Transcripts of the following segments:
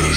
As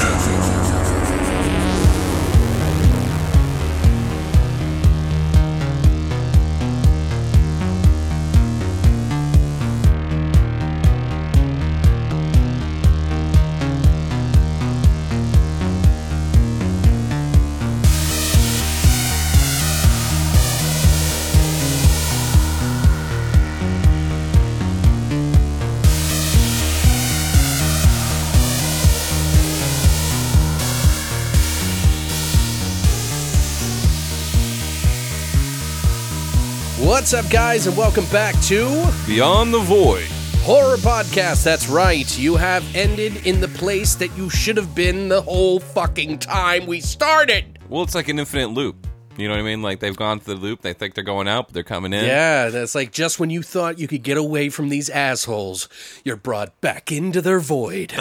What's up, guys, and welcome back to Beyond the Void. Horror Podcast. That's right. You have ended in the place that you should have been the whole fucking time we started. Well, it's like an infinite loop. You know what I mean? Like they've gone through the loop. They think they're going out, but they're coming in. Yeah, that's like just when you thought you could get away from these assholes, you're brought back into their void.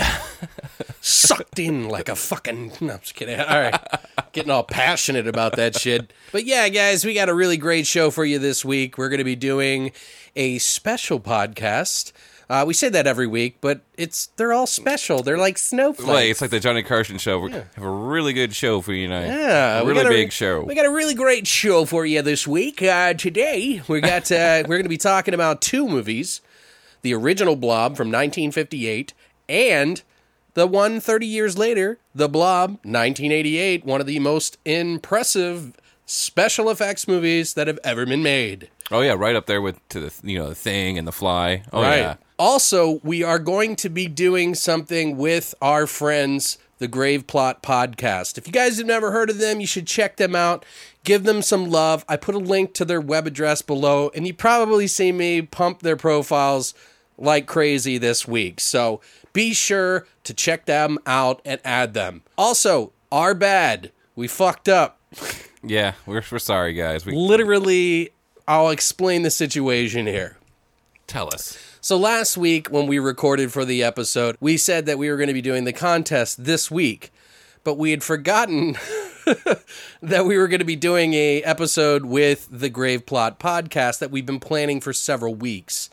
Sucked in like a fucking. No, I'm just kidding. All right. Getting all passionate about that shit. But yeah, guys, we got a really great show for you this week. We're going to be doing a special podcast. Uh, we say that every week, but it's they're all special. They're like snowflakes. Like it's like the Johnny Carson show. We have a really good show for you tonight. Yeah, a we really got a- big show. We got a really great show for you this week. Uh, today we got uh, we're going to be talking about two movies: the original Blob from 1958 and the one 30 years later, The Blob 1988, one of the most impressive special effects movies that have ever been made. oh yeah, right up there with to the you know the thing and the fly. Oh yeah. Also, we are going to be doing something with our friends, the Grave Plot Podcast. If you guys have never heard of them, you should check them out. Give them some love. I put a link to their web address below, and you probably see me pump their profiles like crazy this week. So be sure to check them out and add them. Also, our bad. We fucked up. Yeah, we're, we're sorry guys. We Literally, I'll explain the situation here. tell us. So last week when we recorded for the episode, we said that we were going to be doing the contest this week, but we had forgotten that we were going to be doing a episode with the Grave Plot podcast that we've been planning for several weeks.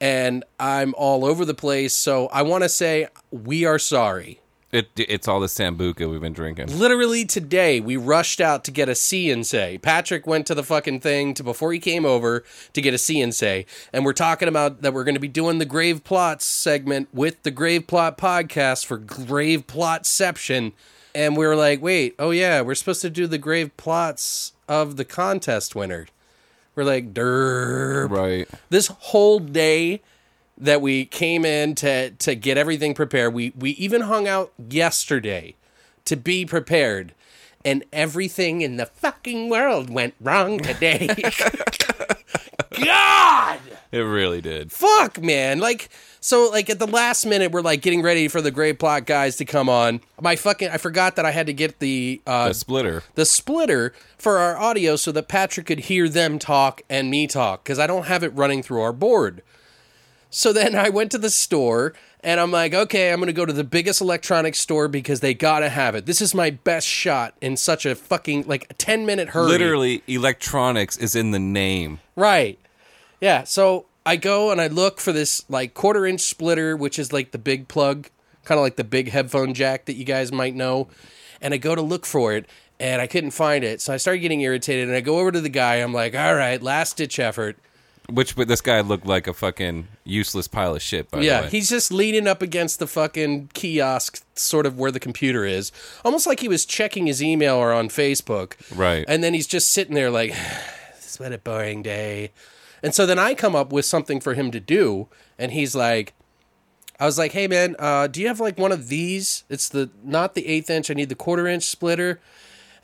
And I'm all over the place, so I want to say we are sorry. It it's all the sambuca we've been drinking. Literally today, we rushed out to get a C and say. Patrick went to the fucking thing to before he came over to get a C and say, and we're talking about that we're going to be doing the grave plots segment with the grave plot podcast for grave plotception, and we were like, wait, oh yeah, we're supposed to do the grave plots of the contest winner. We're like, derp Right. this whole day that we came in to to get everything prepared we we even hung out yesterday to be prepared and everything in the fucking world went wrong today god It really did. fuck man like so like at the last minute we're like getting ready for the great plot guys to come on my fucking i forgot that i had to get the uh A splitter. the splitter for our audio so that Patrick could hear them talk and me talk because I don't have it running through our board. So then I went to the store and I'm like, okay, I'm going to go to the biggest electronics store because they got to have it. This is my best shot in such a fucking like 10 minute hurry. Literally electronics is in the name. Right. Yeah. So I go and I look for this like quarter inch splitter, which is like the big plug, kind of like the big headphone jack that you guys might know. And I go to look for it and I couldn't find it. So I started getting irritated and I go over to the guy. I'm like, all right, last ditch effort. Which but this guy looked like a fucking useless pile of shit by the Yeah. way. He's just leaning up against the fucking kiosk, sort of where the computer is, almost like he was checking his email or on Facebook. Right. And then he's just sitting there like, it's been a boring day. And so then I come up with something for him to do, and he's like, I was like, hey man, uh, do you have like one of these? It's the not the eighth inch. I need the quarter inch splitter.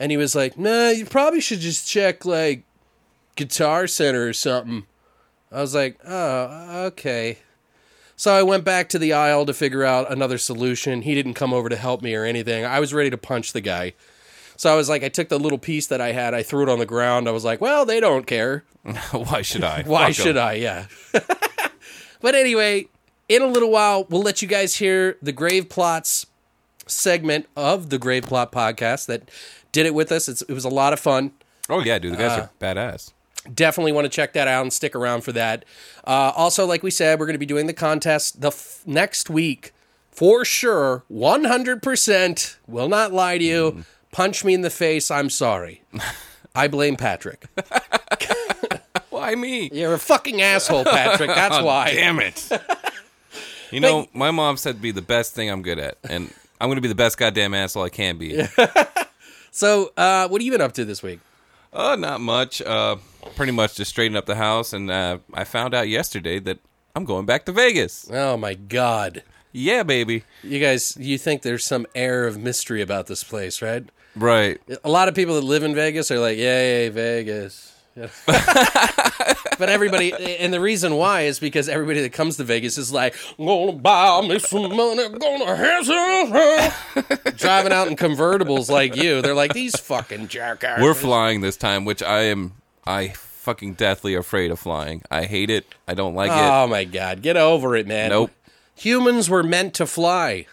And he was like, nah, you probably should just check like Guitar Center or something. I was like, oh, okay. So I went back to the aisle to figure out another solution. He didn't come over to help me or anything. I was ready to punch the guy. So I was like, I took the little piece that I had, I threw it on the ground. I was like, well, they don't care. Why should I? Why Fuck 'em. should I? Yeah. but anyway, in a little while, we'll let you guys hear the Grave Plots segment of the Grave Plot podcast that did it with us. It's, it was a lot of fun. Oh yeah, dude, the guys are badass. Definitely want to check that out and stick around for that. Uh, also, like we said, we're going to be doing the contest the f- next week for sure. 100% will not lie to you. Punch me in the face. I'm sorry. I blame Patrick. Why me? You're a fucking asshole, Patrick. That's Oh, why. Damn it. you know, my mom said be the best thing I'm good at, and I'm gonna be the best goddamn asshole I can be. So, uh, what have you been up to this week? Uh, not much. Uh, pretty much just straighten up the house, and uh, I found out yesterday that I'm going back to Vegas. Oh my god. Yeah, baby. You guys, you think there's some air of mystery about this place, right? Right. A lot of people that live in Vegas are like, "Yay, Vegas." but everybody and the reason why is because everybody that comes to Vegas is like, "Gonna buy me some money, gonna have some." fun." Driving out in convertibles like you. They're like, "These fucking jackasses." We're flying this time, which I am. I fucking deathly afraid of flying. I hate it. I don't like it. oh my god. Get over it, man. Nope. Humans were meant to fly.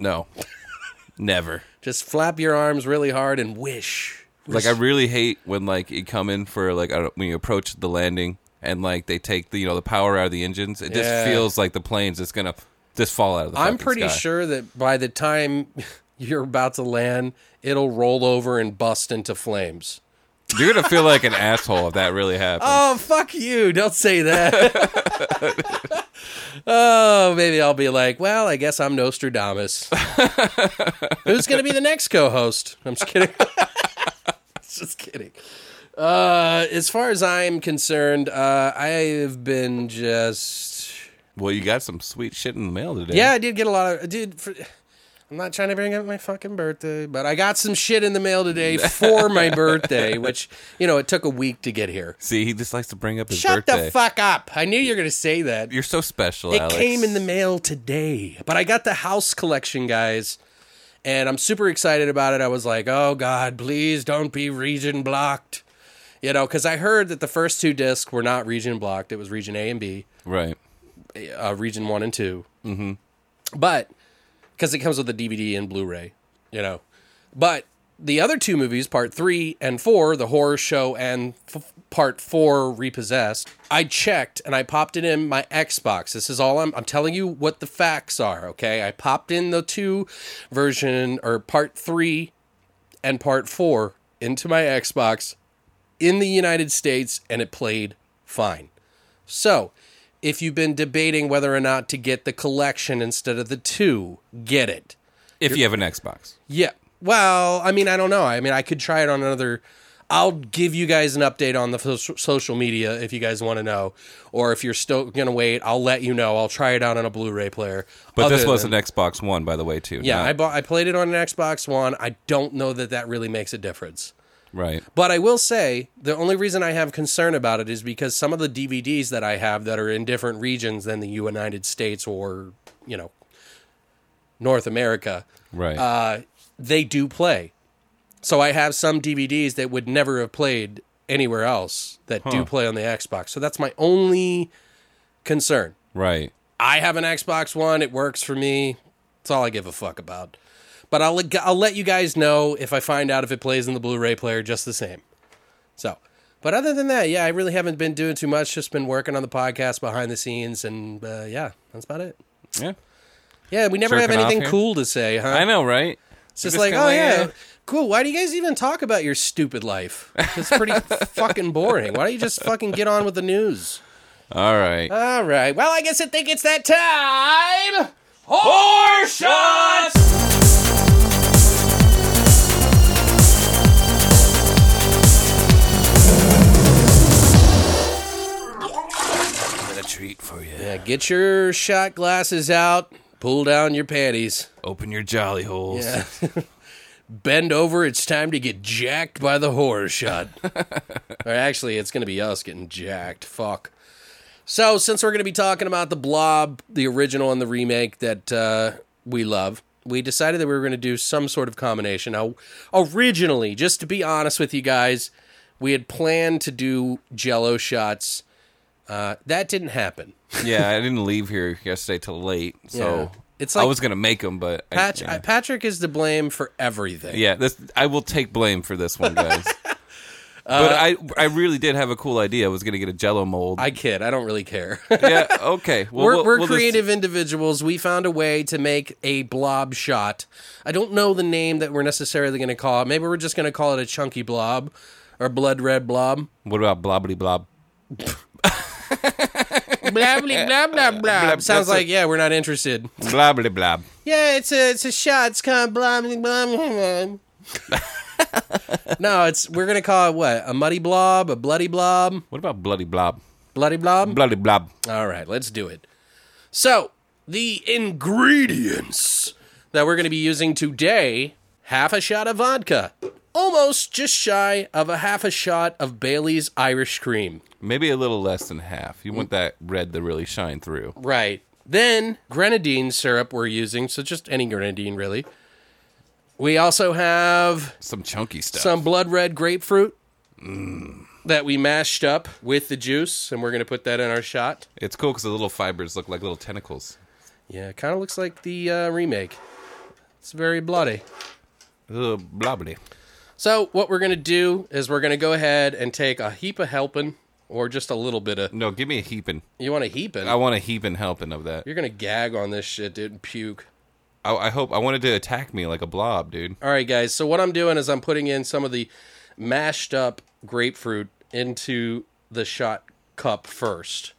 No. Never. Just flap your arms really hard and wish. Like I really hate when like you come in for like I don't, when you approach the landing and like they take the you know the power out of the engines. It Yeah. just feels like the plane's just gonna just fall out of the. I'm fucking pretty sky. sure that by the time you're about to land, it'll roll over and bust into flames. you're gonna feel like an asshole if that really happens. Oh, fuck you. Don't say that. oh, maybe I'll be like, well, I guess I'm Nostradamus. Who's going to be the next co host? I'm just kidding. just kidding. Uh, as far as I'm concerned, uh, I've been just. Well, you got some sweet shit in the mail today. Yeah, I did get a lot of dude. For, I'm not trying to bring up my fucking birthday, but I got some shit in the mail today for my birthday, which you know it took a week to get here. See, he just likes to bring up his Shut birthday. the fuck up! I knew you were gonna say that. You're so special, it Alex. came in the mail today, but I got the house collection, guys, and I'm super excited about it. I was like, oh god, please don't be region blocked, you know, because I heard that the first two discs were not region blocked. It was region A and B. right. uh, region one and 2 Mm-hmm. But because it comes with a DVD and Blu-ray, you know. But the other two movies, part three and four, the horror show and f- part four, repossessed. I checked and I popped it in my Xbox. This is all I'm. I'm telling you what the facts are. Okay, I popped in the two version or part three and part four into my Xbox in the United States, and it played fine. So, if you've been debating whether or not to get the collection instead of the two, get it. If you have an Xbox, Yeah. Well, I mean, I don't know. I mean, I could try it on another. I'll give you guys an update on the so- social media if you guys want to know, or if you're still gonna wait, I'll let you know. I'll try it out on a Blu-ray player. but this Other was than- an Xbox One, by the way, too. yeah. not- I bought. I played it on an Xbox One. I don't know that that really makes a difference. right. But I will say the only reason I have concern about it is because some of the DVDs that I have that are in different regions than the United States or, you know, North America, Right. uh, they do play. So I have some DVDs that would never have played anywhere else that do play on the Xbox. So that's my only concern. right. I have an Xbox One. It works for me. It's all I give a fuck about. But I'll I'll let you guys know if I find out if it plays in the Blu-ray player just the same. So, but other than that, yeah, I really haven't been doing too much. Just been working on the podcast behind the scenes, and uh, yeah, that's about it. Yeah. Yeah, we never Jerking have off anything here? cool to say, huh? I know, right? It's just, just like, kinda oh like, yeah, uh, cool. Why do you guys even talk about your stupid life? It's pretty fucking boring. Why don't you just fucking get on with the news? All right. All right. Well, I guess I think it's that time. Horse shots. got a treat for you. Yeah, get your shot glasses out. Pull down your panties. Open your jolly holes. Yeah. Bend over. It's time to get jacked by the horror shot. or actually, it's going to be us getting jacked. Fuck. So, since we're going to be talking about the Blob, the original and the remake that uh, we love, we decided that we were going to do some sort of combination. Now, originally, just to be honest with you guys, we had planned to do Jello shots. Uh, that didn't happen. yeah, I didn't leave here yesterday till late, so Yeah. It's it's like- I was gonna make them, but I- Pat- yeah. Patrick is to blame for everything. Yeah, this I will take blame for this one, guys. Uh, but I I really did have a cool idea. I was gonna get a Jello mold. I kid. I don't really care. yeah, okay. Well, we're we'll- we're we'll just- creative individuals. We found a way to make a blob shot. I don't know the name that we're necessarily going to call it. Maybe we're just going to call it a chunky blob or blood red blob. what about blobbity blob? blah, blah, blah, blah, blah. Sounds that's like, it. yeah, we're not interested. Blobbity blob. Yeah, it's a it's a shot. It's kind of blah blah blah. blah, blah. no, it's we're gonna call it what a muddy blob, a bloody blob, What about bloody blob? bloody blob. Bloody blob. All right, let's do it. So the ingredients that we're gonna be using today: half a shot of vodka, almost just shy of a half a shot of Bailey's Irish Cream. Maybe a little less than half. You want that red to really shine through. Right. Then grenadine syrup we're using, so just any grenadine really. We also have Some chunky stuff. some blood red grapefruit that we mashed up with the juice, and we're gonna put that in our shot. It's cool because the little fibers look like little tentacles. Yeah, it kind of looks like the uh, remake. It's very bloody. Little blobbity. So what we're gonna do is we're gonna go ahead and take a heap of helping, or just a little bit of. No, give me a heaping. You want a heaping? I want a heaping helping of that. You're gonna gag on this shit, dude, and puke. I, I hope I wanted to attack me like a blob, dude. All right, guys. So what I'm doing is I'm putting in some of the mashed up grapefruit into the shot cup first.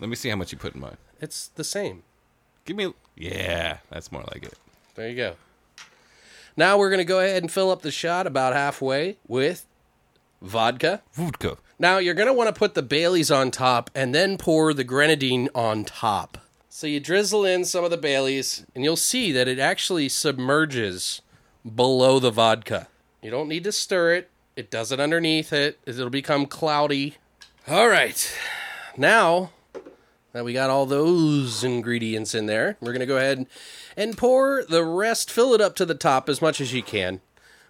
Let me see how much you put in mine. It's the same. Give me. Yeah, that's more like it. There you go. Now we're going to go ahead and fill up the shot about halfway with vodka. Vodka. Now you're going to want to put the Baileys on top and then pour the grenadine on top. So you drizzle in some of the Baileys and you'll see that it actually submerges below the vodka. You don't need to stir it. It does it underneath it. It'll become cloudy. All right. Now that we got all those ingredients in there, we're going to go ahead and pour the rest, fill it up to the top as much as you can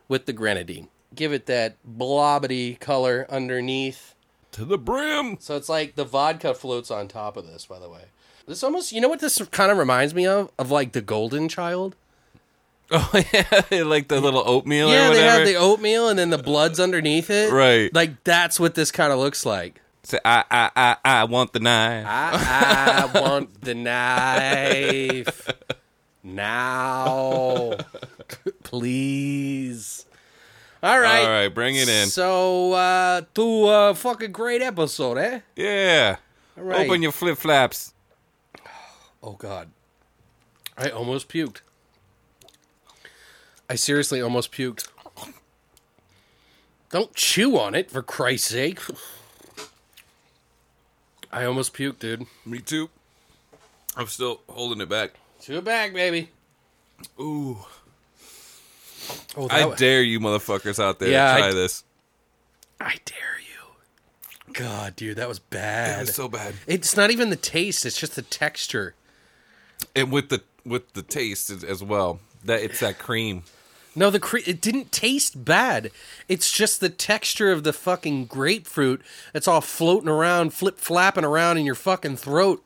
with the grenadine. Give it that blobbity color underneath. To the brim. So it's like the vodka floats on top of this, by the way. This almost, you know what this kind of reminds me of? Of like the Golden Child. Oh yeah, like the little oatmeal or Yeah, they whatever. have the oatmeal and then the blood's underneath it. Right. Like that's what this kind of looks like. Say, I, I, I, I want the knife. I, I want the knife now, please. All right, All right, bring it in. So, uh, to uh, fucking great episode, eh? Yeah. right. Open your flip flaps. Oh God, I almost puked. I seriously almost puked. Don't chew on it, for Christ's sake. I almost puked, dude. Me too. I'm still holding it back. Chew it back, baby. Ooh. Oh, that I wa- dare you, motherfuckers out there, Yeah, I to try d- this. I dare you. God, dude, that was bad. It's so bad. it's not even the taste; it's just the texture. And with the with the taste as- as well. That it's that cream. No, the cre- it didn't taste bad. It's just the texture of the fucking grapefruit that's all floating around, flip flapping around in your fucking throat.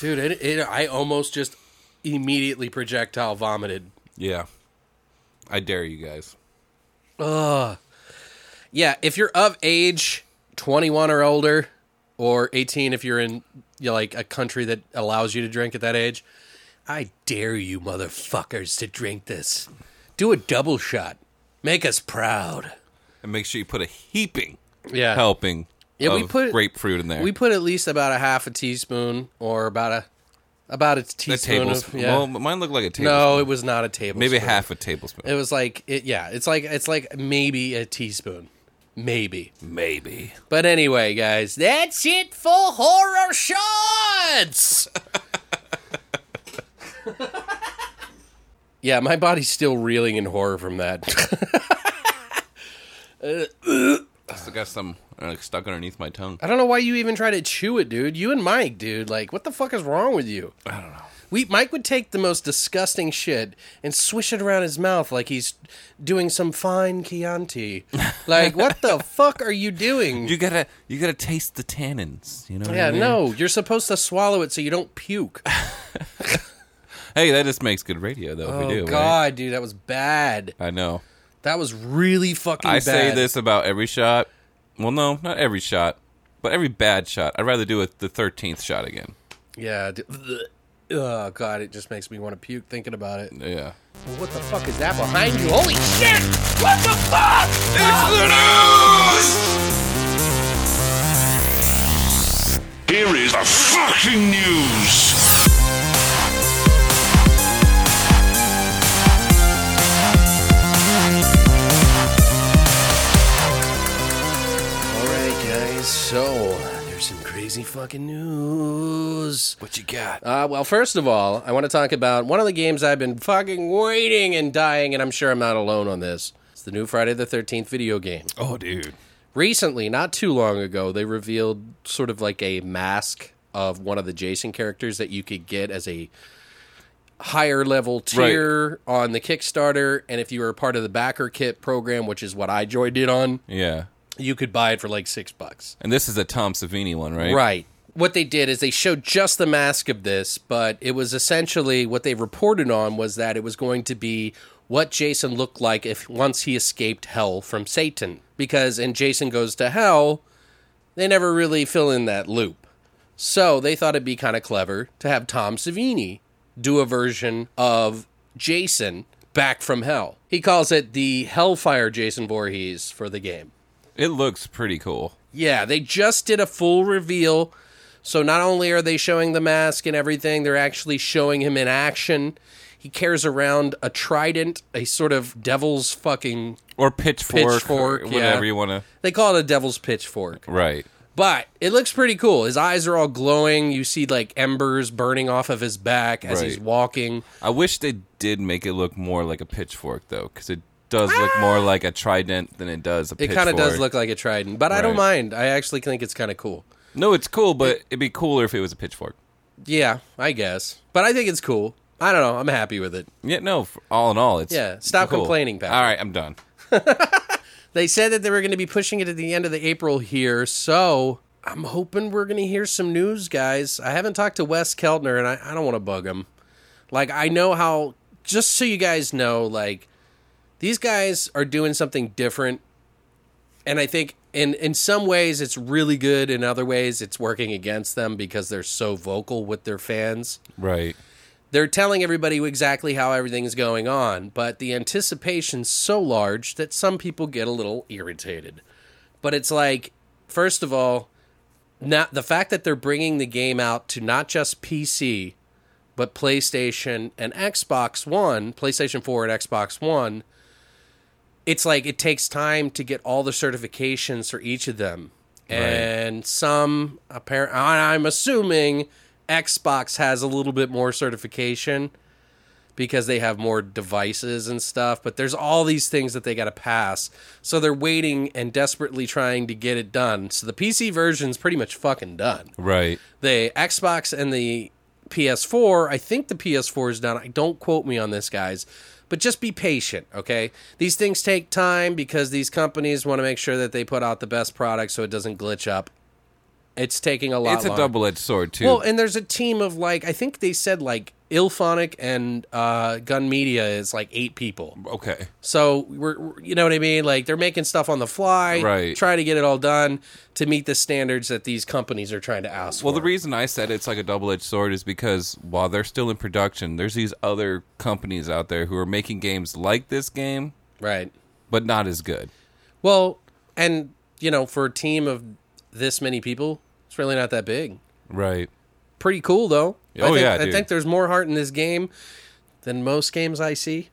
Dude, it, it, I almost just immediately projectile vomited. Yeah. I dare you guys. Yeah, if you're of age 21 or older, or 18 if you're in you know, like a country that allows you to drink at that age, I dare you motherfuckers to drink this. Do a double shot. Make us proud. And make sure you put a heaping Yeah. helping Yeah, of we put- grapefruit in there. We put at least about a half a teaspoon or about a about a a teaspoon of tablespoon. yeah. Well, mine looked like a tablespoon. no, it was not a tablespoon. Maybe half a tablespoon. It was like it yeah, it's like it's like maybe a teaspoon. Maybe. Maybe. But anyway, guys, that's it for horror shots. yeah, my body's still reeling in horror from that. I got some uh, stuck underneath my tongue. I don't know why you even try to chew it, dude. You and Mike, dude, like what the fuck is wrong with you? I don't know. We Mike would take the most disgusting shit and swish it around his mouth like he's doing some fine Chianti. Like, what the fuck are you doing? You gotta you gotta taste the tannins. You know. what I yeah, mean? no, you're supposed to swallow it so you don't puke. Hey, that just makes good radio though. if Oh we do. right? god, dude, that was bad. I know. That was really fucking I bad. say this about every shot. Well, no, not every shot, but every bad shot. I'd rather do it the thirteenth shot again. Yeah. d- Oh god, it just makes me want to puke thinking about it. Yeah. Well, what the fuck is that behind you? Holy shit! What the fuck? Here is the fucking news. All right, guys. So there's some crazy fucking news. What you got? Uh, well, first of all, I want to talk about one of the games I've been fucking waiting and dying, and I'm sure I'm not alone on this. It's the new Friday the 13th video game. Oh, dude. recently, not too long ago, they revealed sort of like a mask of one of the Jason characters that you could get as a higher level tier on the Kickstarter. And if you were a part of the backer kit program, which is what I joined in on, Yeah. you could buy it for like six bucks. And this is a Tom Savini one, right? Right. What they did is they showed just the mask of this, but it was essentially what they reported on was that it was going to be what Jason looked like if once he escaped hell from Satan. Because in Jason Goes to Hell, they never really fill in that loop. So they thought it'd be kind of clever to have Tom Savini do a version of Jason back from hell. He calls it the Hellfire Jason Voorhees for the game. It looks pretty cool. Yeah, they just did a full reveal. So not only are they showing the mask and everything, they're actually showing him in action. He carries around a trident, a sort of devil's fucking. Or pitchfork, Pitchfork, or whatever yeah. you want to. They call it a devil's pitchfork. Right. But it looks pretty cool. His eyes are all glowing. You see like embers burning off of his back as he's Right. walking. I wish they did make it look more like a pitchfork though, because it does look more like a trident than it does a. Ah! It kind of does look like a trident, but I don't Right. mind. I actually think it's kind of cool. No, it's cool, but it'd be cooler if it was a pitchfork. Yeah, I guess. But I think it's cool. I don't know. I'm happy with it. Yeah, no. f- All in all, it's Yeah, stop complaining, Pat. All right, I'm done. They said that they were going to be pushing it at the end of the April here, so I'm hoping we're going to hear some news, guys. I haven't talked to Wes Keltner, and I, I don't want to bug him. Like, I know how, just so you guys know, like, these guys are doing something different, and I think in, in some ways it's really good, in other ways it's working against them because they're so vocal with their fans Right. they're telling everybody exactly how everything's going on, but the anticipation's so large that some people get a little irritated. But it's like, first of all, not the fact that they're bringing the game out to not just PC, but PlayStation and Xbox One, PlayStation 4 and Xbox One, it's like it takes time to get all the certifications for each of them. And some apparent I'm assuming Xbox has a little bit more certification because they have more devices and stuff, but there's all these things that they got to pass. So they're waiting and desperately trying to get it done. So the PC version's pretty much fucking done Right. the Xbox and the PS4. I think the PS4 is done. I don't quote me on this, guys. But just be patient, okay? These things take time because these companies want to make sure that they put out the best product so it doesn't glitch up. It's taking a lot. It's a longer. double edged sword too. Well, and there's a team of like I think they said like Ilphonic and uh, Gun Media is like eight people. okay. So we're, we're- you know what I mean? Like they're making stuff on the fly, Right. Trying to get it all done to meet the standards that these companies are trying to ask. Well, for. the reason I said it's like a double edged sword is because while they're still in production, there's these other companies out there who are making games like this game, right. but not as good. Well, and you know, for a team of this many people, it's really not that big. Right. Pretty cool though. I Oh, think, yeah, I dude. think there's more heart in this game than most games I see.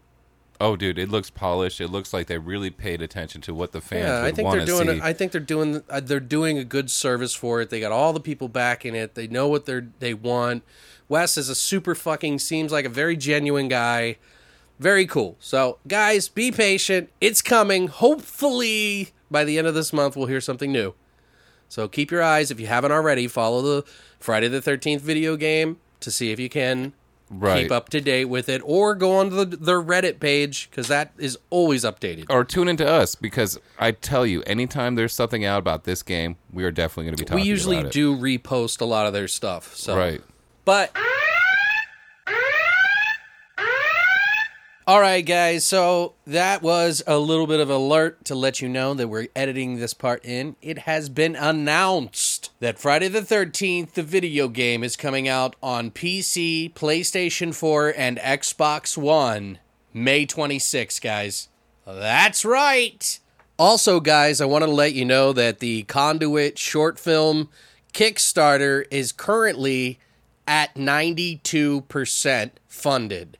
Oh, dude, it looks polished. It looks like they really paid attention to what the fans Yeah, would I think want they're to doing. see. it- I think they're doing. uh, They're doing a good service for it. They got all the people backing it. They know what they're they want. Wes is a super fucking seems like a very genuine guy. Very cool. So guys, be patient. It's coming. Hopefully by the end of this month, we'll hear something new. So keep your eyes if you haven't already. Follow the Friday the Thirteenth video game to see if you can Right. Keep up to date with it, or go on the their Reddit page because that is always updated. Or tune into us because I tell you, anytime there's something out about this game, we are definitely going to be talking. we usually about it. do repost a lot of their stuff. So Right. But All right, guys. So that was a little bit of alert to let you know that we're editing this part in. It has been announced that Friday the 13th, the video game, is coming out on PC, PlayStation 4, and Xbox One May 26th, guys. That's right. Also, guys, I wanted to let you know that the Conduit short film Kickstarter is currently at 92% funded.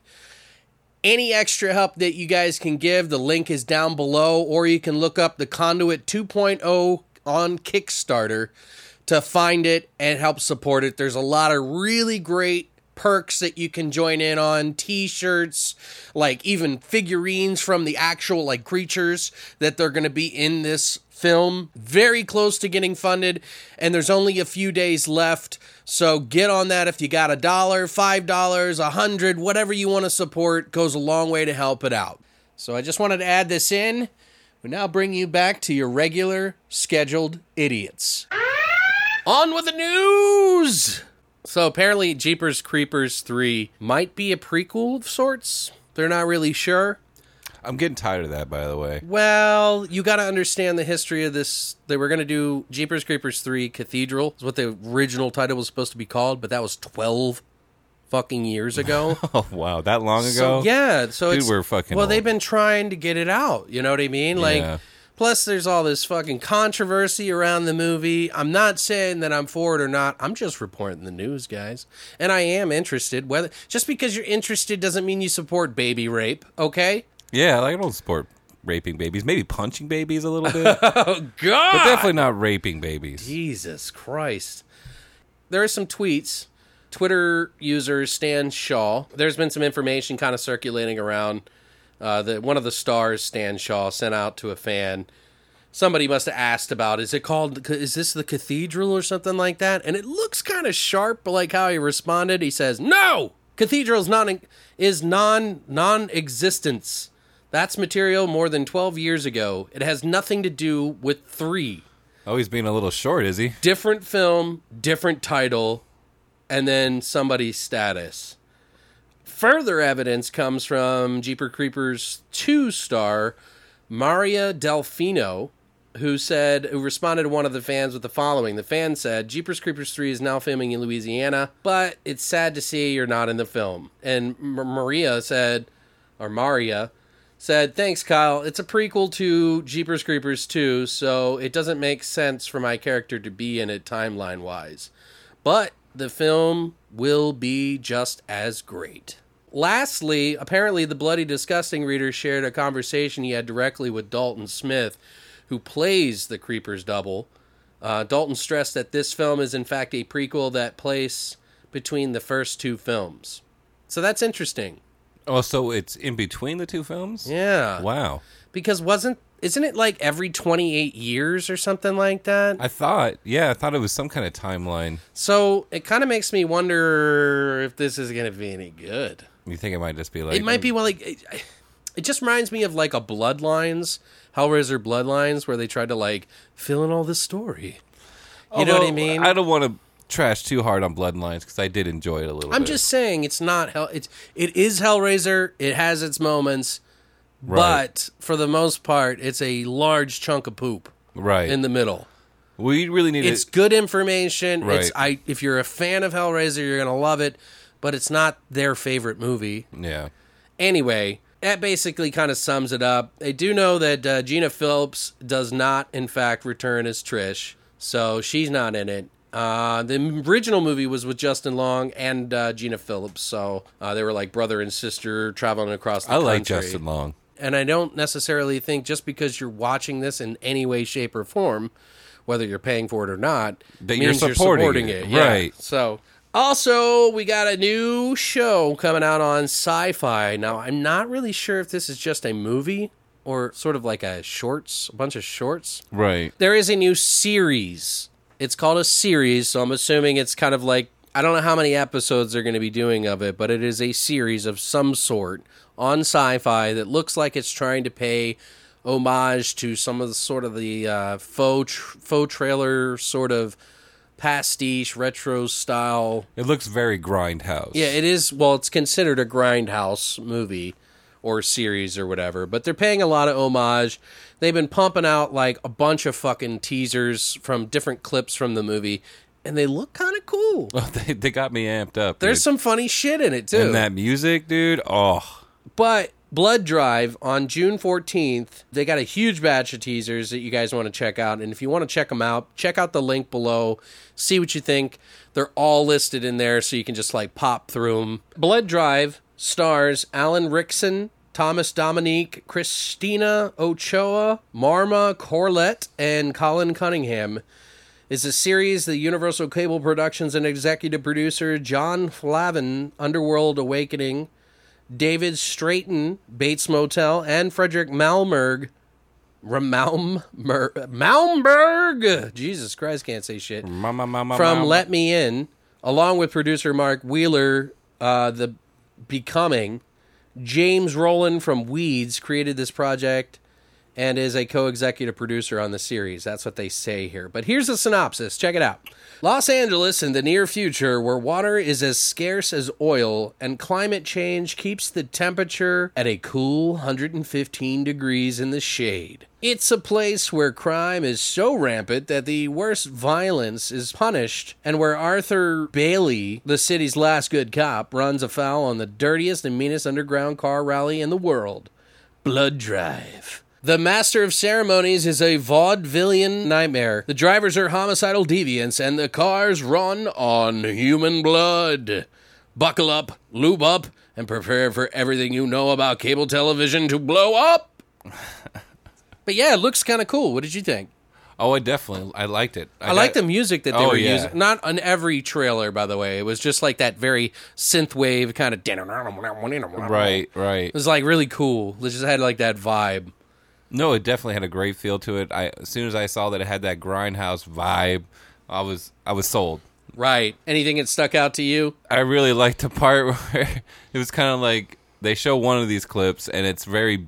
Any extra help that you guys can give, the link is down below, or you can look up the Conduit 2.0 on Kickstarter to find it and help support it. There's a lot of really great perks that you can join in on t-shirts like even figurines from the actual like creatures that they're going to be in this film very close to getting funded and there's only a few days left so get on that if you got a dollar five dollars a hundred whatever you want to support goes a long way to help it out so i just wanted to add this in we now bring you back to your regular scheduled idiots on with the news so apparently jeepers creepers 3 might be a prequel of sorts they're not really sure I'm getting tired of that, by the way. well, you got to understand the history of this. They were going to do Jeepers Creepers 3 Cathedral, is what the original title was supposed to be called, but that was 12 fucking years ago. Oh wow, that long ago? So, yeah, so Dude, it's we're fucking Well, old. they've been trying to get it out. You know what I mean? Like, Yeah. plus there's all this fucking controversy around the movie. I'm not saying that I'm for it or not. I'm just reporting the news, guys. And I am interested. Whether just because you're interested doesn't mean you support baby rape. Okay? Yeah, like I don't support raping babies. Maybe punching babies a little bit, but God. definitely not raping babies. Jesus Christ. There are some tweets. Twitter user Stan Shaw. There's been some information kind of circulating around uh, that one of the stars, Stan Shaw, sent out to a fan. Somebody must have asked about, is it called, is this the cathedral or something like that? And it looks kind of sharp, like how he responded. He says, "No, cathedral's non is non non existence. That's material more than twelve years ago. It has nothing to do with three Oh, he's being a little short, is he? different film, different title, and then somebody's status. Further evidence comes from Jeeper Creepers 2 star Maria Delfino, who said, who responded to one of the fans with the following. The fan said, Jeepers Creepers 3 is now filming in Louisiana, but it's sad to see you're not in the film. And M- Maria said, or Maria, said, Thanks, Kyle. It's a prequel to Jeepers Creepers 2, so it doesn't make sense for my character to be in it timeline wise. But the film will be just as great. Lastly, apparently, the Bloody Disgusting reader shared a conversation he had directly with Dalton Smith, who plays the Creepers double. Uh, Dalton stressed that this film is, in fact, a prequel that plays between the first two films. So that's interesting. Oh, so it's in between the two films? Yeah Wow. because wasn't isn't it like every 28 years or something like that I thought, yeah, I thought it was some kind of timeline. so it kind of makes me wonder if this is going to be any good You think it might just be like it might be well like it, it just reminds me of like a bloodlines hellraiser bloodlines where they tried to like fill in all the story you know what i Although, mean I don't want to trash too hard on Bloodlines because I did enjoy it a little. i'm bit. just saying it's not hell it's it is hellraiser it has its moments Right. but for the most part it's a large chunk of poop right. in the middle we really need it's to good information. It's Right. I if you're a fan of Hellraiser, you're gonna love it, but it's not their favorite movie. Yeah. Anyway, that basically kind of sums it up. They do know that uh, Gina Phillips does not, in fact, return as Trish, so she's not in it. Uh, the original movie was with Justin Long and uh, Gina Phillips, so uh, they were like brother and sister traveling across the I country like Justin Long. and I don't necessarily think just because you're watching this in any way, shape, or form, whether you're paying for it or not, That you're supporting it, Yeah. right. So, also, we got a new show coming out on sci fi. Now, I'm not really sure if this is just a movie or sort of like a shorts, a bunch of shorts. Right. There is a new series. It's called a series, so I'm assuming it's kind of like I don't know how many episodes they're going to be doing of it, but it is a series of some sort on sci-fi that looks like it's trying to pay homage to some of the sort of the uh, faux tr- faux trailer sort of pastiche retro style. It looks very grindhouse. Yeah, it is. Well, it's considered a grindhouse movie or series or whatever, but they're paying a lot of homage. They've been pumping out like a bunch of fucking teasers from different clips from the movie, and they look kind of cool. they, they got me amped up. There's dude. some funny shit in it too. and that music, dude. Oh, But Blood Drive on June 14th, they got a huge batch of teasers that you guys want to check out. And if you want to check them out, check out the link below, see what you think. They're all listed in there, so you can just like pop through them. Blood Drive stars Alan Rickson. Thomas Dominique, Christina Ochoa, Marma Corlett, and Colin Cunningham is a series that Universal Cable Productions and executive producer John Flavin, Underworld Awakening, David Strayton, Bates Motel, and Frederick Malmberg. Malmberg. Malmberg! Jesus Christ, can't say shit. mama, mama, From mama. Let Me In, along with producer Mark Wheeler, uh, the Becoming, James Rowland from Weeds created this project and is a co executive producer on the series. That's what they say here. But here's a synopsis. Check it out Los Angeles in the near future, where water is as scarce as oil and climate change keeps the temperature at a cool 115 degrees in the shade. It's a place where crime is so rampant that the worst violence is punished, and where Arthur Bailey, the city's last good cop, runs afoul on the dirtiest and meanest underground car rally in the world. Blood Drive. The Master of Ceremonies is a vaudevillian nightmare. The drivers are homicidal deviants, and the cars run on human blood. Buckle up, lube up, and prepare for everything you know about cable television to blow up. but yeah, it looks kind of cool. What did you think? Oh, I definitely, I liked it. I like the music that they Oh, were yeah. using. Not on every trailer, by the way. It was just like that very synth wave kind of. Right, right. It was like really cool. It just had like that vibe. No, it definitely had a great feel to it. I as soon as I saw that it had that grindhouse vibe, I was, I was sold. Right. Anything that stuck out to you? I really liked the part where it was kind of like they show one of these clips and it's very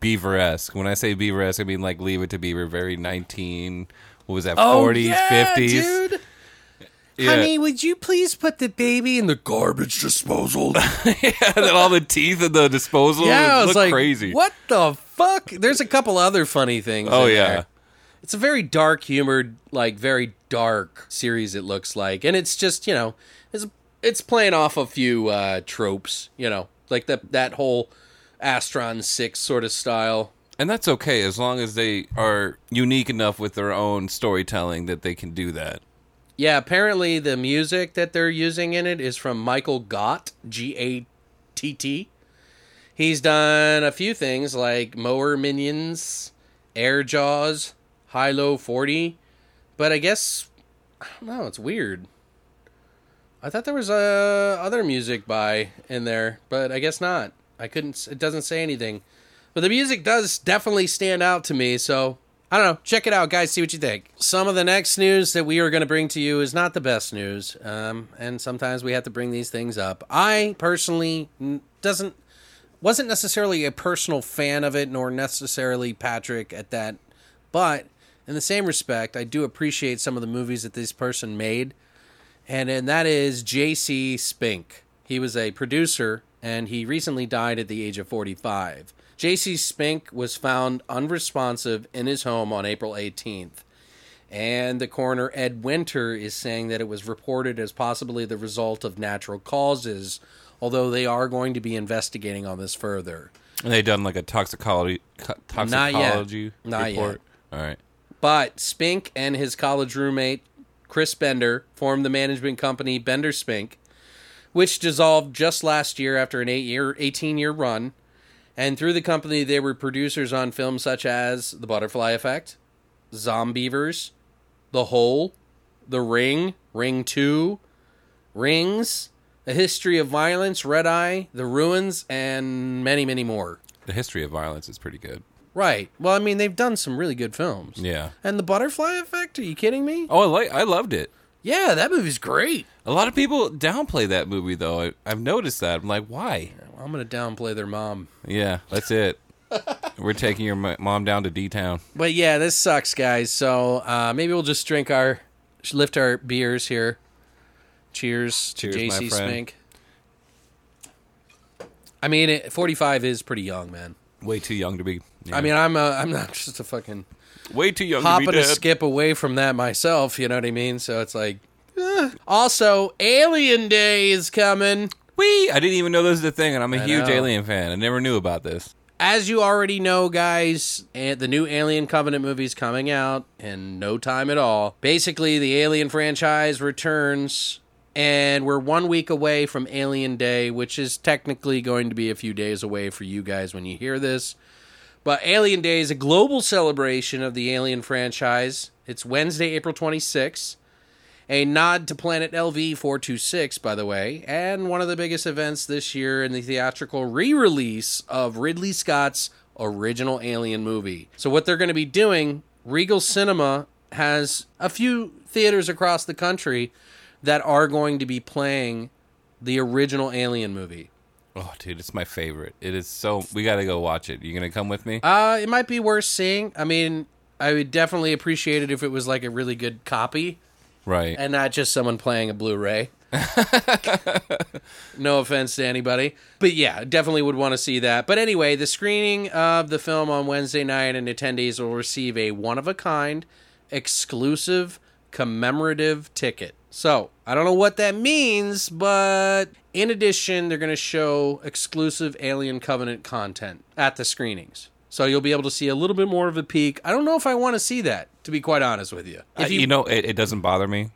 Beaver esque. When I say Beaver esque, I mean like Leave It to Beaver, very 19, what was that, Oh, 40s, 50s? Yeah. would you please put the baby in the garbage disposal? and then all the teeth and the disposal. yeah, it I was looked like, crazy. what the fuck? There's a couple other funny things. Oh, in yeah. there. it's a very dark humored, like very dark series. It looks like, and it's just you know, it's it's playing off a few uh, tropes. You know, like that that whole Astron Six sort of style. And that's okay as long as they are unique enough with their own storytelling that they can do that. Yeah, apparently the music that they're using in it is from Michael Gott, G A T T. He's done a few things like Mower Minions, Air Jaws, High Low 40, but I guess I don't know, it's weird. I thought there was uh, other music by in there, but I guess not. I couldn't s- it doesn't say anything. But the music does definitely stand out to me, so I don't know. Check it out, guys. See what you think. Some of the next news that we are going to bring to you is not the best news, um, and sometimes we have to bring these things up. I personally n- doesn't wasn't necessarily a personal fan of it, nor necessarily Patrick at that, but in the same respect, I do appreciate some of the movies that this person made and and that is J.C. Spink. He was a producer, and he recently died at the age of 45. J.C. Spink was found unresponsive in his home on April 18th, and the coroner Ed Winter is saying that it was reported as possibly the result of natural causes, although they are going to be investigating on this further. And they done like a toxicology co- Not yet. toxicology Not yet. report. All right. But Spink and his college roommate, Chris Bender, formed the management company Bender Spink, which dissolved just last year after an eight year, 18 year run. And through the company, they were producers on films such as The Butterfly Effect, Zombievers, The Hole, The Ring, Ring 2, Rings, A History of Violence, Red Eye, The Ruins, and many, many more. The history of violence is pretty good. Right. Well, I mean, they've done some really good films. Yeah. And the butterfly effect? Are you kidding me? Oh, I like. I loved it. Yeah, that movie's great. A lot of people downplay that movie, though. I, I've noticed that. I'm like, why? I'm gonna downplay their mom. Yeah, that's it. We're taking your mo- mom down to D Town. But yeah, this sucks, guys. So uh, maybe we'll just drink our, sh- lift our beers here. Cheers, to Cheers, my JC friend. Smink. I mean, it, 45 is pretty young, man. Way too young to be. yeah. I mean, I'm a, I'm not just a fucking way too young to hopping be a dead. skip away from that myself. You know what I mean? So it's like. eh. Also, Alien Day is coming. Wee! I didn't even know this was a thing, and I'm a huge know. Alien fan. I never knew about this. As you already know, guys, and the new Alien Covenant movie's coming out in no time at all. Basically, the Alien franchise returns, and we're one week away from Alien Day, which is technically going to be a few days away for you guys when you hear this. But Alien Day is a global celebration of the Alien franchise. It's Wednesday, April 26th. A nod to Planet LV 426, by the way, and one of the biggest events this year in the theatrical re release of Ridley Scott's original Alien movie. So, what they're going to be doing, Regal Cinema has a few theaters across the country that are going to be playing the original Alien movie. Oh, dude, it's my favorite. It is so. We gotta go watch it. You gonna come with me? Uh, it might be worth seeing. I mean, I would definitely appreciate it if it was like a really good copy. right. and not just someone playing a Blu-ray. no offense to anybody, but yeah, definitely would want to see that. But anyway, the screening of the film on Wednesday night and attendees will receive a one-of-a-kind, exclusive commemorative ticket. So I don't know what that means, but in addition, they're going to show exclusive Alien Covenant content at the screenings. So you'll be able to see a little bit more of a peek. I don't know if I want to see that, to be quite honest with you. Uh, If you, know, it, it doesn't bother me.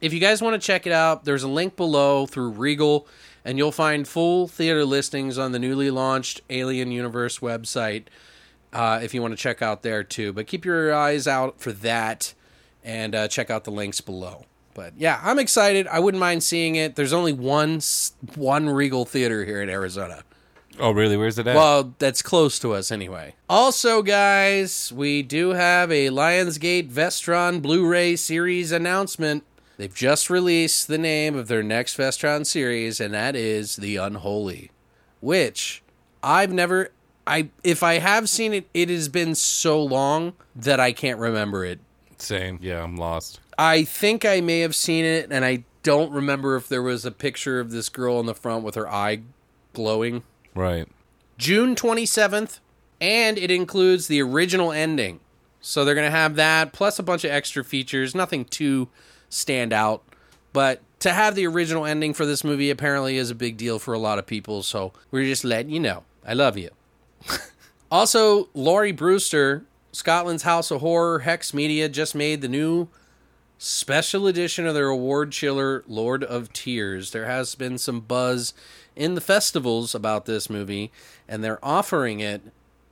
if you guys want to check it out, there's a link below through Regal, and you'll find full theater listings on the newly launched Alien Universe website. Uh, if you want to check out there too, but keep your eyes out for that, and uh, check out the links below. But yeah, I'm excited. I wouldn't mind seeing it. There's only one s- one Regal theater here in Arizona. Oh, really? Where's it at? Well, that's close to us anyway. Also, guys, we do have a Lionsgate Vestron Blu ray series announcement. They've just released the name of their next Vestron series, and that is The Unholy, which I've never. I if I have seen it, it has been so long that I can't remember it. Same. Yeah, I'm lost. I think I may have seen it, and I don't remember if there was a picture of this girl in the front with her eye glowing. Right. June 27th, and it includes the original ending. So they're going to have that plus a bunch of extra features, nothing too stand out, but to have the original ending for this movie apparently is a big deal for a lot of people, so we're just letting you know. I love you. also, Laurie Brewster, Scotland's House of Horror, Hex Media just made the new special edition of their award chiller Lord of Tears. There has been some buzz in the festivals about this movie, and they're offering it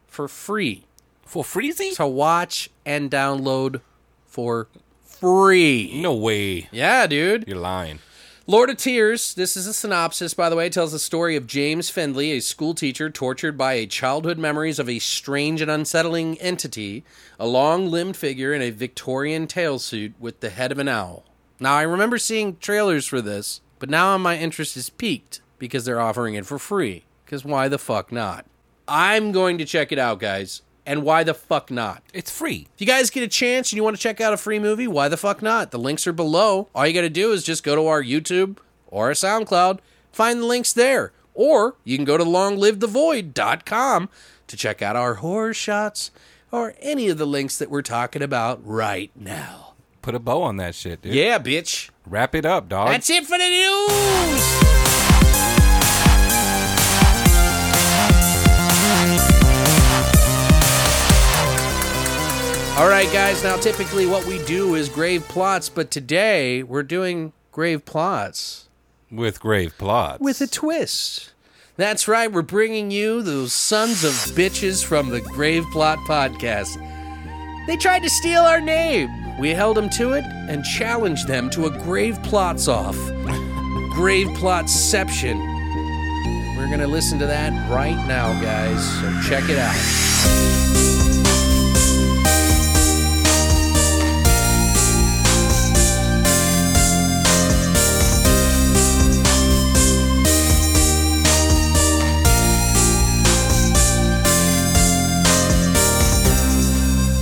for free For Freezy? to watch and download for free. No way. Yeah, dude. You're lying. Lord of Tears, this is a synopsis, by the way, tells the story of James Findley, a schoolteacher tortured by a childhood memories of a strange and unsettling entity, a long limbed figure in a Victorian tailsuit with the head of an owl. Now, I remember seeing trailers for this, but now my interest is piqued because they're offering it for free. Because why the fuck not? I'm going to check it out, guys. And why the fuck not? It's free. If you guys get a chance and you want to check out a free movie, why the fuck not? The links are below. All you got to do is just go to our YouTube or our SoundCloud, find the links there. Or you can go to longlivethevoid.com to check out our horror shots or any of the links that we're talking about right now. Put a bow on that shit, dude. Yeah, bitch. Wrap it up, dog. That's it for the news. All right, guys. Now, typically, what we do is grave plots, but today we're doing grave plots With grave plots. with a twist. That's right. We're bringing you those sons of bitches from the Grave Plot podcast. They tried to steal our name. We held them to it and challenged them to a grave plots off. grave plotception. We're going to listen to that right now, guys. So check it out.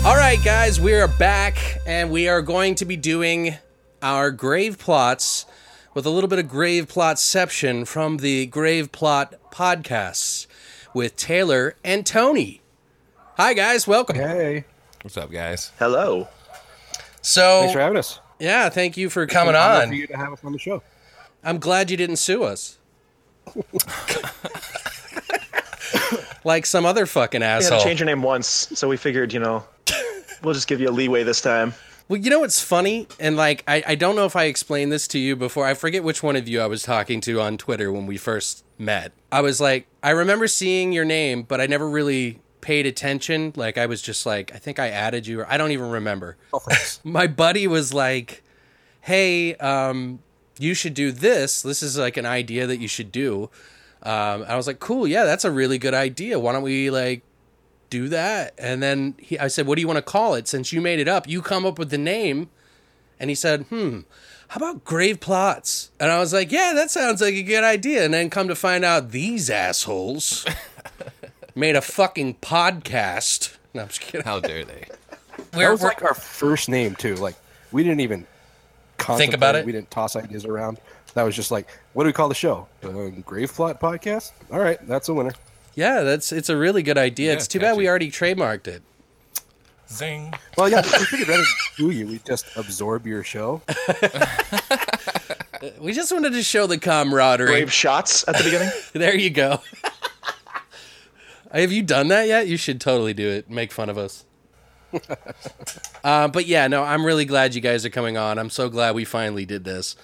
right, guys, we are back, and we are going to be doing our grave plots with a little bit of grave plotception from the Grave Plot podcasts with Taylor and Tony. Hi, guys, welcome. Hey, What's up, guys? Hello. So, thanks for having us. yeah, thank you for coming I'd love for on. you to have us on the show. I'm glad you didn't sue us. like some other fucking You asshole. had to change your name once, so we figured, you know, we'll just give you a leeway this time. Well, you know what's funny? And like, I, I don't know if I explained this to you before. I forget which one of you I was talking to on Twitter when we first met. I was like, I remember seeing your name, but I never really paid attention. Like, I was just like, I think I added you, or I don't even remember. My buddy was like, hey, um, you should do this. This is like an idea that you should do. Um, I was like, cool, yeah, that's a really good idea. Why don't we like do that? And then he, I said, what do you want to call it? Since you made it up, you come up with the name. And he said, hmm, how about grave plots? And I was like, yeah, that sounds like a good idea. And then come to find out, these assholes made a fucking podcast. No, I'm just kidding. How dare they? That We're, was we're, like our first name too. Like we didn't even contemplate about it? We didn't toss ideas around. That was just like, what do we call the show? Um, Grave Plot Podcast. All right, that's a winner. yeah, that's it's a really good idea. Yeah, it's too bad we catchy. already trademarked it. Zing. Well, yeah, we figured rather than do you, we just absorb your show. We just wanted to show the camaraderie. Brave shots at the beginning. There you go. Have you done that yet? You should totally do it. Make fun of us. uh, but yeah, no, I'm really glad you guys are coming on. I'm so glad we finally did this.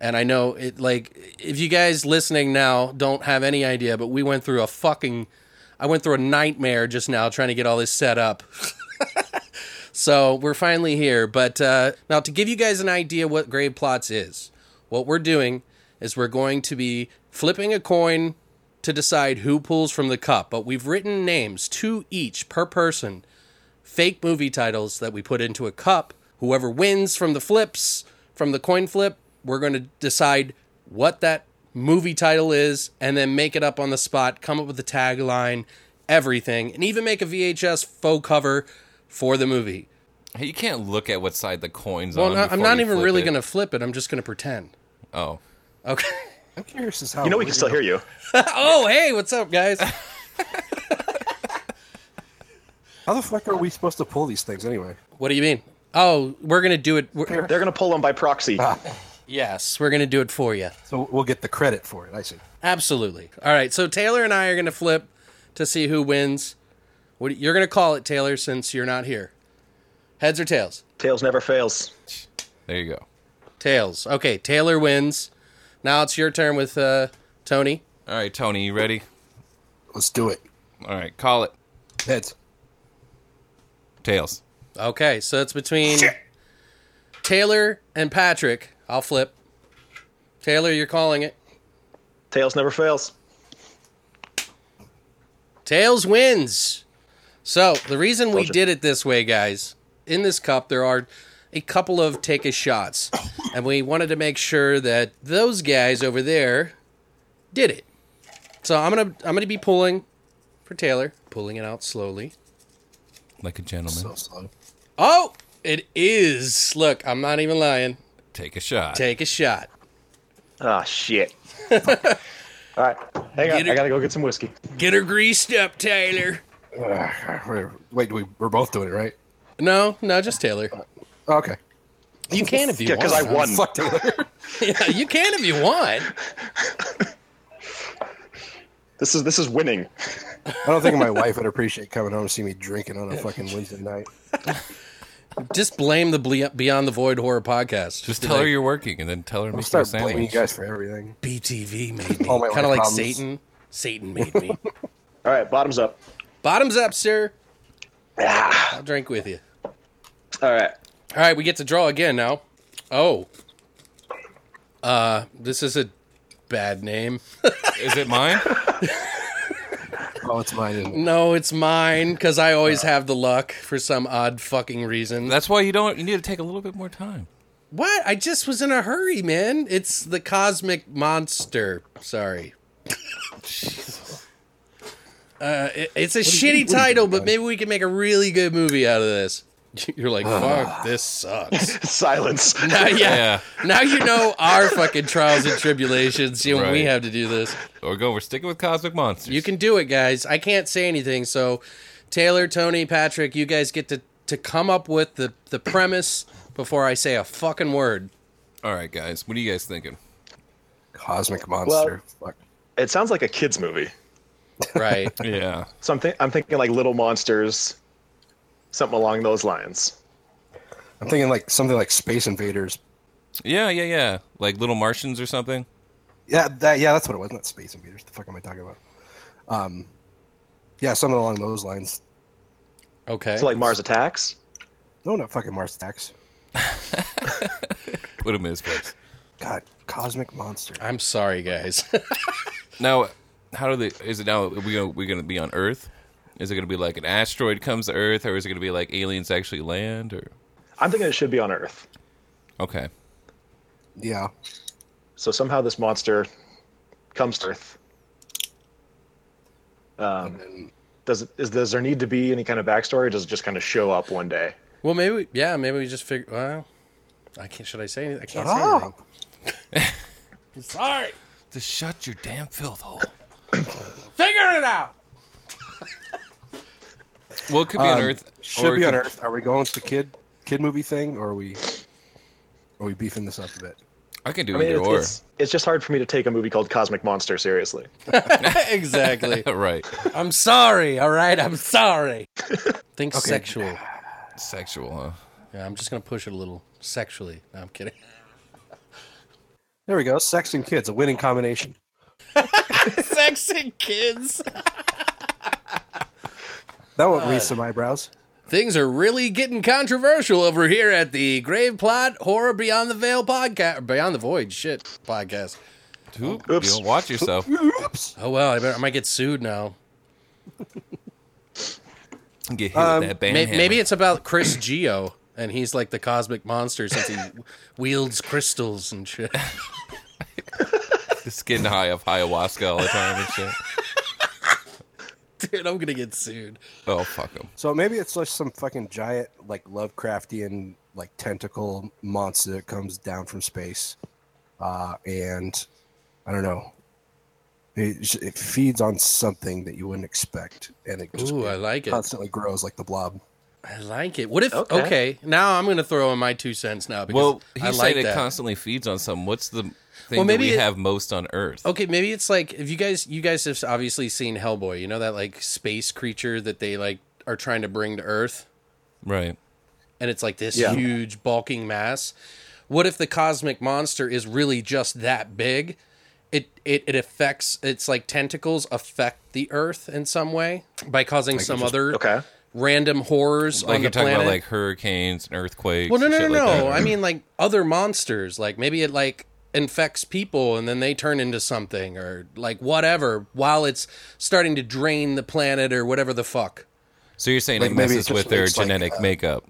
And I know it like if you guys listening now don't have any idea, but we went through a fucking I went through a nightmare just now trying to get all this set up. So we're finally here. But uh, now, to give you guys an idea what Grave Plots is, what we're doing is we're going to be flipping a coin to decide who pulls from the cup. But we've written names, two each per person, fake movie titles that we put into a cup. Whoever wins from the flips, from the coin flip, we're going to decide what that movie title is and then make it up on the spot, come up with a tagline, everything, and even make a VHS faux cover for the movie. Hey, you can't look at what side the coins Well, on. no, I'm before not you even flip really it. going to flip it. I'm just going to pretend. Oh, Okay. I'm curious as how You know we can still hear you. oh, hey, what's up, guys? How the fuck are we supposed to pull these things anyway? What do you mean? Oh, we're going to do it. we're- They're gonna pull them by proxy. yes, we're going to do it for you. So we'll get the credit for it. I see. Absolutely. All right. So Taylor and I are going to flip to see who wins. What do- you're going to call it, Taylor, since you're not here. Heads or tails? Tails never fails. there you go. Tails. Okay, Taylor wins. Now it's your turn with uh, Tony. All right, Tony, you ready? Let's do it. All right, call it Heads. tails. Okay, so it's between Taylor and Patrick. I'll flip. Taylor, you're calling it. Tails never fails. Tails wins. So the reason we Gotcha. did it this way, guys, in this cup there are a couple of take a shots, and we wanted to make sure that those guys over there did it. So I'm gonna I'm gonna be pulling for Taylor, pulling it out slowly. Like a gentleman, So slow. Oh, it is. Look, I'm not even lying. take a shot. Take a shot. Ah, shit. All right, hang Get on. it. I gotta go get some whiskey. Get her greased up, Taylor. Wait, we, we're both doing it, right? No, no, just Taylor. Okay. You can if you Yeah, want. because I won. Fuck Taylor. Yeah, you can if you want. This is this is winning. I don't think my wife would appreciate coming home to see me drinking on a fucking Wednesday night. Just blame the Ble- Beyond the Void horror podcast. Just tell her you're working, and then tell her to I'll make you a start blaming you sandwich. guys for everything. BTV made me. All my Kind of life like problems. Satan. Satan made me. All right, bottoms up. Bottoms up, sir. I'll drink with you. All right. All right, we get to draw again now. Oh. Uh, this is a bad name. Is it mine? Oh, it's mine. Isn't it? Mm. No, it's mine because I always have the luck for some odd fucking reason. That's why you don't. You need to take a little bit more time. What? I just was in a hurry, man. It's the cosmic monster. Sorry. uh, it- it's a shitty what are you title, doing, but guys? maybe we can make a really good movie out of this. You're like, Ah. fuck, this sucks. Silence. now, yeah, Yeah. Now you know our fucking trials and tribulations. You know, we Right. have to do this. We're going. We're sticking with cosmic monsters. You can do it, guys. I can't say anything. So, Taylor, Tony, Patrick, you guys get to, to come up with the, the premise before I say a fucking word. All right, guys. What are you guys thinking? Cosmic monster. Fuck. It sounds like a kids movie. Right. Yeah. So I'm, thi- I'm thinking like Little Monsters, something along those lines. I'm thinking like something like Space Invaders. Yeah, yeah, yeah. Like little Martians or something. Yeah, that yeah, that's what it was. Not Space Invaders. The fuck am I talking about? Um, yeah, something along those lines. Okay. So like Mars Attacks. No, not fucking Mars Attacks. Put them in his place. God, cosmic monster. I'm sorry, guys. Now, how do they? Is it now? Are we gonna, we gonna be on Earth? Is it gonna be like an asteroid comes to Earth, or is it gonna be like aliens actually land? Or I'm thinking it should be on Earth. okay, Yeah, So somehow this monster comes to Earth. Um, does it, is does there need to be any kind of backstory? Or does it just kind of show up one day? well, maybe, we- yeah, maybe we just figure, well, I can't, should I say anything? I can't say Ah. anything. Sorry. just shut your damn filth hole. Figure it out. Well, it could be on Earth. should or be it on could- Earth. Are we going to the kid kid movie thing, or are we are we beefing this up a bit? I can do I mean, either it's, or. it's, it's just hard for me to take a movie called Cosmic Monster seriously. exactly. right. I'm sorry. All right. I'm sorry. Think sexual. Sexual, huh? Yeah, I'm just going to push it a little sexually. No, I'm kidding. There we go. Sex and kids, a winning combination. Sex and kids. That won't raise some eyebrows. Things are really getting controversial over here at the Grave Plot Horror Beyond the Veil podcast, Beyond the Void, shit podcast. Who- Oops. You don't watch yourself. Oops. Oh well, I, better, I might get sued now. Get hit Um, with that band. May maybe it's about Chris Geo, and he's like the cosmic monster since he wields crystals and shit. it's getting high off ayahuasca all the time and shit. Dude, I'm gonna get sued. Oh fuck them. So maybe it's just some fucking giant like Lovecraftian like tentacle monster that comes down from space, uh, and I don't know. It, j- it feeds on something that you wouldn't expect, and it just Ooh, I like it. constantly grows like the blob. I like it. What if? Okay, Okay. now I'm gonna throw in my two cents now because Well, he I said like it that. constantly feeds on something. What's the thing Well, maybe that we it- Oh. have most on Earth? Okay, maybe it's like if you guys you guys have obviously seen Hellboy, you know that like space creature that they like are trying to bring to Earth Right. and it's like this Yeah. huge bulking mass. What if the cosmic monster is really just that big? It it it affects it's like tentacles affect the earth in some way by causing some other Okay. random horrors Like on you're the talking planet. about like hurricanes and earthquakes. well, no, and no, no, shit like that, no. right? I mean like other monsters. Like maybe it like infects people and then they turn into something or like whatever while it's starting to drain the planet or whatever the fuck. so you're saying like, it maybe it messes just with their makes, like, genetic uh, makeup,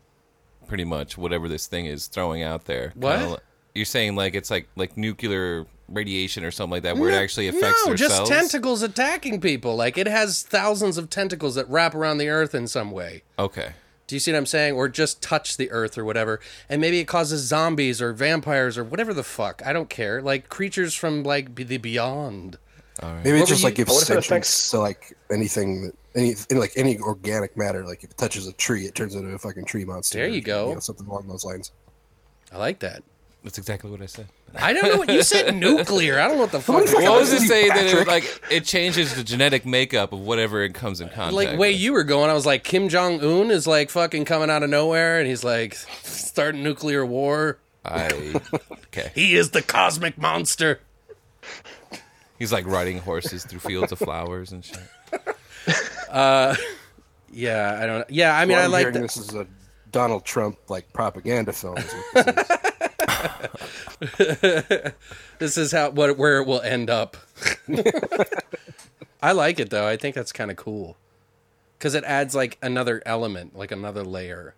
pretty much whatever this thing is throwing out there. What? Kinda li- you're saying like it's like like nuclear radiation or something like that, where it actually affects no, their just cells. tentacles attacking people. Like it has thousands of tentacles that wrap around the earth in some way. Okay. Do you see what I'm saying? Or just touch the earth or whatever. And maybe it causes zombies or vampires or whatever the fuck. I don't care. Like creatures from like be- the beyond. Maybe What it were just like you- gives what if it sentience affects- to like anything, that, any any- like any organic matter. Like if it touches a tree, it turns into a fucking tree monster. There you or, go. know, something along those lines. I like that. That's exactly what I said. I don't know what you said nuclear. I don't know what the fuck. What the you're fuck Well, I was Listen just to you, saying that it, Patrick. like it changes the genetic makeup of whatever it comes in contact. like way with. you were going, I was like Kim Jong Un is like fucking coming out of nowhere and he's like starting nuclear war. I, okay. He is the cosmic monster. He's like riding horses through fields of flowers and shit. Yeah, I don't. Yeah, I mean, I am like hearing that. this is a Donald Trump like propaganda film. is what this is. this is how what where it will end up. I like it though. I think that's kind of cool because it adds like another element, like another layer.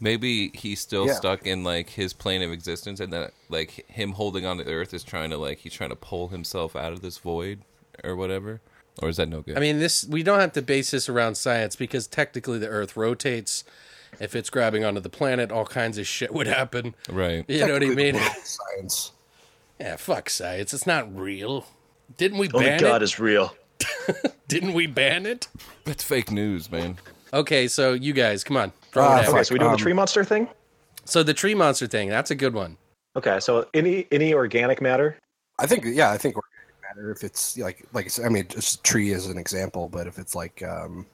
Maybe he's still Yeah. stuck in like his plane of existence, and that like him holding on to Earth is trying to like he's trying to pull himself out of this void or whatever. Or is that no good? I mean, this we don't have to base this around science because technically the Earth rotates If it's grabbing onto the planet, all kinds of shit would happen. Right. You know what I mean? Science. Yeah, fuck science. It's not real. Didn't we Only ban God it? is real. Didn't we ban it? That's fake news, man. Okay, so you guys, come on. Throw Ah, it out. Okay, fuck. so we doing um, the tree monster thing? So the tree monster thing, that's a good one. Okay, so any any organic matter? I think yeah, I think organic matter if it's like like I said, I mean just tree is an example, but if it's like um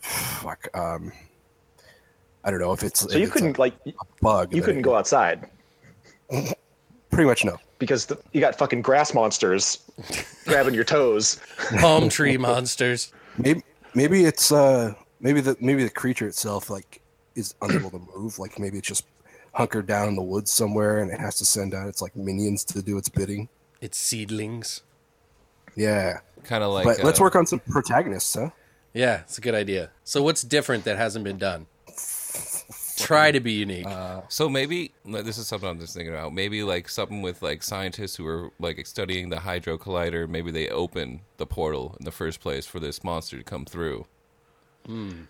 fuck um I don't know if it's So you couldn't like bug you then couldn't go outside pretty much no. because th- you got fucking grass monsters grabbing your toes. Palm tree monsters. Maybe maybe it's uh maybe the maybe the creature itself like is unable to move, like maybe it's just hunkered down in the woods somewhere and it has to send out its like minions to do its bidding. It's seedlings. Yeah. Kind of like. But let's uh, work on some protagonists, huh? Yeah, it's a good idea. So what's different that hasn't been done? Try to be unique. Uh, So maybe like, this is something I'm just thinking about. Maybe like something with like scientists who are like studying the hydro collider. Maybe they open the portal in the first place for this monster to come through. And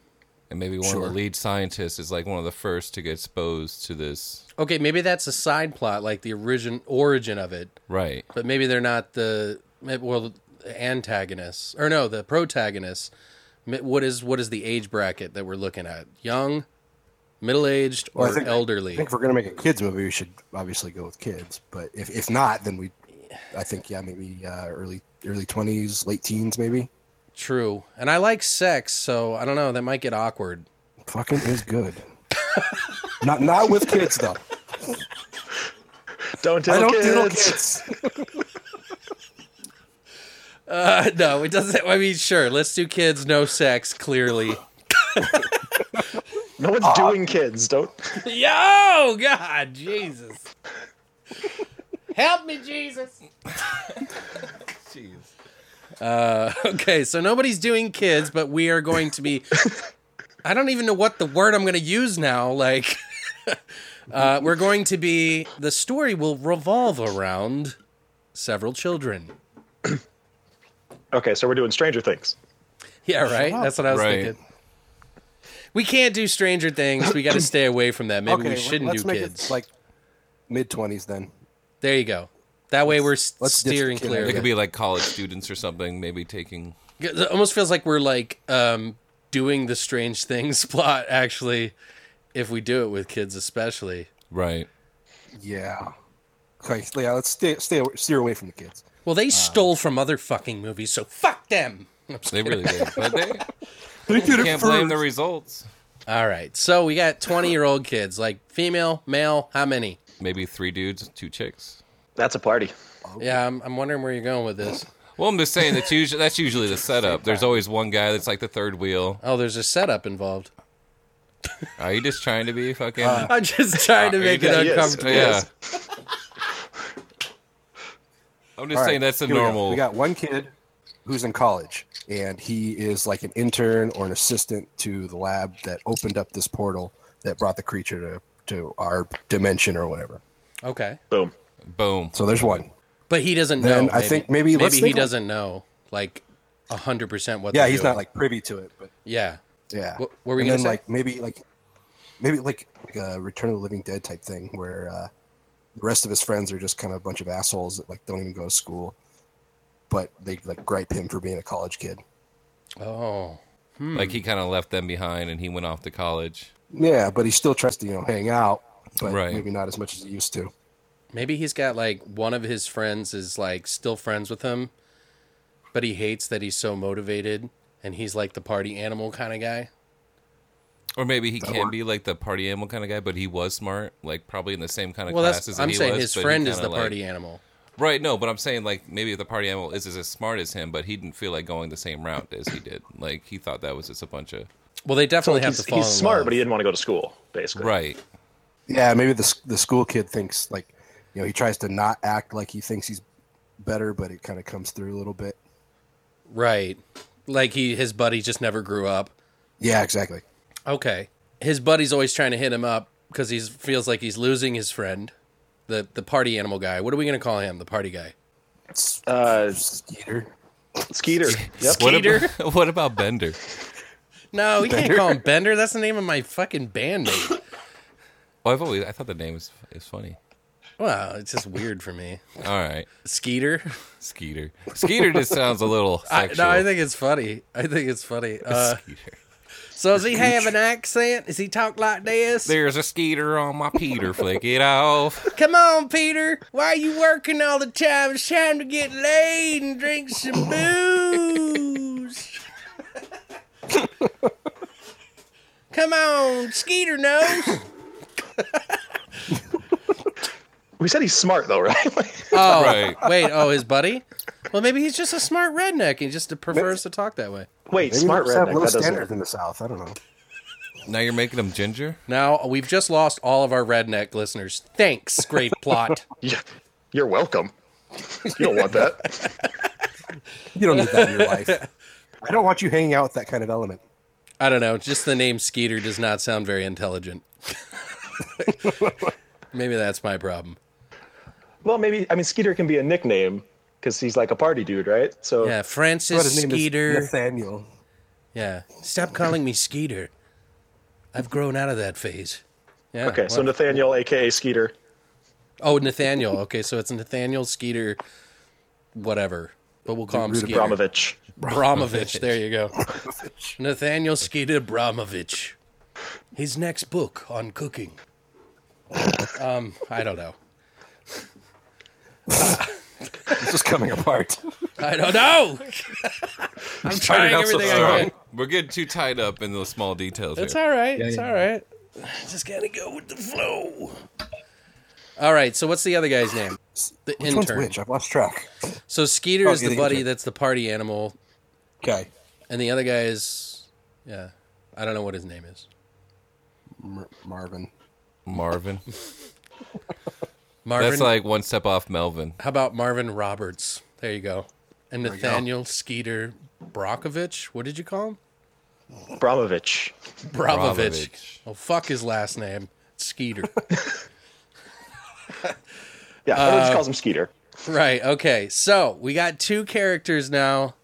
maybe one of the lead scientists is like one of the first to get exposed to this. okay, maybe that's a side plot, like the origin origin of it. Right. but maybe they're not the may- well the antagonists or no the protagonists Mi- what is what is the age bracket that we're looking at young middle-aged or Well, I think- I elderly think if we're gonna make a kids movie, we should obviously go with kids. But if, if not, then we, I think yeah, maybe uh, early early twenties, late teens, maybe. true and i like sex so i don't know that might get awkward Fucking is good. not not with kids though. Don't tell I don't kids. diddle kids. uh, no it doesn't i mean sure let's do kids no sex clearly No one's doing kids. Don't. yo god jesus help me jesus Jeez. Uh, Okay, so nobody's doing kids, but we are going to be. I don't even know what the word I'm going to use now. Like, uh, we're going to be. The story will revolve around several children. Okay, so we're doing Stranger Things. Yeah, right? That's what I was Right. thinking. We can't do Stranger Things. We got to stay away from that. Maybe we let- shouldn't let's do make kids. it like mid twenties then. there you go. That way we're s- let's ditch the steering kid clear. It of could be like college students or something. Maybe taking. It It almost feels like we're like um, doing the Strange Things plot, actually, if we do it with kids, especially. Right. Yeah. Okay, yeah. Let's stay stay steer away from the kids. Well, they stole from other fucking movies, so fuck them. I'm just They kidding. really did. But they They did can't blame the results. All right, so we got 20 year old kids, like female, male, how many? Maybe three dudes, two chicks. That's a party. Oh. Yeah, I'm, I'm wondering where you're going with this. Well, I'm just saying that's usually that's usually the setup. There's always one guy that's like the third wheel. Oh, there's a setup involved. Are you just trying to be fucking? I'm just trying to Uh, make you it did- yes. uncomfortable. yeah. I'm just All saying right, that's the here we go. normal. We got one kid who's in college, and he is like an intern or an assistant to the lab that opened up this portal that brought the creature to, to our dimension or whatever. Okay. Boom. Boom. So there's one. But he doesn't Then know. I think maybe- maybe let's he think- doesn't know, like, 100% what Yeah, they're he's doing. not like privy to it, but Yeah. yeah. What- what were you and gonna then, say? Like maybe like maybe like, like a Return of the Living Dead type thing where uh, the rest of his friends are just kind of a bunch of assholes that like don't even go to school, but they like gripe him for being a college kid. Oh. Like he kind of left them behind and he went off to college. Yeah, but he still tries to you know hang out, but Right. maybe not as much as he used to. Maybe he's got, like, one of his friends is, like, still friends with him, but he hates that he's so motivated and he's, like, the party animal kind of guy. Or maybe he can be like the party animal kind of guy, but he was smart, like probably in the same kind of Well, classes. that's that I'm he saying was, his but he friend is kinda, the like- party animal. Right, no, but I'm saying like maybe the party animal is as smart as him, but he didn't feel like going the same route as he did. Like he thought that was just a bunch of Well, they definitely have He's, to fall. he's in smart, love. but he didn't want to go to school. Basically, right. Yeah, maybe the s- the school kid thinks like, you know, he tries to not act like he thinks he's better, but it kind of comes through a little bit. right? Like he, his buddy just never grew up. Yeah, exactly. Okay, his buddy's always trying to hit him up because he feels like he's losing his friend, the the party animal guy. What are we gonna call him? The party guy, It's Uh, Skeeter. Skeeter. Yep. What about, what about Bender? No, you can't call him Bender. That's the name of my fucking bandmate. Oh, I've always I thought the name was is funny. Wow, it's just weird for me. All right, Skeeter. Skeeter. Skeeter just sounds a little I, sexual. no, I think it's funny. I think it's funny. Uh, Skeeter. so does he have an accent? Does he talk like this? There's a Skeeter on my Peter. Flick it off. Come on, Peter. Why are you working all the time? It's time to get laid and drink some booze. Come on, Skeeter knows. We said he's smart though, right? Like, Oh, Right. wait. Oh, his buddy? Well, maybe he's just a smart redneck and just prefers to talk that way. Wait, Maybe smart they just have redneck. low That standards doesn't. in the South. I don't know. Now you're making him ginger. Now, we've just lost all of our redneck listeners. Thanks, great plot. Yeah, You're welcome. You don't want that. You don't need that in your life. I don't want you hanging out with that kind of element. I don't know. Just the name Skeeter does not sound very intelligent. maybe that's my problem. Well, maybe I mean Skeeter can be a nickname because he's like a party dude, right? So Yeah, Francis But his name Skeeter. is Nathaniel. Yeah. Stop calling me Skeeter. I've grown out of that phase. Yeah. okay, so well- Nathaniel, aka Skeeter. oh, Nathaniel. Okay, so it's Nathaniel Skeeter, whatever. But we'll call him Skeeter. Bromovich. Bromovich. There you go. Nathaniel Skeeter Bromovich. His next book on cooking. Um, I don't know. This is coming apart. I don't know. I'm trying everything I can. We're getting too tied up in those small details. It's here. all right. it's all right. Just gotta go with the flow. All right. So what's the other guy's name? The Which one's intern. which? I've lost track. So Skeeter Oh, is yeah, the the buddy intern. that's the party animal, Okay. and the other guy is, yeah, I don't know what his name is. Mar- Marvin. Marvin. Marvin. That's like one step off Melvin. how about Marvin Roberts? There you go. And Nathaniel Skeeter Brockovich. What did you call him? Bromovich. Bravovich. Bravovich. Oh fuck his last name. Skeeter. Yeah, everyone Uh, just calls him Skeeter. Right. Okay. So we got two characters now.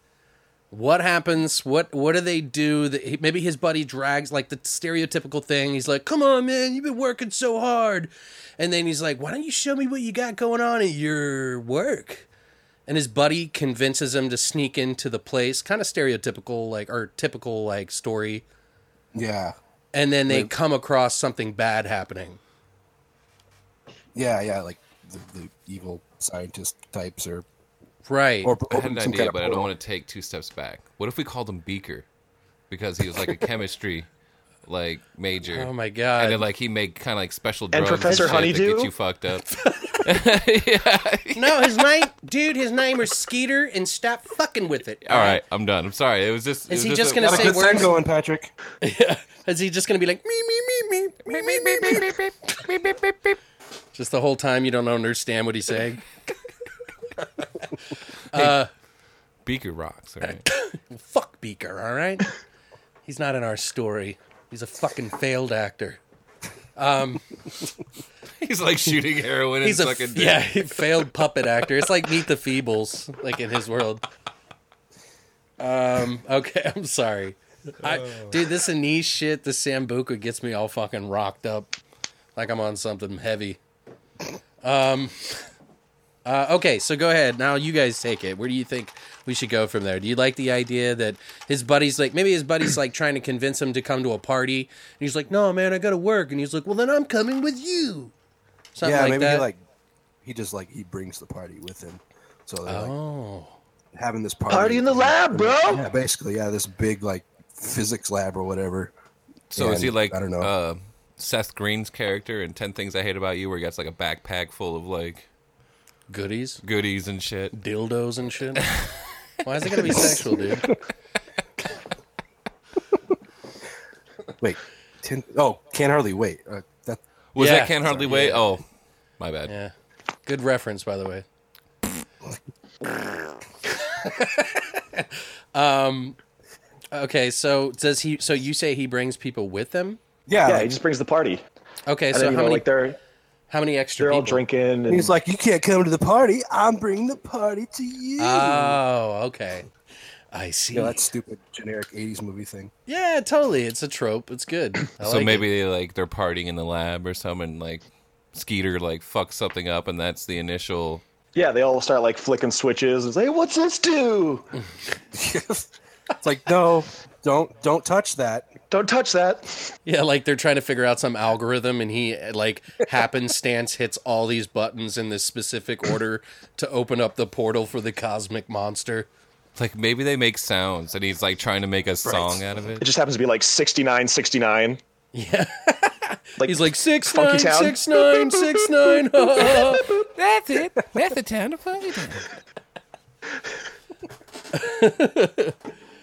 What happens? What What do they do? That he- maybe his buddy drags like the stereotypical thing. He's like, "Come on, man, you've been working so hard," and then he's like, "Why don't you show me what you got going on at your work?" And his buddy convinces him to sneak into the place, kind of stereotypical, like or typical like story. Yeah. And then they come across something bad happening. Yeah, yeah. Like the, the evil scientist types or. Right. or I had an some idea, kind of but I don't portal. want to take two steps back. What if we called him Beaker? Because he was like a chemistry like major. oh my god. And then, like he made kind of like special drugs Professor shit that Honeydew? get you fucked up. No, his name, dude, his name was Skeeter, and stop fucking with it. All right, I'm done. I'm sorry. It was just. it Is was he just, just a- gonna Got a say good words? sign going, Patrick. Is he just gonna be like me, me, me, me, me, me, me, me, me, just the whole time you don't understand what he's saying? Beaker rocks? All right. Fuck Beaker, all right? He's not in our story. He's a fucking failed actor. He's like shooting heroin He's and a sucking dick. yeah, he failed puppet actor. It's like Meet the Feebles, like in his world. Um. Okay, I'm sorry, I, dude. This Anish shit, this Sambuca gets me all fucking rocked up, like I'm on something heavy. Um. Uh, okay, so go ahead. Now you guys take it. Where do you think we should go from there? Do you like the idea that his buddy's like maybe his buddy's like trying to convince him to come to a party, and he's like, "No, man, I got to work," and he's like, "Well, then I'm coming with you." Something yeah, like maybe that. he like he just like he brings the party with him. So they're Oh. like having this party. Party in the lab, bro. Yeah, basically, yeah, this big like physics lab or whatever. So is And he like I don't know. Uh, Seth Green's character in Ten Things I Hate About You, where he gets like a backpack full of like goodies, goodies and shit? dildos and shit. Why is it gonna be sexual, dude? Wait, ten, oh, can't hardly wait. Uh, that Was Yeah. that Can't Hardly Sorry, Wait? yeah. Oh, my bad. Yeah, good reference, by the way. um, okay, so does he? So you say he brings people with him? yeah, Yeah, he like, just brings the party. Okay, And so then, how you know, many? like they're how many extra? they're all people? drinking and he's Ah. like, you can't come to the party. I'm bringing the party to you. Oh, okay. I see. You know, that stupid generic 80s movie thing. yeah, totally. It's a trope. It's good. I so like it. maybe they like they're partying in the lab or something. Like Skeeter like fucks something up, and that's the initial. Yeah, they all start like flicking switches and say, "What's this do? It's like, no, don't don't touch that. Don't touch that." Yeah, like they're trying to figure out some algorithm, and he like happenstance hits all these buttons in this specific order to open up the portal for the cosmic monster. Like maybe they make sounds, and he's like trying to make a song out of It it. just happens to be like 69, 69. Yeah, Like he's like six nine Funky Town. six nine six nine. That's it. That's the town of Funkytown.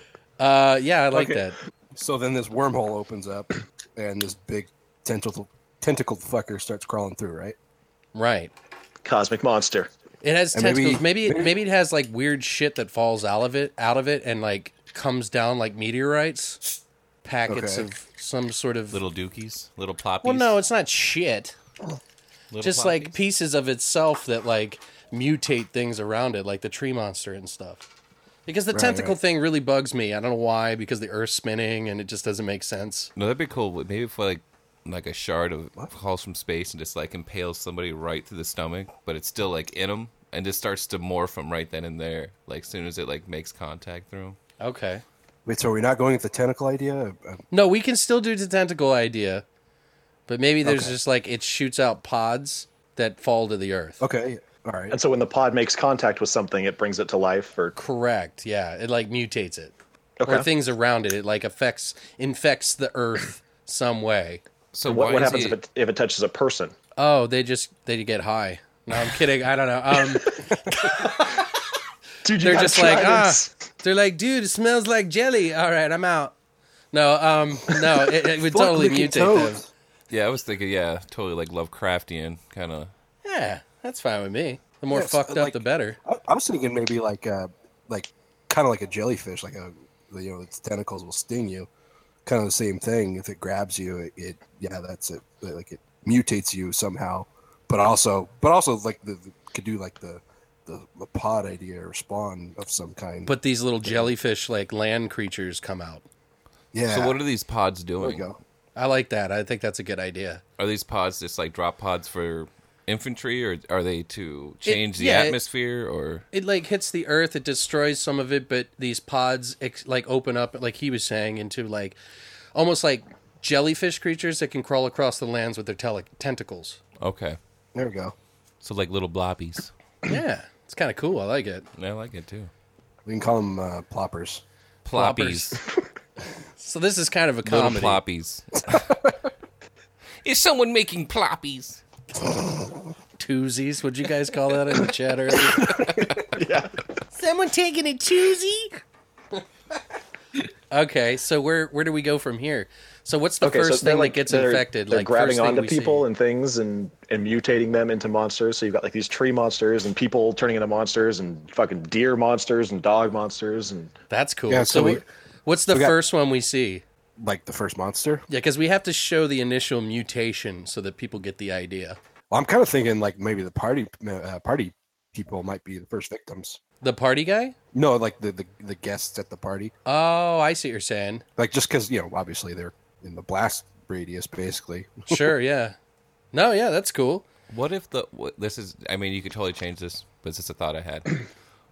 uh, yeah, I like that. So then this wormhole opens up, and this big tentacle tentacled fucker starts crawling through. Right? Right. cosmic monster. It has And maybe- tentacles. Maybe maybe, it has like weird shit that falls out of it out of it and like comes down like meteorites, packets Okay. of some sort of Little dookies, little ploppies. Well, no, it's not shit. little Just like ploppies. pieces of itself that like mutate things around it, like the tree monster and stuff. Because the tentacle right. thing really bugs me. I don't know why. Because the Earth's spinning and it just doesn't make sense. no, that'd be cool. but Maybe if like like a shard of falls from space and just like impales somebody right through the stomach, but it's still like in them and just starts to morph them right then and there. Like soon as it like makes contact through 'em. Okay. Wait, so are we not going with the tentacle idea? Uh, No, we can still do the tentacle idea, but maybe there's Okay. just like it shoots out pods that fall to the Earth. Okay, all right. And so when the pod makes contact with something, it brings it to life. Or Correct. Yeah, it like mutates it or Okay. things around it. It like affects infects the Earth some way. So what, why what is happens he- if it if it touches a person? Oh, they just they get high. No, I'm kidding. I don't know. Um, Dude, you they're gotta just like try ah. this. They're like, dude, it smells like jelly. All right, I'm out. No, um, no, it, it would Fuck totally licking mutate them. toes. Yeah, I was thinking, yeah, totally like Lovecraftian kind of. Yeah, that's fine with me. The more Yes, fucked up, like- the better. I, I was thinking maybe like uh, like kind of like a jellyfish, like a you know its tentacles will sting you. Kind of the same thing. If it grabs you, it, it yeah, that's it. But, Like it mutates you somehow, but also but also like the, the- could do like the, the the pod idea or spawn of some kind. But these little jellyfish, like land creatures, come out. yeah, So what are these pods there we doing? go. I like that. I think that's a good idea. Are these pods just like drop pods for infantry, or are they to change the yeah, it- atmosphere? or It like hits the earth. It destroys some of it, but these pods ex- like open up, like he was saying, into like almost like jellyfish creatures that can crawl across the lands with their tele- tentacles. okay, There we go. so like little blobbies. yeah, it's kind of cool. I like it. I like it too. We can call them uh, ploppers. Ploppies, So this is kind of a little comedy. ploppies. Is someone making ploppies? Twosies, would you guys call that in the chat earlier? Yeah. Someone taking a twosie. okay, so where where do we go from here? So what's the Okay, first so they're thing like that gets they're, infected? They're like grabbing first thing onto we see? people and things and and mutating them into monsters. So you've got like these tree monsters and people turning into monsters and fucking deer monsters and dog monsters and That's cool. Yeah, so so we, we- what's the got- first one we see? Like the first monster. Yeah, because we have to show the initial mutation so that people get the idea. Well, I'm kind of thinking like maybe the party uh, party people might be the first victims. The party guy? No, like the, the the guests at the party. Oh, I see what you're saying. Like just because you know, obviously they're in the blast radius, basically. Sure, yeah. No, yeah, that's cool. What if the what, this is? I mean, you could totally change this, but it's just a thought I had.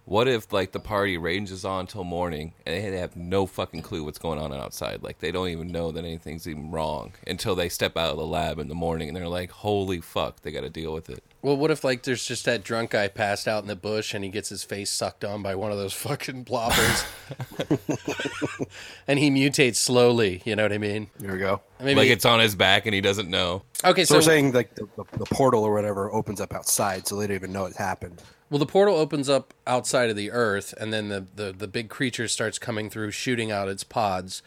What if like the party ranges on till morning and they they have no fucking clue what's going on outside? Like they don't even know that anything's even wrong until they step out of the lab in the morning and they're like, "Holy fuck, they got to deal with it." Well, what if like there's just that drunk guy passed out in the bush and he gets his face sucked on by one of those fucking blobbers, and he mutates slowly. You know what I mean? There we go. Maybe Like it's on his back and he doesn't know. okay. So, So, we're saying like the, the, the portal or whatever opens up outside, so they don't even know it happened. well, the portal opens up outside of the Earth, and then the, the the big creature starts coming through, shooting out its pods,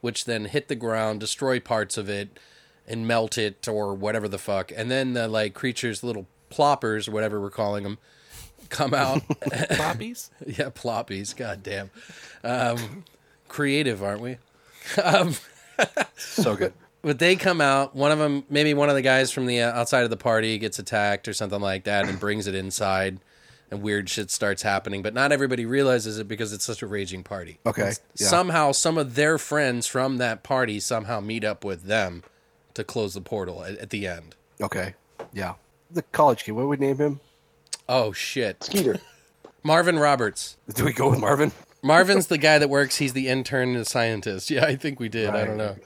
which then hit the ground, destroy parts of it, and melt it or whatever the fuck. And then the like creatures, little ploppers, or whatever we're calling them, come out Poppies? Yeah, ploppies. Goddamn. Um, creative, aren't we? So good. But they come out. One of them, maybe one of the guys from the uh, outside of the party, gets attacked or something like that, and brings it inside. and weird shit starts happening. But not everybody realizes it because it's such a raging party. Okay. Yeah. Somehow, some of their friends from that party somehow meet up with them to close the portal at, at the end. okay. Yeah. The college kid. What would we name him? Oh shit, Skeeter. Marvin Roberts. Do we go with Marvin? Marvin's the guy that works. He's the intern and the scientist. Yeah, I think we did. I don't know.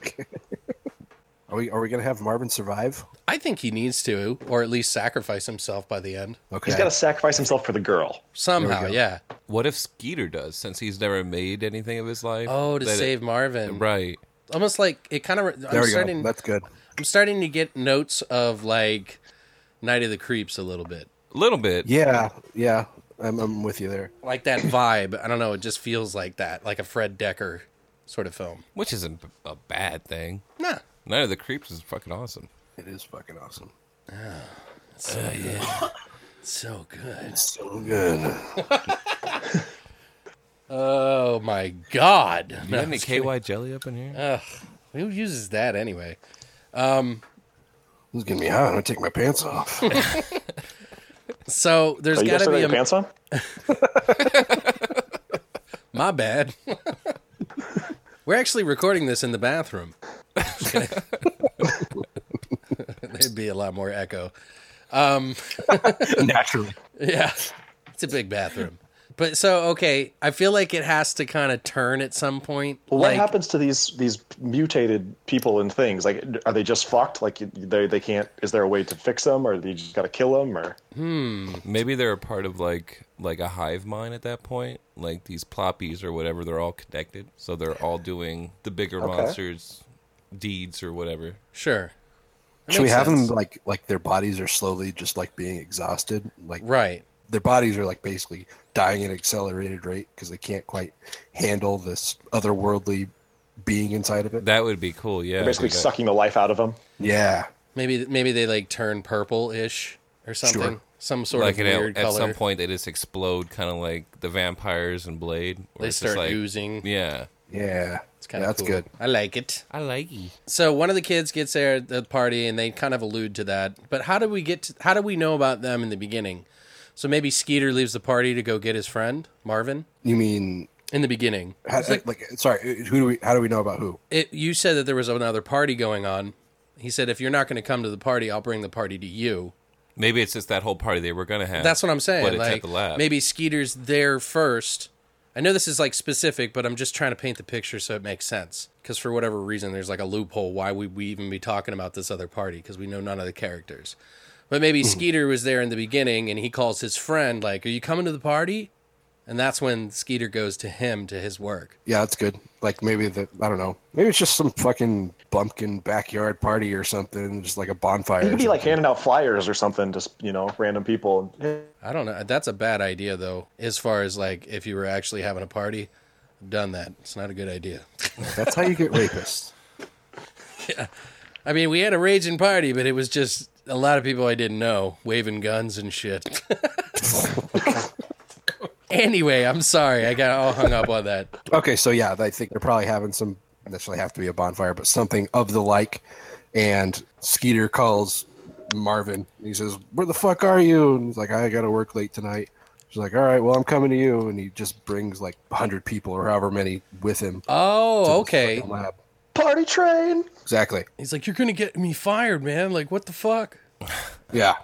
Are we Are we gonna have Marvin survive? I think he needs to, or at least sacrifice himself by the end. Okay. He's got to sacrifice himself for the girl. Somehow, yeah. What if Skeeter does, since he's never made anything of his life? Oh, to That it- save Marvin. right. Almost like it kind of. there I'm we starting. go. That's good. I'm starting to get notes of like Night of the Creeps a little bit. A little bit. Yeah. Yeah. I'm, I'm with you there. Like that vibe. I don't know. It just feels like that, like a Fred Decker sort of film. Which isn't a bad thing. Nah. Night of the Creeps is fucking awesome. It is fucking awesome. Uh, So good. So good. Oh my God. You got any KY jelly up in here? Who uses that anyway? This is getting me hot. I'm gonna take my pants off. So Oh, there's Are you got guys to still got be your a. pants on? My bad. We're actually recording this in the bathroom. There'd be a lot more echo. Naturally. Yeah. It's a big bathroom. But so okay, I feel like it has to kind of turn at some point. What like, happens to these these mutated people and things? Like, are they just fucked? Like, you- they they can't. Is there a way to fix them, or do you just got to kill them, or Maybe they're a part of like like a hive mind at that point, like these ploppies or whatever. They're all connected, so they're all doing the bigger monsters' deeds or whatever. Sure. That Should we makes have sense. them like like their bodies are slowly just like being exhausted? Like Right. their bodies are like basically dying at an accelerated rate because they can't quite handle this otherworldly being inside of it. That would be cool. Yeah, basically do that. sucking the life out of them? yeah. Maybe maybe they like turn purple ish or something. Sure. Some sort Like of at, weird at color. some point, they just explode, kind of like the vampires and Blade. where they it's just start like, oozing. Yeah, Yeah. It's kind of That's cool. good. I like it. I like you. so one of the kids gets there at the party and they kind of allude to that but how do we get to, how do we know about them in the beginning so maybe skeeter leaves the party to go get his friend marvin You mean in the beginning how, like, sorry, who do we how do we know about who? it, you said that there was another party going on he said if you're not going to come to the party i'll bring the party to you Maybe it's just that whole party they were gonna have. that's what i'm saying But it's like at the lab. maybe skeeter's there first i know this is like specific but i'm just trying to paint the picture so it makes sense because for whatever reason there's like a loophole why would we even be talking about this other party because we know none of the characters But Hmm. maybe Skeeter was there in the beginning and he calls his friend, like, Are you coming to the party? And that's when Skeeter goes to him to his work. Yeah, that's good. Like maybe the I don't know. Maybe it's just some fucking bumpkin backyard party or something, just like a bonfire. You'd or be like something. handing out flyers or something, just you know, random people. I don't know. That's a bad idea, though, as far as like if you were actually having a party. I've done that. It's not a good idea. That's how you get rapists. I mean, we had a raging party, but it was just a lot of people I didn't know waving guns and shit. anyway, I'm sorry. I got all hung up on that. Okay, so yeah, I think they're probably having some necessarily have to be a bonfire, but something of the like. And Skeeter calls Marvin. And he says, "Where the fuck are you?" And he's like, "I got to work late tonight." She's like, "All right, well, I'm coming to you." And he just brings like hundred people or however many with him. Oh, okay. Lab. Party train. Exactly. He's like, You're going to get me fired, man. Like, what the fuck? Yeah.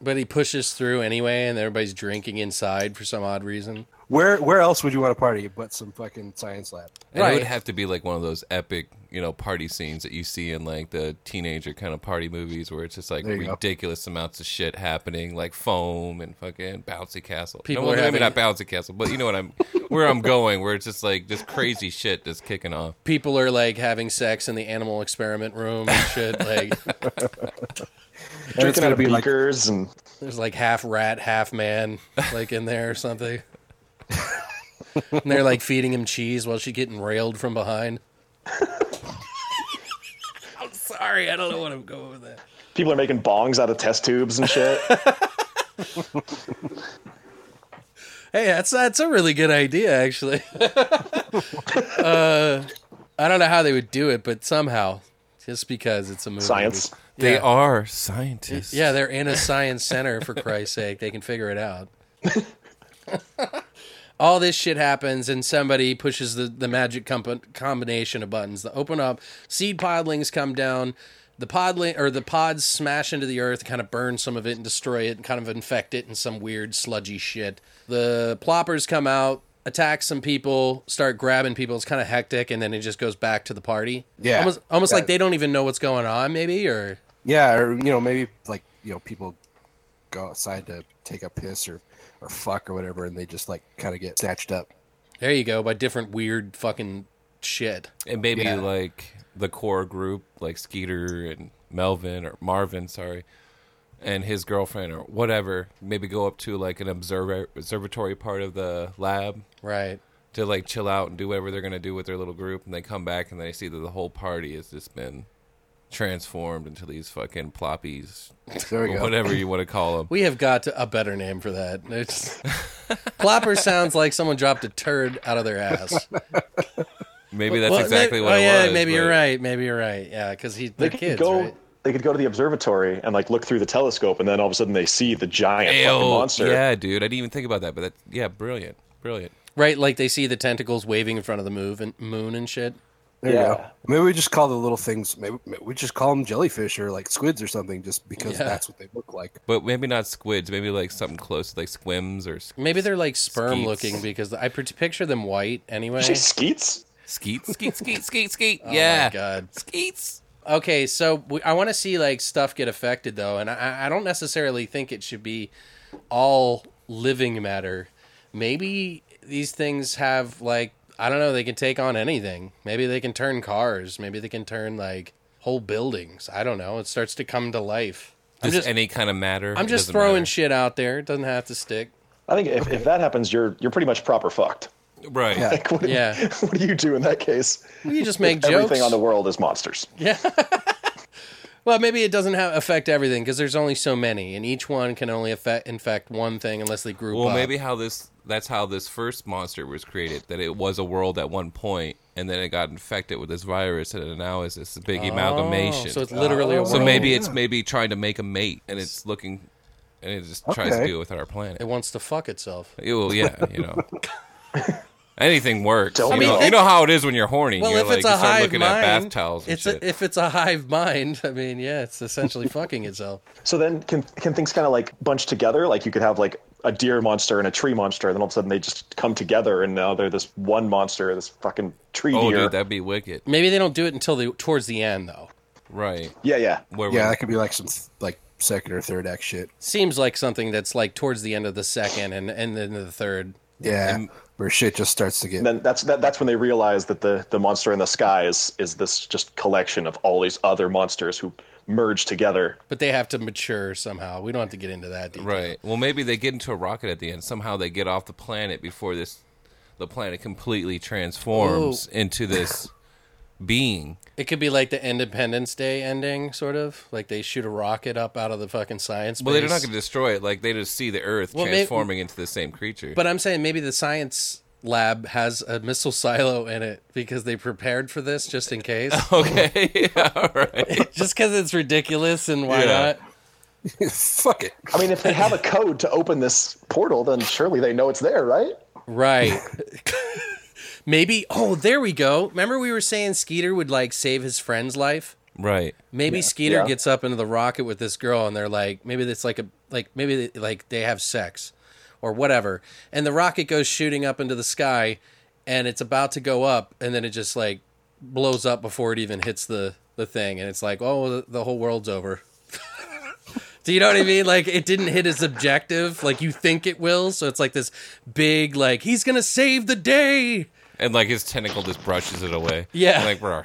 But he pushes through anyway, and everybody's drinking inside for some odd reason. Where Where else would you want to party but some fucking science lab? And It would Right. have to be like one of those epic, you know, party scenes that you see in like the teenager kind of party movies where it's just like There you go. ridiculous amounts of shit happening, like foam and fucking bouncy castle. People no, are maybe having- not bouncy castle, but you know what I'm where I'm going, where it's just like this crazy shit that's kicking off. People are like having sex in the animal experiment room and shit. Like And it's Drinking out gonna of be like beakers and there's like half rat, half man, like in there or something. And they're like feeding him cheese while she's getting railed from behind. I'm sorry, I don't know what I'm going with that. people are making bongs out of test tubes and shit. Hey, that's that's a really good idea, actually. uh, I don't know how they would do it, but somehow, just because it's a movie, Science. They Yeah. are scientists. Yeah, they're in a science center for Christ's sake. They can figure it out. all this shit happens and somebody pushes the, the magic comp- combination of buttons that open up seed podlings come down the podling or the pods smash into the earth kind of burn some of it and destroy it and kind of infect it in some weird sludgy shit the ploppers come out attack some people start grabbing people it's kind of hectic and then it just goes back to the party Yeah. almost, almost Yeah. like they don't even know what's going on maybe or Yeah, or you know, maybe like you know, people go outside to take a piss or or fuck or whatever, and they just like kind of get snatched up. there you go by different weird fucking shit And maybe Yeah. like the core group, like Skeeter and Melvin or Marvin, sorry, and his girlfriend or whatever, maybe go up to like an observer- observatory part of the lab right to like chill out and do whatever they're gonna do with their little group, and they come back and they see that the whole party has just been transformed into these fucking ploppies, There we or go. whatever you want to call them. We have got a better name for that. It's, plopper sounds like someone dropped a turd out of their ass. Maybe that's Well, may- exactly what oh, it yeah, was. Maybe you're but- right. Maybe you're right. Yeah, because he they're could kids, go. right? They could go to the observatory and like look through the telescope, and then all of a sudden they see the giant Ayo, fucking monster. Yeah, dude. I didn't even think about that, but that's yeah, brilliant. Brilliant. Right, like they see the tentacles waving in front of the move and moon and shit. There you go. Yeah. Maybe we just call the little things. Maybe, maybe we just call them jellyfish or like squids or something, just because Yeah. that's what they look like. But maybe not squids. Maybe like something close, like squims or sk- Maybe they're like sperm Skeets. looking because I pr- picture them white anyway. Did you say skeets? skeet, skeet, skeet, skeet, skeet. Oh my yeah, God. skeets. Okay, so we, I want to see like stuff get affected though, and I, I don't necessarily think it should be all living matter. Maybe these things have like I don't know, they can take on anything. Maybe they can turn cars. Maybe they can turn like whole buildings. I don't know. It starts to come to life. I'm Just, just any kind of matter. I'm It just doesn't throwing matter. shit out there. It doesn't have to stick. I think if, if that happens, you're you're pretty much proper fucked. right. Like, what, do you- Yeah. what do you do in that case? You just make jokes. Everything on the world is monsters. Well, maybe it doesn't have, affect everything because there's only so many, and each one can only affect infect one thing unless they group Well, up. maybe how this that's how this first monster was created. That it was a world at one point, and then it got infected with this virus, and now it's this big amalgamation. Oh, so it's literally a So world. maybe it's maybe trying to make a mate, and it's looking, and it just tries to Okay. do it with our planet. it wants to fuck itself. It will, yeah, you know. Anything works. Don't you, be- know, you know how it is when you're horny. Well, you're if like, it's you a start hive looking mind, at bath towels and it's shit. A, if it's a hive mind, I mean, yeah, it's essentially fucking itself. So then, can can things kind of like bunch together? Like you could have like a deer monster and a tree monster, and then all of a sudden they just come together, and now they're this one monster, this fucking tree oh, deer. dude, that'd be wicked. Maybe they don't do it until the towards the end, though. Right. yeah, yeah. Where Yeah, we, that could be like some like second or third act shit. Seems like something that's like towards the end of the second and and then the third. Yeah, where shit just starts to get. And then that's that, that's when they realize that the the monster in the sky is is this just collection of all these other monsters who merge together. But they have to mature somehow. We don't have to get into that. Detail. right. Well, maybe they get into a rocket at the end. Somehow they get off the planet before this, the planet completely transforms into this being. It could be like the Independence Day ending, sort of like they shoot a rocket up out of the fucking science. Space. Well, they're not going to destroy it. Like they just see the Earth Well, may- transforming into the same creature. But I'm saying maybe the science lab has a missile silo in it because they prepared for this just in case. okay, yeah, all right. Oh. just because it's ridiculous and why Yeah. not? Fuck it. I mean, if they have a code to open this portal, then surely they know it's there, right? Right. Maybe. Oh, there we go. Remember we were saying Skeeter would like save his friend's life. Right. Maybe Skeeter Yeah. gets up into the rocket with this girl, and they're like, maybe it's like a like maybe they, like they have sex, or whatever. And the rocket goes shooting up into the sky, and it's about to go up, and then it just like blows up before it even hits the the thing, and it's like, oh, the, the whole world's over. Do you know what I mean? Like it didn't hit his objective, like you think it will. So it's like this big, like he's gonna save the day. And like his tentacle just brushes it away. Yeah. Like, bruh.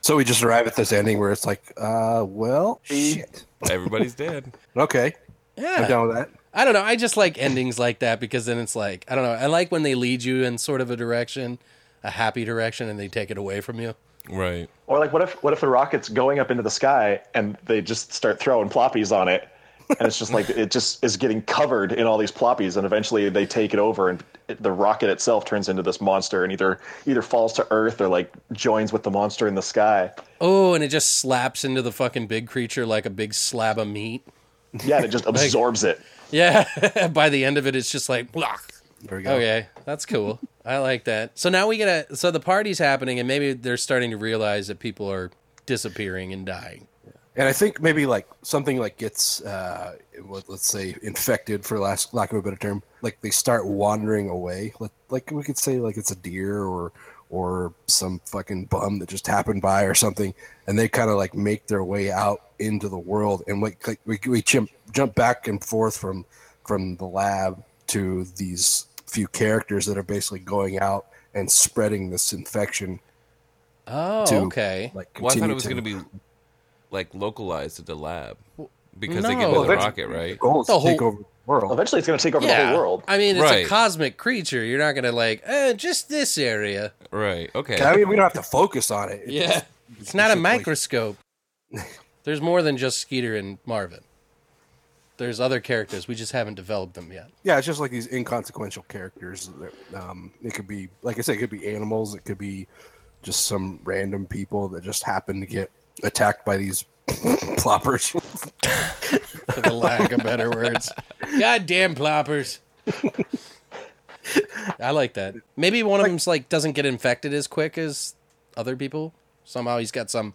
So we just arrive at this ending where it's like, uh, well, shit. Everybody's dead. Okay, Yeah, I'm down with that. I don't know. I just like endings like that because then it's like I don't know. I like when they lead you in sort of a direction, a happy direction, and they take it away from you. Right. Or like, what if what if the rocket's going up into the sky and they just start throwing ploppies on it, and it's just like it just is getting covered in all these ploppies, and eventually they take it over, and it- the rocket itself turns into this monster, and either either falls to Earth or like joins with the monster in the sky. Oh, and it just slaps into the fucking big creature like a big slab of meat. Yeah, and it just absorbs it. Yeah. By the end of it, it's just like, block. There we go. Okay, that's cool. I like that. So now we get a so the party's happening, and maybe they're starting to realize that people are disappearing and dying. And I think maybe like something like gets, uh, what, let's say, infected for last lack of a better term. Like they start wandering away. Like, like we could say like it's a deer or or some fucking bum that just happened by or something, and they kind of like make their way out into the world. And like, like we we chimp, jump back and forth from from the lab to these few characters that are basically going out and spreading this infection. Oh, To- okay. Like, Well, I thought continue it was to- going to be like localized at the lab because they No. get with the Well, rocket, right? goal is The to take whole- over the world. Eventually, it's going to take over yeah. the whole world. I mean, it's Right. a cosmic creature. You're not gonna like eh, just this area. Right. Okay. I mean, we don't have to focus on it. Yeah, it's not a microscope. There's more than just Skeeter and Marvin. There's other characters. We just haven't developed them yet. Yeah, it's just like these inconsequential characters. That, um, it could be, like I said, it could be animals. It could be just some random people that just happen to get attacked by these ploppers. For the lack of better words. Goddamn ploppers. I like that. Maybe one of them's like doesn't get infected as quick as other people. Somehow he's got some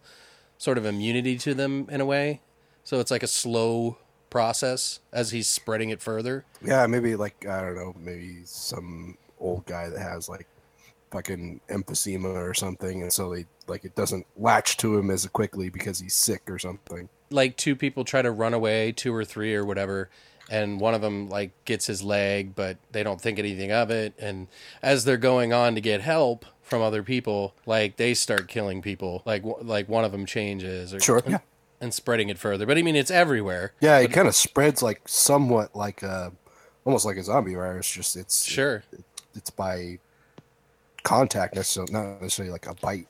sort of immunity to them in a way. So it's like a slow process as he's spreading it further. yeah, maybe like I don't know, maybe some old guy that has like fucking emphysema or something, and so they like it doesn't latch to him as quickly because he's sick or something. Like two people try to run away, two or three or whatever, and one of them like gets his leg, but they don't think anything of it. And as they're going on to get help from other people, like they start killing people. Like w- like one of them changes or Sure. Yeah. and spreading it further. But I mean, it's everywhere. Yeah, it kind of spreads like somewhat like a, almost like a zombie virus. Just it's Sure. it's by contact necessarily, not necessarily like a bite.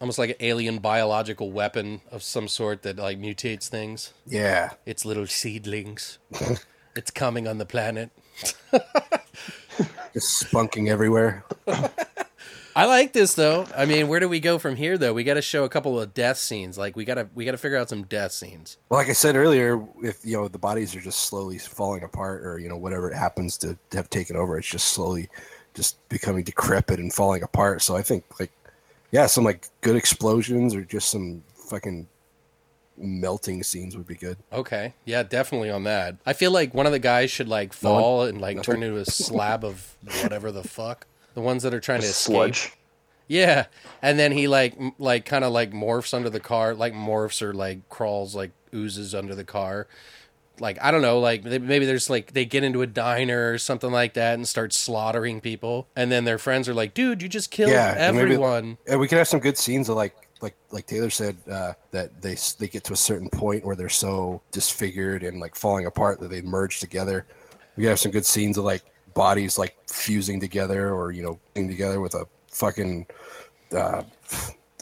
Almost like an alien biological weapon of some sort that like mutates things. Yeah, It's little seedlings. it's coming on the planet. just spunking everywhere. I like this though. I mean, where do we go from here though? We got to show a couple of death scenes. Like we got to we got to figure out some death scenes. Well, like I said earlier, if you know the bodies are just slowly falling apart, or you know whatever it happens to have taken over, it's just slowly just becoming decrepit and falling apart. So I think like yeah, some like good explosions or just some fucking melting scenes would be good. Okay. Yeah, definitely on that. I feel like one of the guys should like fall and like turn into a slab of whatever the fuck. The ones that are trying to escape. Sludge. Yeah, and then he like m- like kind of like morphs under the car, like morphs or like crawls, like oozes under the car. Like I don't know, like they, maybe there's like they get into a diner or something like that and start slaughtering people, and then their friends are like, "Dude, you just killed Yeah, and maybe- everyone." And we could have some good scenes of like like like Taylor said uh, that they s- they get to a certain point where they're so disfigured and like falling apart that they merge together. We could have some good scenes of like bodies like fusing together or you know being together with a fucking uh,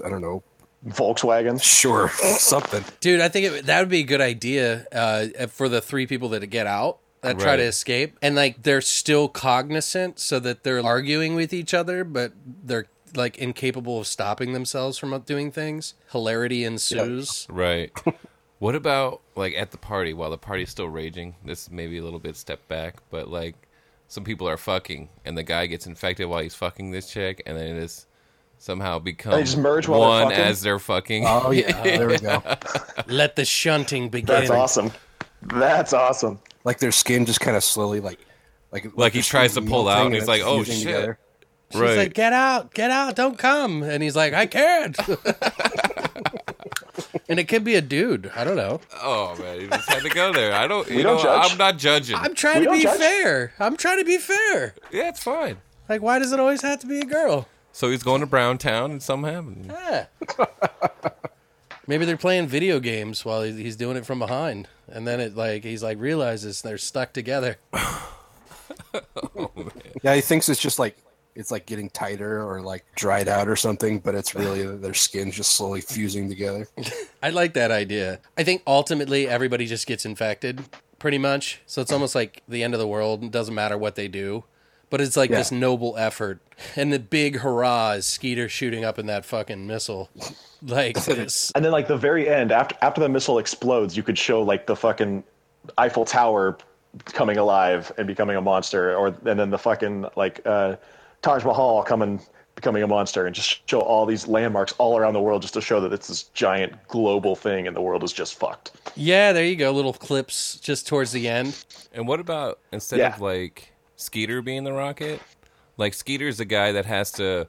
I don't know Volkswagens. sure something. Dude, I think it, that would be a good idea uh, for the three people that get out that try Right. to escape, and like they're still cognizant, so that they're arguing with each other, but they're like incapable of stopping themselves from doing things. Hilarity ensues. Right. what about like at the party while the party's still raging? This is maybe a little bit step back, but like some people are fucking, and the guy gets infected while he's fucking this chick, and then it is somehow become just merge while they're one fucking? as they're fucking. Oh yeah, there we go. Let the shunting begin. That's awesome. That's awesome. Like their skin just kind of slowly like like Like he just tries to pull out, melting and he's like, "Oh fusing shit!" together. She's right. like, "Get out, get out, don't come," and he's like, "I can't." and it could be a dude. I don't know. oh man, you just had to go there. I don't. You don't know, judge. I'm not judging. I'm trying We to don't be judge. fair. I'm trying to be fair. yeah, it's fine. Like, why does it always have to be a girl? So he's going to Brown Town, and something happened. Yeah. Maybe they're playing video games while he's- he's doing it from behind, and then it like he's like realizes they're stuck together. Yeah, he thinks it's just like it's like getting tighter or like dried out or something, but it's really that their skin's just slowly fusing together. I like that idea. I think ultimately everybody just gets infected, pretty much. So it's almost like the end of the world. It doesn't matter what they do, but it's like Yeah. this noble effort, and the big hurrah is Skeeter shooting up in that fucking missile, like this. And then, like the very end, after after the missile explodes, you could show like the fucking Eiffel Tower coming alive and becoming a monster, or and then the fucking like uh, Taj Mahal coming becoming a monster, and just show all these landmarks all around the world just to show that it's this giant global thing, and the world is just fucked. Yeah, there you go. Little clips just towards the end. And what about instead Yeah. of like Skeeter being the rocket? Like Skeeter's the guy that has to,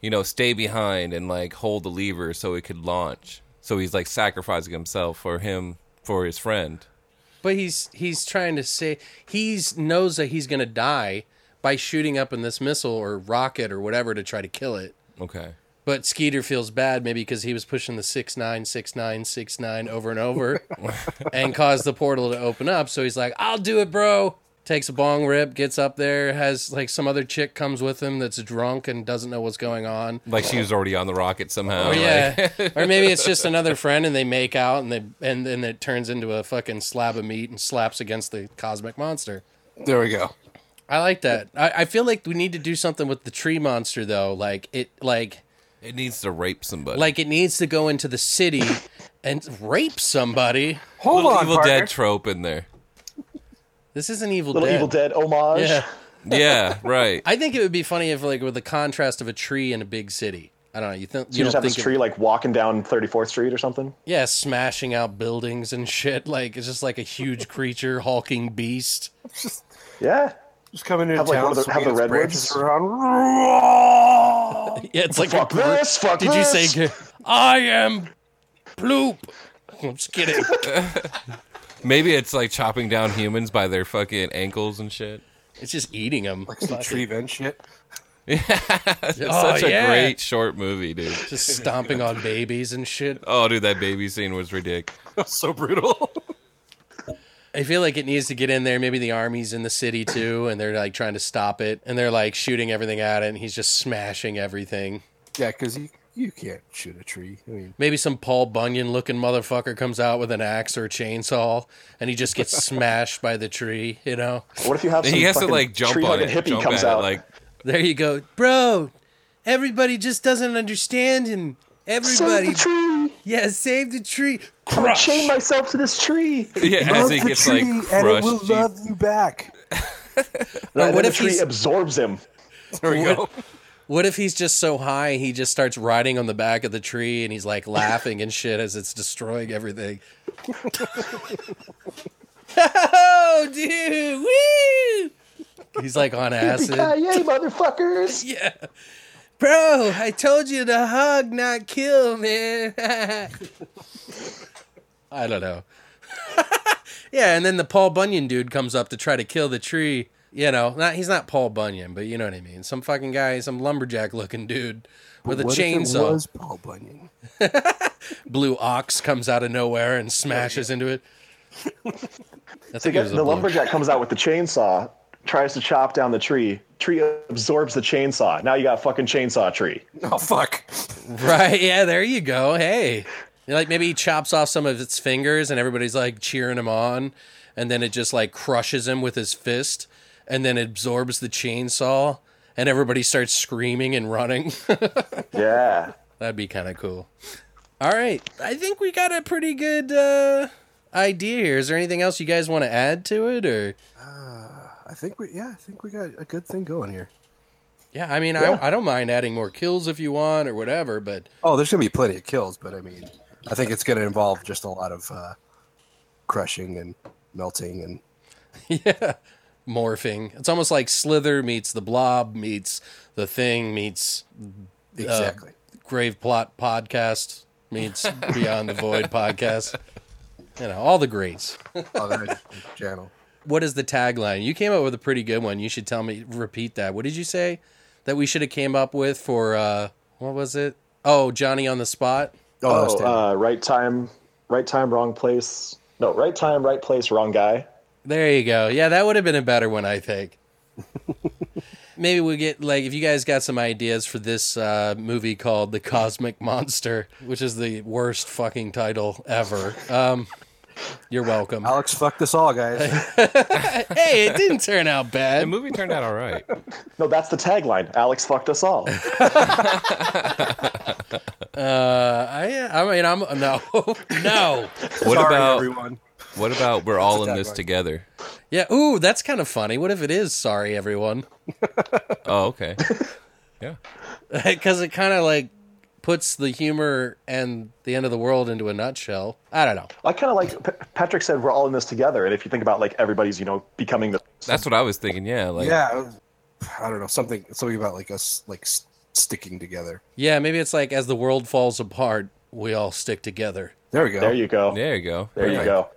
you know, stay behind and like hold the lever so it could launch. So he's like sacrificing himself for him for his friend. But he's he's trying to say he's knows that he's gonna die by shooting up in this missile or rocket or whatever to try to kill it. Okay. But Skeeter feels bad maybe because he was pushing the six nine six nine six nine over and over, and caused the portal to open up. So he's like, "I'll do it, bro." Takes a bong rip, gets up there, has like some other chick comes with him that's drunk and doesn't know what's going on. Like she was already on the rocket somehow. Or like- yeah, or maybe it's just another friend, and they make out, and they and then it turns into a fucking slab of meat and slaps against the cosmic monster. There we go. I like that. I, I feel like we need to do something with the tree monster though. Like it, like it needs to rape somebody. like it needs to go into the city and rape somebody. Hold little on, Evil partner. Dead trope in there. This is an evil Little Dead. Evil Dead homage. Yeah, Yeah, right. I think it would be funny if like with the contrast of a tree in a big city. I don't know. You, think You, you just don't have think this tree of, like walking down 34th Street or something. yeah, smashing out buildings and shit. Like it's just like a huge creature, hulking beast. Yeah. Just coming into Have, like, town. one of the- have the swinging red its wings. bridges around. Yeah, it's like Fuck a group. this. Fuck Did you this. say I am bloop? I'm just kidding. Maybe it's like chopping down humans by their fucking ankles and shit. it's just eating them. Some tree vent shit. It's Oh, such a yeah. great short movie, dude. Just stomping on babies and shit. Oh, dude, that baby scene was ridiculous. so brutal. I feel like it needs to get in there. Maybe the army's in the city too, and they're like trying to stop it, and they're like shooting everything at it, and he's just smashing everything. yeah, because you, you can't shoot a tree. I mean, Maybe some Paul Bunyan looking motherfucker comes out with an axe or a chainsaw, and he just gets smashed by the tree. You know, What if you have some He has to fucking like jump on tree-hugging it, hippie jump comes at out it, like there you go, bro. Everybody just doesn't understand him. Save Everybody, the tree! yeah, save the tree. I chained myself to this tree. yeah, as love he the gets tree, like and it will crushed. he- love you back. No, what what if if the tree he's- absorbs him? There we go. What if he's just so high he just starts riding on the back of the tree and he's like laughing and shit as it's destroying everything? oh, dude! Woo! He's like on acid. Yay, motherfuckers! Yeah. Bro, I told you to hug, not kill, man. I don't know. yeah, and then the Paul Bunyan dude comes up to try to kill the tree. You know, not he's not Paul Bunyan, but you know what I mean. Some fucking guy, some lumberjack looking dude with a What if it chainsaw. was Paul Bunyan? Blue ox comes out of nowhere and smashes into it. I The, think guy- it was a the blue- lumberjack comes out with the chainsaw, tries to chop down the tree. Tree absorbs the chainsaw. Now you got a fucking chainsaw tree. Oh fuck! Right. Yeah, there you go. Hey. You know, Like maybe he chops off some of its fingers and everybody's like cheering him on and then it just like crushes him with his fist and then absorbs the chainsaw and everybody starts screaming and running. Oh, Yeah. Oh, That'd be kind of cool. All right. I think we got a pretty good uh idea here. Is there anything else you guys want to add to it or I think we yeah, I think we got a good thing going here. Yeah, I mean, Yeah. I I don't mind adding more kills if you want or whatever, but Oh, there's gonna be plenty of kills, but I mean, I think it's gonna involve just a lot of uh, crushing and melting and morphing. It's almost like Slither meets the Blob meets the Thing meets exactly. Grave Plot podcast meets Beyond the Void podcast. You know, all the greats. oh, that channel. What is the tagline? You came up with a pretty good one. You should tell me repeat that. What did you say that we should have came up with for uh what was it? Oh, Johnny on the spot. Oh, that was Oh, terrible. uh, right time, right time, wrong place. No, right time, right place, wrong guy. There you go. Yeah, that would have been a better one, I think. Maybe we get like if you guys got some ideas for this uh, movie called The Cosmic Monster, which is the worst fucking title ever. Um, you're welcome. Alex fucked us all, guys. hey, it didn't turn out the bad. movie turned out all right. No, that's the tagline. Alex fucked us all. I, I mean, I'm no, no. What Sorry, about everyone? What about we're all That's a in this tagline. together? Yeah. Ooh, that's kind of funny. What if it is? Sorry, everyone, Oh, okay. Yeah. because it kind of like puts the humor and the end of the world into a nutshell. I don't know. I kind of like P- Patrick said we're all in this together, and if you think about like everybody's you know becoming the That's what I was thinking. Yeah. Like, yeah, it was- I don't know something something about like us like s- sticking together. Yeah, maybe it's like as the world falls apart, we all stick together. There we go. there you go There you go. there you Perfect. go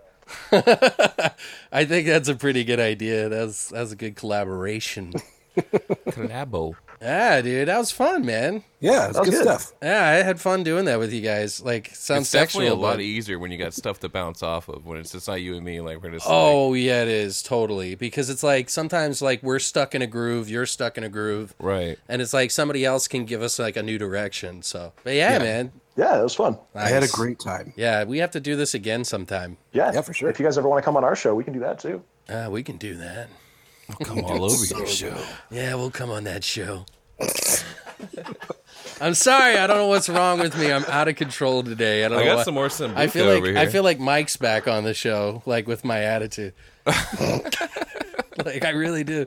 I think that's a pretty good idea. That's that's a good collaboration. Collabo. yeah, dude, that was fun, man. yeah, it's was good, good. stuff. Yeah, I had fun doing that with you guys. Like, sounds It's definitely a sexual, lot but- easier when you got stuff to bounce off of. When it's just not you and me, like we're just like, Oh yeah, it is totally because it's like sometimes like we're stuck in a groove, you're stuck in a groove, right. and it's like somebody else can give us like a new direction. So, but yeah, man, yeah it was fun I had a Nice. great time. Yeah, we have to do this again sometime. yeah Yeah, for sure. if you guys ever want to come on our show we can do that too Ah, we can do that. Come all over your show. Yeah, we'll come on that show. I'm sorry, I don't know what's wrong with me. I'm out of control today. Oh, I don't I know. got why- some more Sambuca I feel like over here. I feel like Mike's back on the show, like with my attitude. like I really do.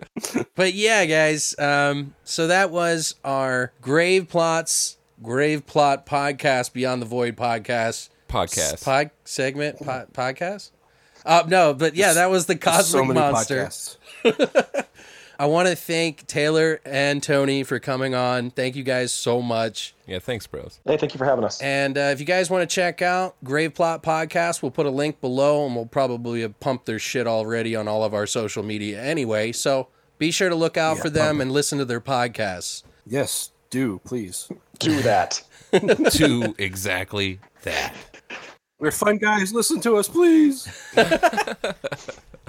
But yeah, guys. Um, so that was our Grave Plots, Grave Plot podcast, Beyond the Void podcast, podcast. pod segment, pod, podcast. Uh, no, but yeah, that was the Cosmic so many Monster. podcasts. I want to thank Taylor and Tony for coming on. Thank you guys so much. yeah. Thanks, bros. hey thank you for having us And uh, if you guys want to check out Grave Plot Podcast, we'll put a link below and we'll probably have pumped their shit already on all of our social media anyway. So be sure to look out for them and listen to their podcasts. Yes, do please. do that to exactly that. We're fun guys. Listen to us, please.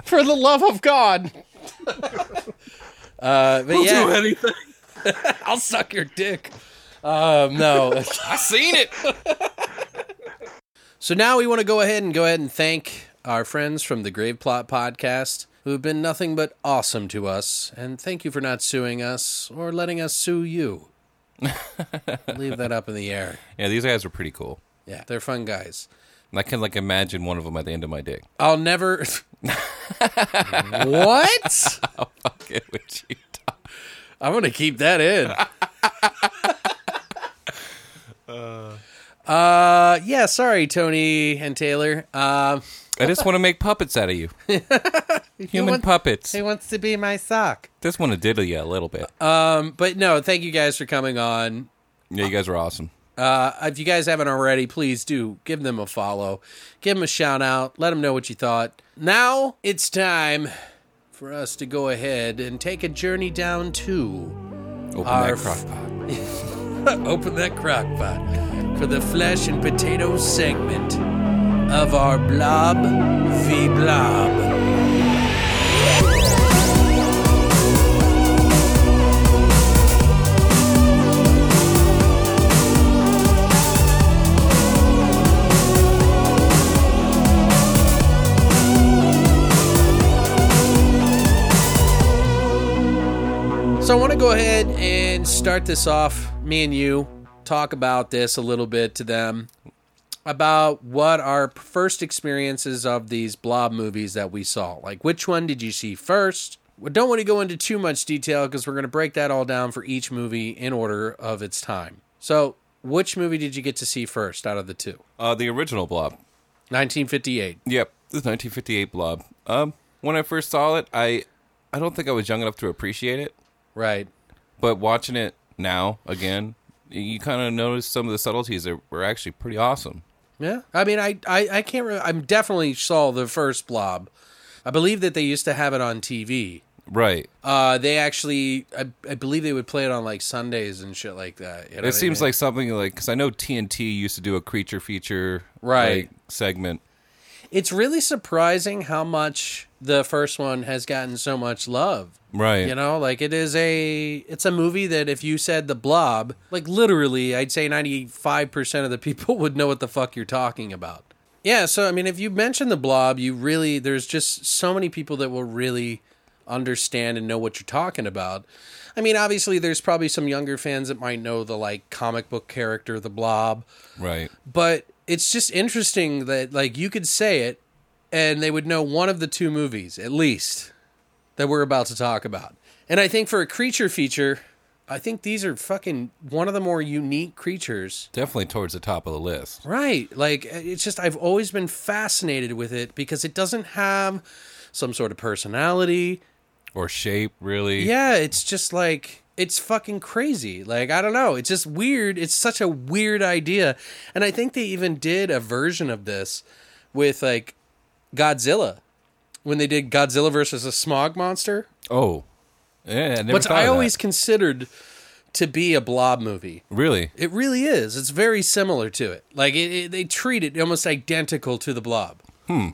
For the love of God. uh, but We'll yeah, do anything. I'll suck your dick. Um, no. I seen it. So now we want to go ahead and go ahead and thank our friends from the Grave Plot podcast who have been nothing but awesome to us. And thank you for not suing us or letting us sue you. Leave that up in the air. Yeah, these guys are pretty cool. Yeah, they're fun guys. And I can like imagine one of them at the end of my dick. I'll never. what? Okay, what you talk- I'm gonna keep that in. uh, Uh, yeah. Sorry, Tony and Taylor. Um, I just want to make puppets out of you. Human want- puppets. he wants to be my sock. Just want to diddle you a little bit. uh, But no, thank you guys for coming on. Uh, yeah, you guys are awesome. if you guys haven't already, please do give them a follow, give them a shout out, let them know what you thought. Now it's time for us to go ahead and take a journey down to Open uh, Our that crock pot. open that crock pot for the flesh and potatoes segment of our blob v blob. So I want to go ahead and start this off. Me and you talk about this a little bit to them about what our first experiences of these blob movies that we saw. Like, which one did you see first? We don't want to go into too much detail because we're going to break that all down for each movie in order of its time. So, which movie did you get to see first out of the two? Uh, the original Blob. 1958. Yep, the 1958 Blob. Um, when I first saw it, I, I don't think I was young enough to appreciate it. Right. But watching it now again, you kind of notice some of the subtleties that were actually pretty awesome. Yeah. I mean, I, I, I can't remember. I definitely saw the first blob. I believe that they used to have it on TV. Right. Uh, they actually, I, I believe they would play it on like Sundays and shit like that. You know what I It seems mean? like something like because I know TNT used to do a creature feature Right. like, segment. it's really surprising how much the first one has gotten so much love. Right. You know, like it is a it's a movie that if you said the blob, like literally I'd say 95% of the people would know what the fuck you're talking about. Yeah, so I mean if you mention the blob, you really there's just so many people that will really understand and know what you're talking about. I mean, obviously there's probably some younger fans that might know the like comic book character the blob Right. but it's just interesting that like you could say it and they would know one of the two movies at least that we're about to talk about. And I think for a creature feature, I think these are fucking one of the more unique creatures. Definitely towards the top of the list. Right. Like it's just I've always been fascinated with it because it doesn't have some sort of personality. Or shape, really. Yeah, it's just like it's fucking crazy. Like I don't know, it's just weird. It's such a weird idea. And I think they even did a version of this with like Godzilla when they did Godzilla versus the Smog monster, Oh. Yeah, I never which thought of I that. always considered to be a blob movie. Really? It really is. It's very similar to it. Like it, it, they treat it almost identical to the Blob. Hmm.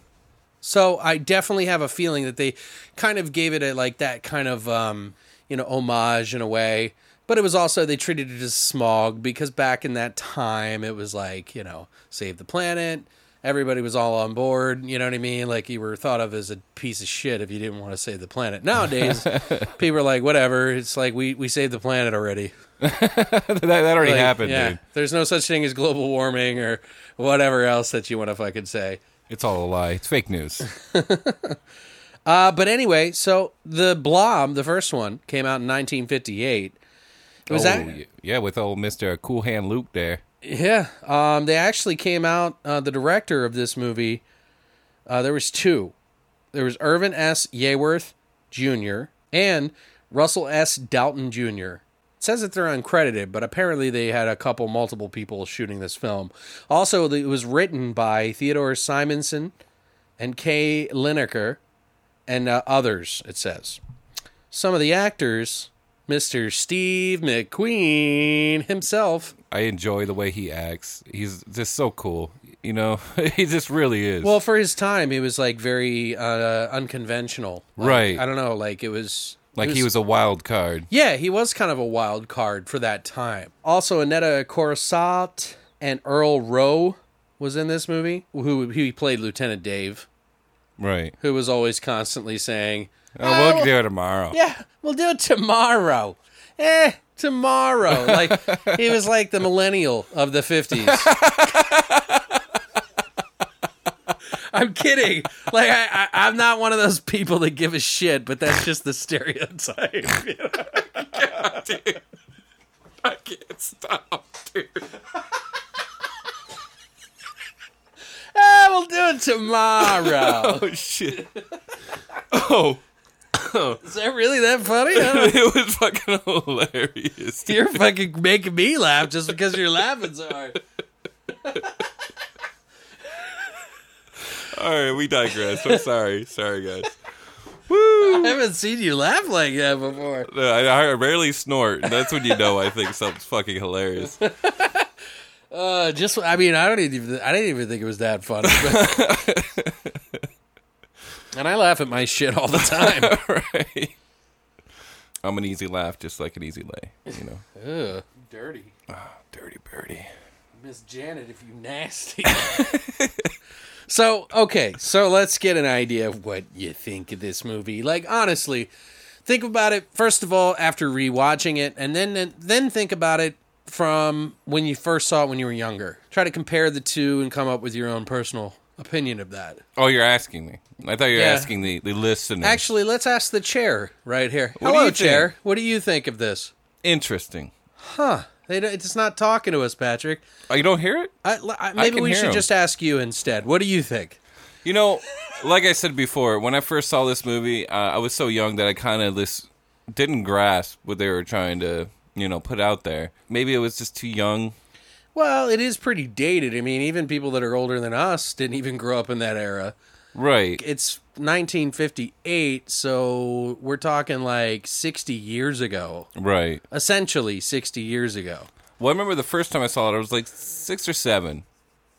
So I definitely have a feeling that they kind of gave it a like that kind of um, you know homage in a way, but it was also they treated it as smog because back in that time it was like you know save the planet. Everybody was all on board. You know what I mean? Like you were thought of as a piece of shit if you didn't want to save the planet. Nowadays, people are like, whatever. It's like we we saved the planet already. that, that already Like, happened, yeah, dude. There's no such thing as global warming or whatever else that you want to fucking say. It's all a lie. It's fake news. Uh, but anyway, so the Blob, the first one, came out in 1958. It was oh, ac- y- yeah, with old Mister Cool Hand Luke there. yeah. Um, they actually came out. Uh, the director of this movie, uh, there was two. There was Irvin S. Yeworth Jr. and Russell S. Doughton Jr. It says that they're uncredited, but apparently they had a couple multiple people shooting this film. Also, it was written by Theodore Simonson and Kay Lineker and uh, others. It says some of the actors. Mr. Steve McQueen himself I enjoy the way he acts. He's just so cool. You know, he just really is. Well, for his time, he was like very uh, unconventional. Like, Right. I don't know. Like it was. like it he was a wild card. Yeah, he was kind of a wild card for that time. Also, Aneta Coruscant and Earl Rowe was in this movie, who he played Lieutenant Dave, Right. who was always constantly saying, Oh, we'll do it tomorrow. yeah, we'll do it tomorrow. Eh, tomorrow. Like he was like the millennial of the fifties. I'm kidding. Like I, I, I'm not one of those people that give a shit, but that's just the stereotype. I can't stop, dude. eh, we'll do it tomorrow. Oh shit. Oh, Is that really that funny? I don't- it was fucking hilarious. dude. You're fucking making me laugh just because you're laughing so hard. All right, we digress. I'm sorry. Sorry, guys. I haven't seen you laugh like that before. No, I, I rarely snort. That's when you know I think something's fucking hilarious. Uh, just I mean I don't even I didn't even think it was that funny. but- and I laugh at my shit all the time. right. I'm an easy laugh, just like an easy lay. You know, Ugh. Dirty, dirty birdie. Miss Janet, if you nasty. so okay, so let's get an idea of what you think of this movie. Like honestly, think about it first of all after rewatching it, and then then think about it from when you first saw it when you were younger. Try to compare the two and come up with your own personal opinion of that. Oh, you're asking me. I thought you were Yeah. asking the the listener. Actually, let's ask the chair right here. do Hello, you think? chair. What do you think of this? interesting. They, don't- it's not talking to us, Patrick. Oh, you don't hear it? I, I, maybe can we hear should him. just ask you instead. What do you think? You know, like I said before, when I first saw this movie, uh, I was so young that I kind of just didn't grasp what they were trying to, you know, put out there. Maybe it was just too young. Well, it is pretty dated. I mean, even people that are older than us didn't even grow up in that era. Right. It's 1958, so we're talking like 60 years ago. Right. Essentially 60 years ago. Well, I remember the first time I saw it, I was like six or seven.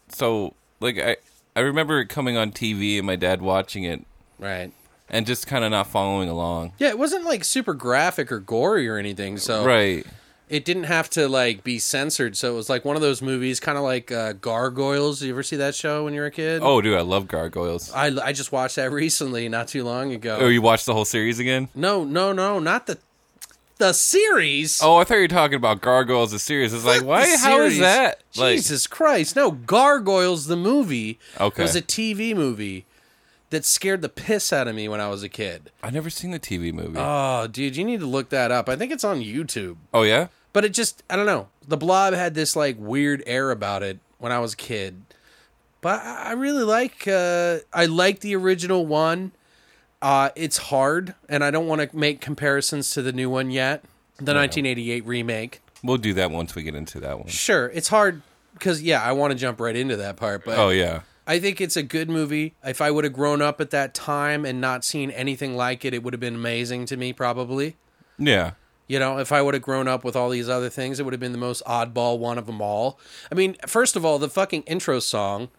So, like, I I remember it coming on TV and my dad watching it Right. and just kind of not following along. Yeah, it wasn't like super graphic or gory or anything, so Right. it didn't have to like be censored so it was like one of those movies kind of like uh, gargoyles you ever see that show when you were a kid Oh, dude, I love gargoyles. I, I just watched that recently not too long ago Oh, you watched the whole series again? no no no not the the series Oh, I thought you were talking about gargoyles the series. It's like, Fuck why? the How is series. that? Like, jesus christ no gargoyles the movie Okay. was a tv movie that scared the piss out of me when I was a kid. I've never seen the TV movie. Oh, dude, you need to look that up. I think it's on YouTube. oh yeah, But it just, I don't know. The Blob had this like weird air about it when I was a kid. But I I really like, uh, I like the original one. Uh, it's hard, and I don't want to make comparisons to the new one yet, the 1988 remake. we'll do that once we get into that one. Sure, it's hard because yeah, I want to jump right into that part, but Oh yeah, I think it's a good movie. If I would have grown up at that time and not seen anything like it, it would have been amazing to me, probably. yeah. You know, if I would have grown up with all these other things, it would have been the most oddball one of them all. I mean, first of all, the fucking intro song,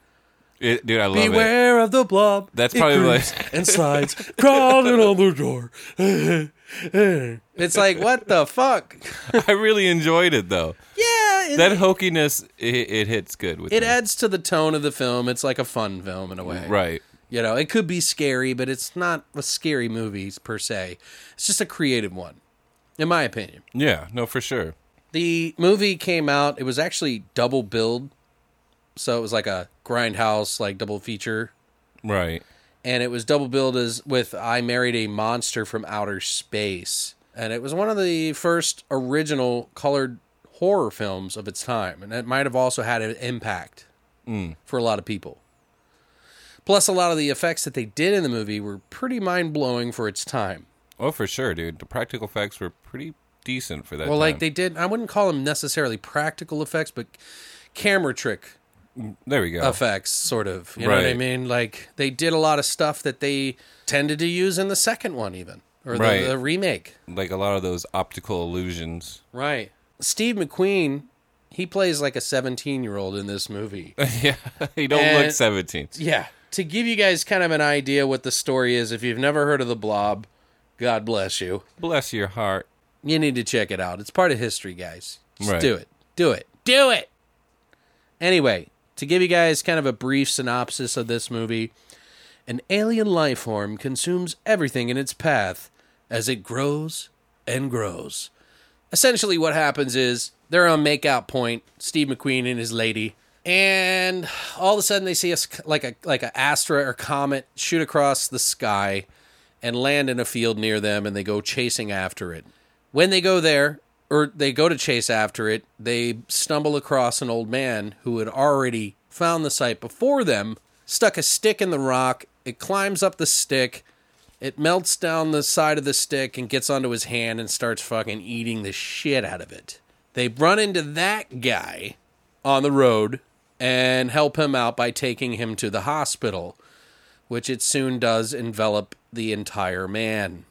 It, dude, I love it. "Beware of the Blob," That's it probably creeps like- and slides crawling on the door. it's like what the fuck? I really enjoyed it though. Yeah, it, That hokiness, it, it hits good with it me. adds to the tone of the film. It's like a fun film in a way, right. You know, it could be scary, but it's not a scary movie per se. It's just a creative one, in my opinion. Yeah, no, for sure. The movie came out, it was actually double billed. So it was like a grindhouse, like double feature. Right. And it was double billed as with I Married a Monster from Outer Space. And it was one of the first original colored horror films of its time. And it might have also had an impact for a lot of people. Plus, a lot of the effects that they did in the movie were pretty mind blowing for its time. Oh, for sure, dude. The practical effects were pretty decent for that. Well, like time. they did, I wouldn't call them necessarily practical effects, but camera trick there we go. effects, sort of. You know what I Right. mean? Like they did a lot of stuff that they tended to use in the second one, even or Right. the, the remake. like a lot of those optical illusions. Right. Steve McQueen, he plays like a seventeen-year-old in this movie. yeah, he don't And- look seventeen. yeah. To give you guys kind of an idea what the story is, if you've never heard of the Blob, God bless you. Bless your heart. You need to check it out. It's part of history, guys. Just Right. do it. Do it. Do it. Anyway, to give you guys kind of a brief synopsis of this movie, an alien life form consumes everything in its path as it grows and grows. Essentially, what happens is they're on makeout point, Steve McQueen and his lady, and all of a sudden they see us like a like a astra or comet shoot across the sky and land in a field near them, and they go chasing after it when they go there or they go to chase after it, they stumble across an old man who had already found the site before them, stuck a stick in the rock, it climbs up the stick, it melts down the side of the stick and gets onto his hand and starts fucking eating the shit out of it. They run into that guy on the road and help him out by taking him to the hospital, which it soon does envelop the entire man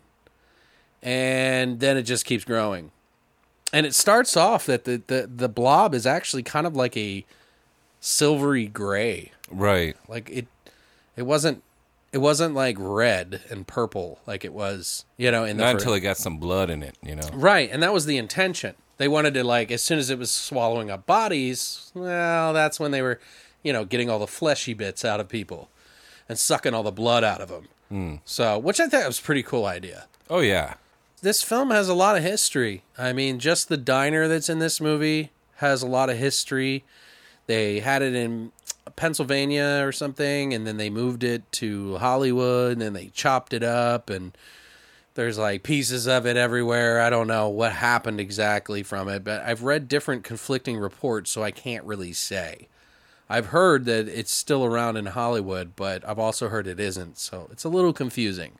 and then it just keeps growing. And it starts off that the, the, the blob is actually kind of like a silvery gray. Right. Like it it wasn't it wasn't like red and purple like it was, you know, in the Not fir- until it got some blood in it, you know. Right, and that was the intention. They wanted to like as soon as it was swallowing up bodies, well, that's when they were, you know, getting all the fleshy bits out of people and sucking all the blood out of them. So, which I thought was a pretty cool idea Oh yeah. this film has a lot of history. I mean, just the diner that's in this movie has a lot of history. They had it in Pennsylvania or something, and then they moved it to Hollywood, and then they chopped it up, and there's like pieces of it everywhere. I don't know what happened exactly from it, but I've read different conflicting reports, so I can't really say. I've heard that it's still around in Hollywood, but I've also heard it isn't, so it's a little confusing.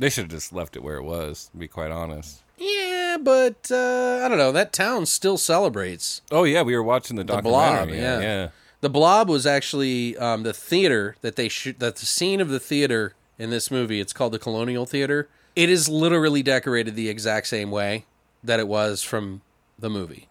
They should have just left it where it was, to be quite honest. Yeah, but uh, I don't know. That town still celebrates. Oh yeah, we were watching the Blob, documentary. yeah. yeah. yeah. The Blob was actually um, the theater that they shoot. That the scene of the theater in this movie. It's called the Colonial Theater. It is literally decorated the exact same way that it was from the movie,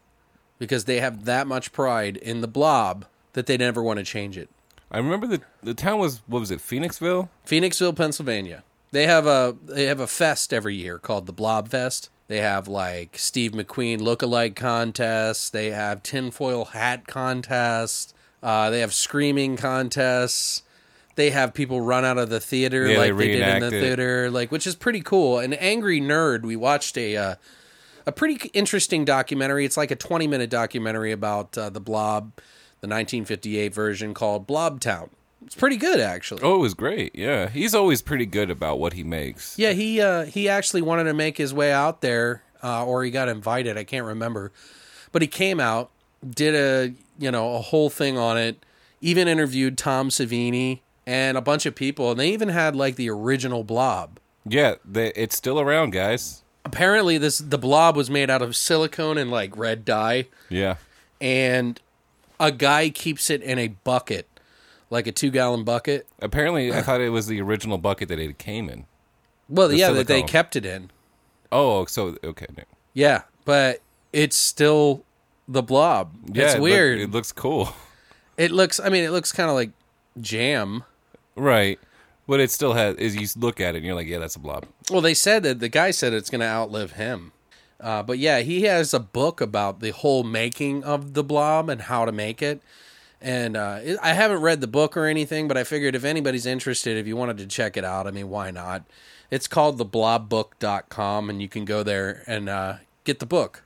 because they have that much pride in the Blob that they never want to change it. I remember the the town was what was it, Phoenixville? Phoenixville, Pennsylvania. They have a they have a fest every year called the Blob Fest. They have like Steve McQueen lookalike contests. They have tinfoil hat contests. Uh, they have screaming contests. They have people run out of the theater Yeah, they like they, did in the reenact it. theater, like which is pretty cool. An angry nerd. We watched a uh, a pretty interesting documentary. It's like a twenty minute documentary about uh, the Blob, the 1958 version called Blob Town. It's pretty good actually. Oh, it was great. Yeah, he's always pretty good about what he makes. Yeah, he uh, he actually wanted to make his way out there, uh, or he got invited. I can't remember, but he came out, did a you know a whole thing on it. Even interviewed Tom Savini and a bunch of people, and they even had like the original Blob. Yeah, they, it's still around, guys. Apparently, this the Blob was made out of silicone and like red dye, Yeah, and a guy keeps it in a bucket, like a two gallon bucket. apparently I thought it was the original bucket that it came in. Well, yeah, that they silicone. kept it in. Oh, so okay. no. Yeah, but it's still the blob. Yeah, it's it look- weird. it looks cool. It looks. I mean, it looks kind of like jam. Right. But it still has is you look at it and you're like, yeah, that's a blob. Well, they said that the guy said it's going to outlive him. Uh, but yeah, he has a book about the whole making of the blob and how to make it. And uh, it, I haven't read the book or anything, but I figured if anybody's interested, if you wanted to check it out, I mean, why not? It's called theblobbook.com, and you can go there and uh, get the book.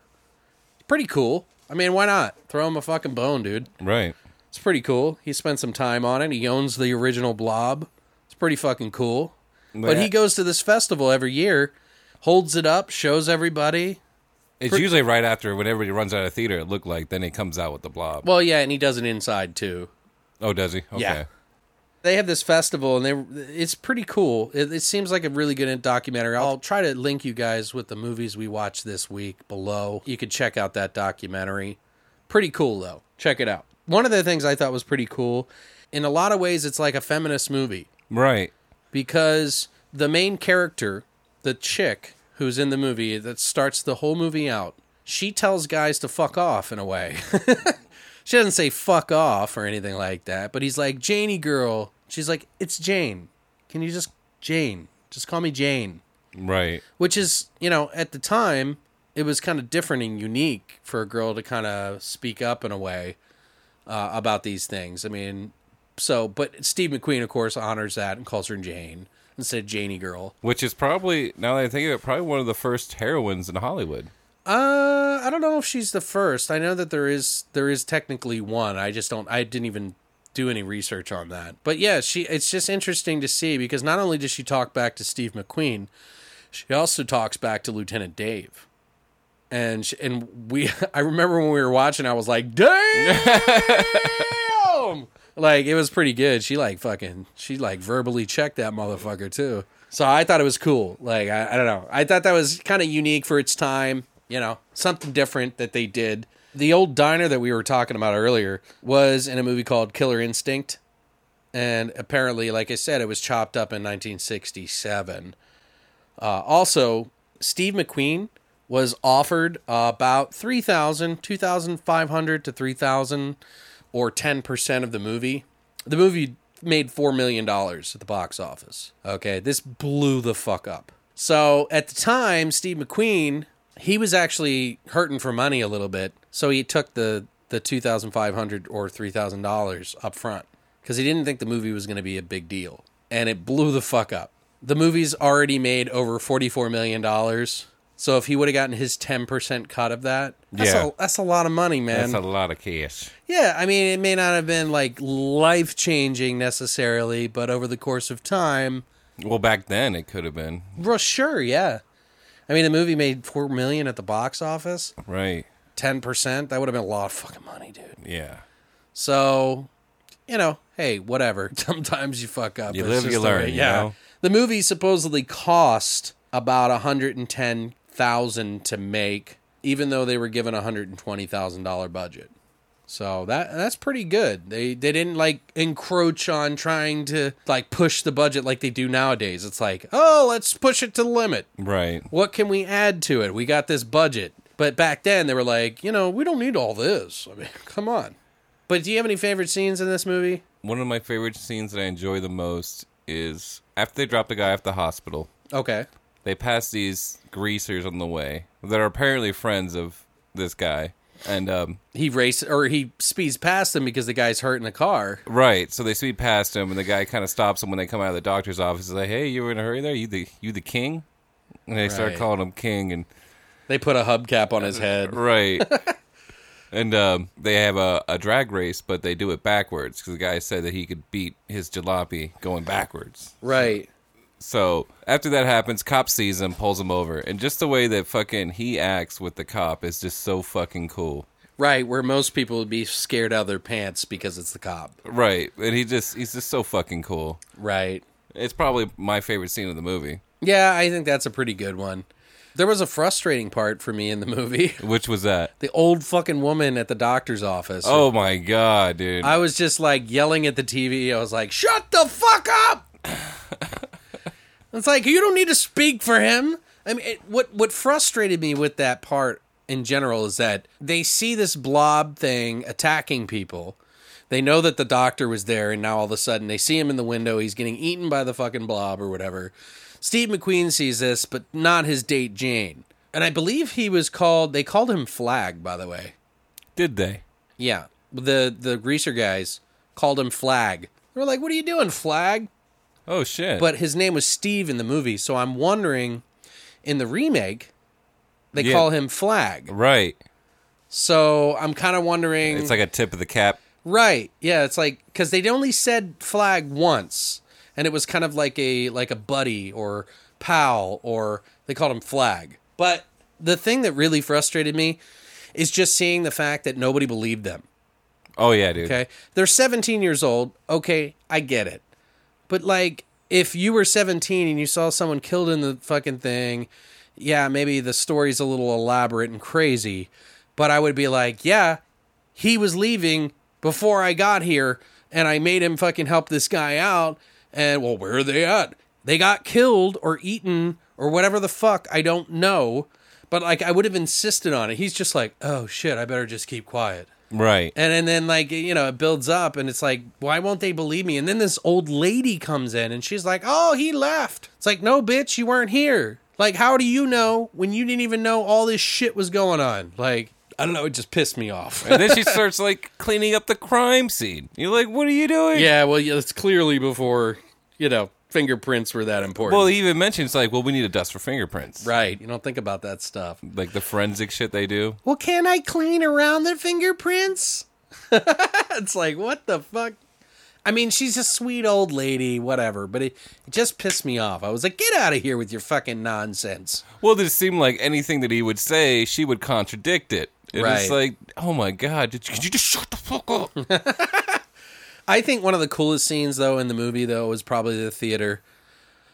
Pretty cool. I mean, why not? Throw him a fucking bone, dude. Right. It's pretty cool. He spent some time on it. He owns the original Blob. It's pretty fucking cool. But he goes to this festival every year, holds it up, shows everybody. It's usually right after when everybody runs out of theater, it looked like then he comes out with the blob. Well, yeah, and he does it inside too. oh, does he? Okay. Yeah. They have this festival, and they it's pretty cool. It, it seems like a really good documentary. I'll try to link you guys with the movies we watched this week below. You could check out that documentary. Pretty cool though. Check it out. One of the things I thought was pretty cool. In a lot of ways, it's like a feminist movie. Right. because the main character, the chick who's in the movie that starts the whole movie out, she tells guys to fuck off in a way. she doesn't say fuck off or anything like that, but he's like, Janie girl. She's like, it's Jane. Can you just, Jane, just call me Jane? Right. Which is, you know, at the time, it was kind of different and unique for a girl to kind of speak up in a way uh, about these things. I mean, so, but Steve McQueen, of course, honors that and calls her Jane instead of Janie girl. Which is probably now that I think of it, probably one of the first heroines in Hollywood. Uh, I don't know if she's the first. I know that there is there is technically one. I just don't. I didn't even do any research on that. But yeah, she. It's just interesting to see because not only does she talk back to Steve McQueen, she also talks back to Lieutenant Dave. And she, and we. I remember when we were watching, I was like, damn. Like it was pretty good. She like fucking she like verbally checked that motherfucker too. So I thought it was cool. Like I, I don't know. I thought that was kind of unique for its time. You know, something different that they did. The old diner that we were talking about earlier was in a movie called Killer Instinct, and apparently, like I said, it was chopped up in 1967. Uh, also, Steve McQueen was offered about 3,000, 2,500 to 3,000 or 10% of the movie. The movie made $4 million at the box office. Okay, this blew the fuck up. So at the time, Steve McQueen, he was actually hurting for money a little bit. So he took the, the 2500 or $3,000 up front because he didn't think the movie was going to be a big deal. And it blew the fuck up. The movie's already made over $44 million. So if he would have gotten his 10% cut of that, that's, Yeah. a, that's a lot of money, man. That's a lot of cash. Yeah, I mean, it may not have been like life changing necessarily, but over the course of time, Well, back then it could have been. well, sure, yeah. I mean, the movie made four million at the box office, Right. ten percent. That would have been a lot of fucking money, dude. Yeah. So, you know, hey, whatever. Sometimes you fuck up. You It's live, just you the learn, way- you know? The movie supposedly cost about a hundred and ten thousand to make, even though they were given a hundred and twenty thousand dollar budget. So that that's pretty good. They they didn't like encroach on trying to like push the budget like they do nowadays. It's like, oh, let's push it to the limit. Right. What can we add to it? We got this budget. But back then they were like, you know, we don't need all this. I mean, come on. But do you have any favorite scenes in this movie? One of my favorite scenes that I enjoy the most is after they drop the guy off the hospital. Okay. they pass these greasers on the way that are apparently friends of this guy. And um, He race or he speeds past them because the guy's hurt in the car. right, so they speed past him, and the guy kind of stops them when they come out of the doctor's office. He's like, "Hey, you were in a hurry there? You the you the king?" And they start Right. calling him king, and They put a hubcap on his head. right, And um, they have a, a drag race, but they do it backwards because the guy said that he could beat his jalopy going backwards. Right. So after that happens, cop sees him, pulls him over, and just the way that fucking he acts with the cop is just so fucking cool. Right, where most people would be scared out of their pants because it's the cop. Right, and he just he's just so fucking cool. Right. It's probably my favorite scene of the movie, Yeah, I think that's a pretty good one. There was a frustrating part for me in the movie. which was that. The old fucking woman at the doctor's office. Oh my god, dude! I was just like yelling at the TV. I was like, shut the fuck up! it's like, you don't need to speak for him. I mean, it, what, what frustrated me with that part in general is that they see this blob thing attacking people. They know that the doctor was there, and now all of a sudden they see him in the window. He's getting eaten by the fucking blob or whatever. Steve McQueen sees this, but not his date, Jane. And I believe he was called, they called him Flag, by the way. Did they? Yeah. The the greaser guys called him Flag. They were like, "What are you doing, Flag?" Oh shit! But his name was Steve in the movie, so I'm wondering in the remake they Yeah. call him Flag. right, So I'm kind of wondering it's like a tip of the cap. Right. Yeah, it's like cuz they only said Flag once and it was kind of like a like a buddy or pal or they called him Flag. But the thing that really frustrated me is just seeing the fact that nobody believed them. Oh yeah, dude. Okay. They're 17 years old. Okay, I get it. But like if you were 17 and you saw someone killed in the fucking thing, yeah, maybe the story's a little elaborate and crazy, but I would be like, yeah, he was leaving before I got here and I made him fucking help this guy out and well, where are they at? They got killed or eaten or whatever the fuck, I don't know. But like I would have insisted on it. He's just like, "Oh shit, I better just keep quiet." Right. And, and then like you know it builds up and it's like why won't they believe me? And then this old lady comes in and she's like, "Oh, he left." It's like, "No, bitch, you weren't here." Like, how do you know when you didn't even know all this shit was going on? Like, I don't know, it just pissed me off. and then she starts like cleaning up the crime scene. You're like, what are you doing? yeah, well, yeah, it's clearly before, you know, fingerprints were that important. Well, he even mentions like, well, we need a dust for fingerprints. right, you don't think about that stuff. Like the forensic shit they do. Well, can I clean around the fingerprints? it's like, what the fuck? I mean, she's a sweet old lady, whatever, but it, it just pissed me off. I was like, get out of here with your fucking nonsense. Well, it just seemed like anything that he would say, she would contradict it. And Right. It's like, oh my god, did you, could you just shut the fuck up? I think one of the coolest scenes, though, in the movie, though, was probably the theater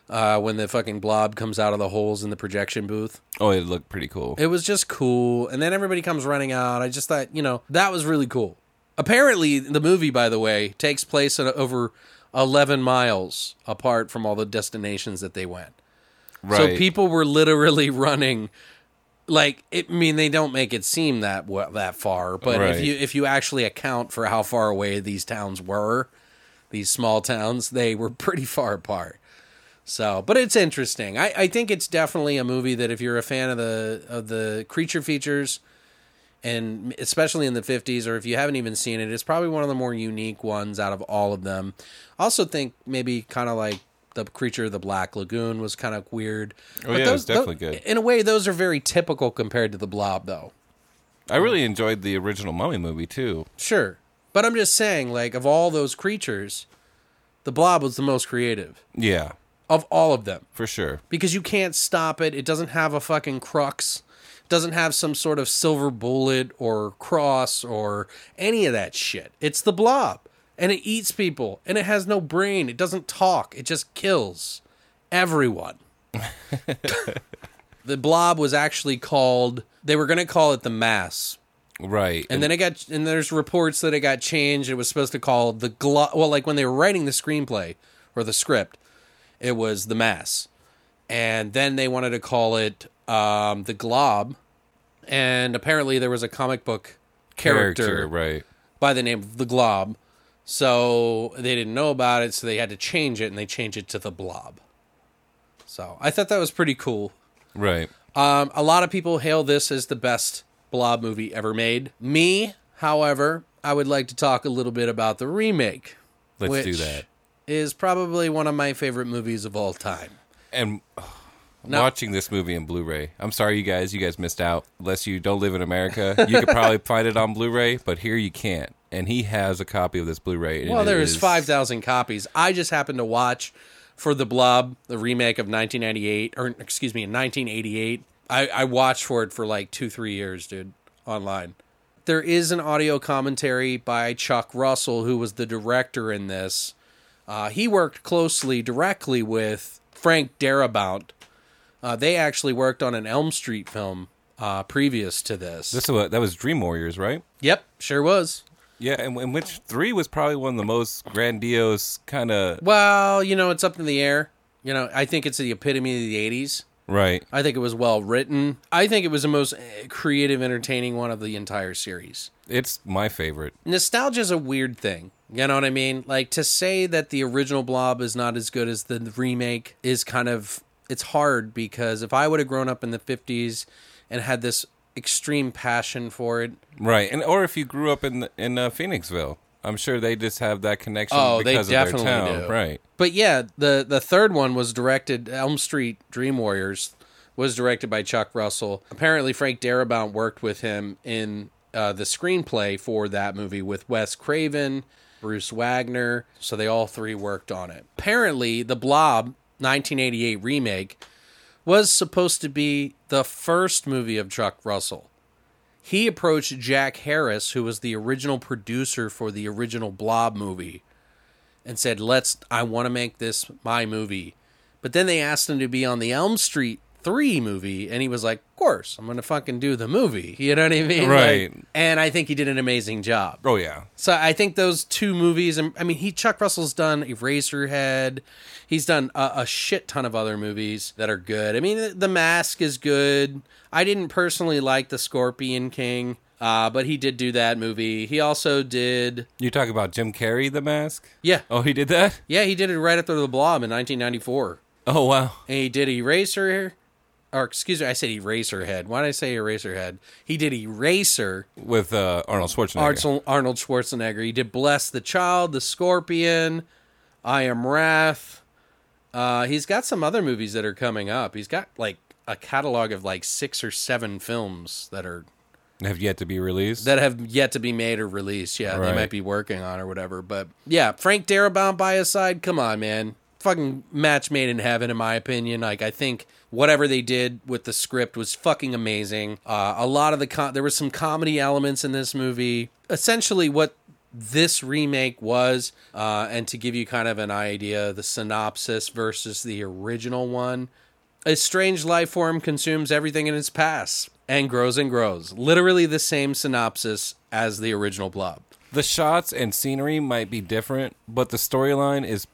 uh, when the fucking blob comes out of the holes in the projection booth. oh, it looked pretty cool. It was just cool. And then everybody comes running out. I just thought, you know, that was really cool. Apparently, the movie, by the way, takes place at over 11 miles apart from all the destinations that they went. right. So people were literally running. Like, it, I mean, they don't make it seem that wa- that far, but if Right. you if you actually account for how far away these towns were, these small towns, they were pretty far apart. So, but it's interesting. I, I think it's definitely a movie that if you're a fan of the of the creature features, and especially in the 50s or if you haven't even seen it it's probably one of the more unique ones out of all of them also think maybe kind of like the creature of the black lagoon was kind of weird oh yeah, it was definitely good. in a way those are very typical compared to the blob though I really enjoyed the original Mummy movie too. sure but i'm just saying like of all those creatures the blob was the most creative Yeah, of all of them for sure. because you can't stop it. It doesn't have a fucking crux. It doesn't have some sort of silver bullet or cross or any of that shit. It's the blob. And it eats people. And it has no brain. It doesn't talk. It just kills everyone. the blob was actually called they were going to call it the mass Right. and then it got and there's reports that it got changed. It was supposed to call the glo- well, like when they were writing the screenplay or the script, it was the mass, and then they wanted to call it um, the glob, and apparently there was a comic book character, right. by the name of the glob, so they didn't know about it, so they had to change it, and they changed it to the blob. So I thought that was pretty cool. Right. Um, a lot of people hail this as the best Blob movie ever made. Me, however, I would like to talk a little bit about the remake. Let's which do that. Is probably one of my favorite movies of all time. And No. watching this movie in Blu-ray. I'm sorry, you guys. You guys missed out. Unless you don't live in America, you could probably find it on Blu-ray, but here you can't. And he has a copy of this Blu-ray. and Well, it there is is- 5,000 copies. I just happened to watch for The Blob, the remake of 1998, or excuse me, in 1988. I, I watched for it for like two, three years, dude, online. There is an audio commentary by Chuck Russell, who was the director in this. Uh, he worked closely, directly with Frank Darabont. Uh, they actually worked on an Elm Street film uh, previous to this. This is what that was Dream Warriors, right? Yep, sure was. Yeah, and, and which three was probably one of the most grandiose kind of Well, you know, it's up in the air. You know, I think it's the epitome of the 80s. right. I think it was well written. I think it was the most eh, creative, entertaining one of the entire series. It's my favorite. Nostalgia is a weird thing. You know what I mean? Like to say that the original Blob is not as good as the remake is kind of it's hard because if I would have grown up in the 50s and had this extreme passion for it, Right, and or if you grew up in in uh, Phoenixville, I'm sure they just have that connection. Oh, they because definitely of their town. do. Right, But yeah, the the third one was directed Elm Street Dream Warriors was directed by Chuck Russell. Apparently Frank Darabont worked with him in uh, the screenplay for that movie with Wes Craven, Bruce Wagner, so they all three worked on it. Apparently, The Blob 1988 remake was supposed to be the first movie of Chuck Russell. He approached Jack Harris, who was the original producer for the original Blob movie, and said, "Let's I want to make this my movie." But then they asked him to be on the Elm Street 3 movie and he was like, "Of course, I'm going to fucking do the movie." You know what I mean? Right. Like, and I think he did an amazing job. oh yeah, So I think those two movies. and- I mean, he Chuck Russell's done Eraserhead. He's done a, a shit ton of other movies that are good. I mean, The Mask is good. I didn't personally like The Scorpion King, uh, but he did do that movie. He also did, you talk about Jim Carrey, The Mask. yeah, Oh, he did that. yeah, he did it right after The Blob in 1994. Oh wow, And he did Eraser, or excuse me, I said Eraserhead. Why did I say Eraserhead? He did Eraser. with uh, Arnold Schwarzenegger. Arnold, Arnold Schwarzenegger. He did Bless the Child, The Scorpion, I Am Wrath. Uh, he's got some other movies that are coming up. He's got like a catalog of like six or seven films that are have yet to be released. that have yet to be made or released. Yeah, they Right. might be working on or whatever. But yeah, Frank Darabont by his side. Come on, man. Fucking match made in heaven, in my opinion. Like I think whatever they did with the script was fucking amazing. Uh, a lot of the com- there was some comedy elements in this movie. Essentially, what this remake was, uh, and to give you kind of an idea, the synopsis versus the original one. A strange life form consumes everything in its past and grows and grows. Literally the same synopsis as the original Blob. the shots and scenery might be different, but the storyline is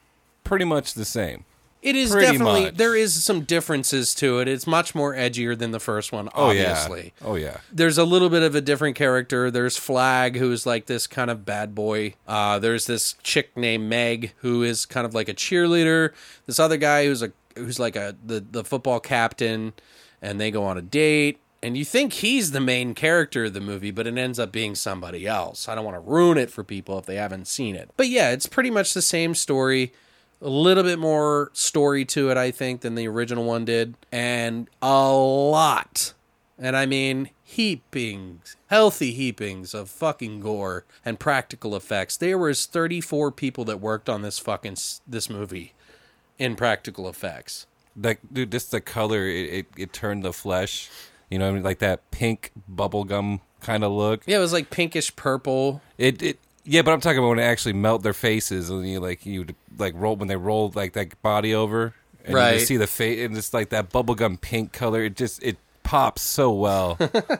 pretty much the same. It is Pretty definitely much. there is some differences to it. It's much more edgier than the first one, Oh obviously. yeah. Oh yeah. There's a little bit of a different character. There's Flag, who's like this kind of bad boy. Uh, there's this chick named Meg, who is kind of like a cheerleader. This other guy who's a who's like a the, the football captain, and they go on a date. And you think he's the main character of the movie, but it ends up being somebody else. I don't want to ruin it for people if they haven't seen it. But yeah, it's pretty much the same story a little bit more story to it, I think, than the original one did, and a lot, and I mean heapings, healthy heapings of fucking gore and practical effects. There was 34 people that worked on this fucking s- this movie in practical effects. like dude, just the color it, it, it turned the flesh. You know, what I mean, like that pink bubblegum kind of look. Yeah, it was like pinkish purple. It it yeah, but I'm talking about when it actually melt their faces and you like you like roll when they rolled like that body over and you Right. just see the face and it's like that bubblegum pink color. It just it pops so well.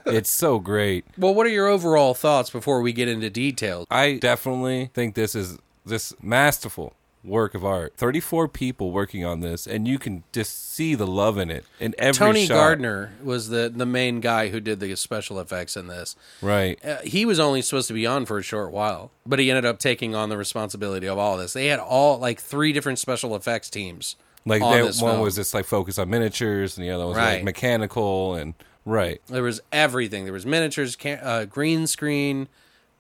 it's so great. Well, what are your overall thoughts before we get into details? I definitely think this is this masterful work of art. 34 people working on this and you can just see the love in it in every Tony shot. Gardner was the the main guy who did the special effects in this. Right. uh, he was only supposed to be on for a short while, but he ended up taking on the responsibility of all this. They had all like three different special effects teams. Like uh, on that one this film. was just like focused on miniatures, and the other was Right. like mechanical and right. there was everything. There was miniatures, can- uh, green screen,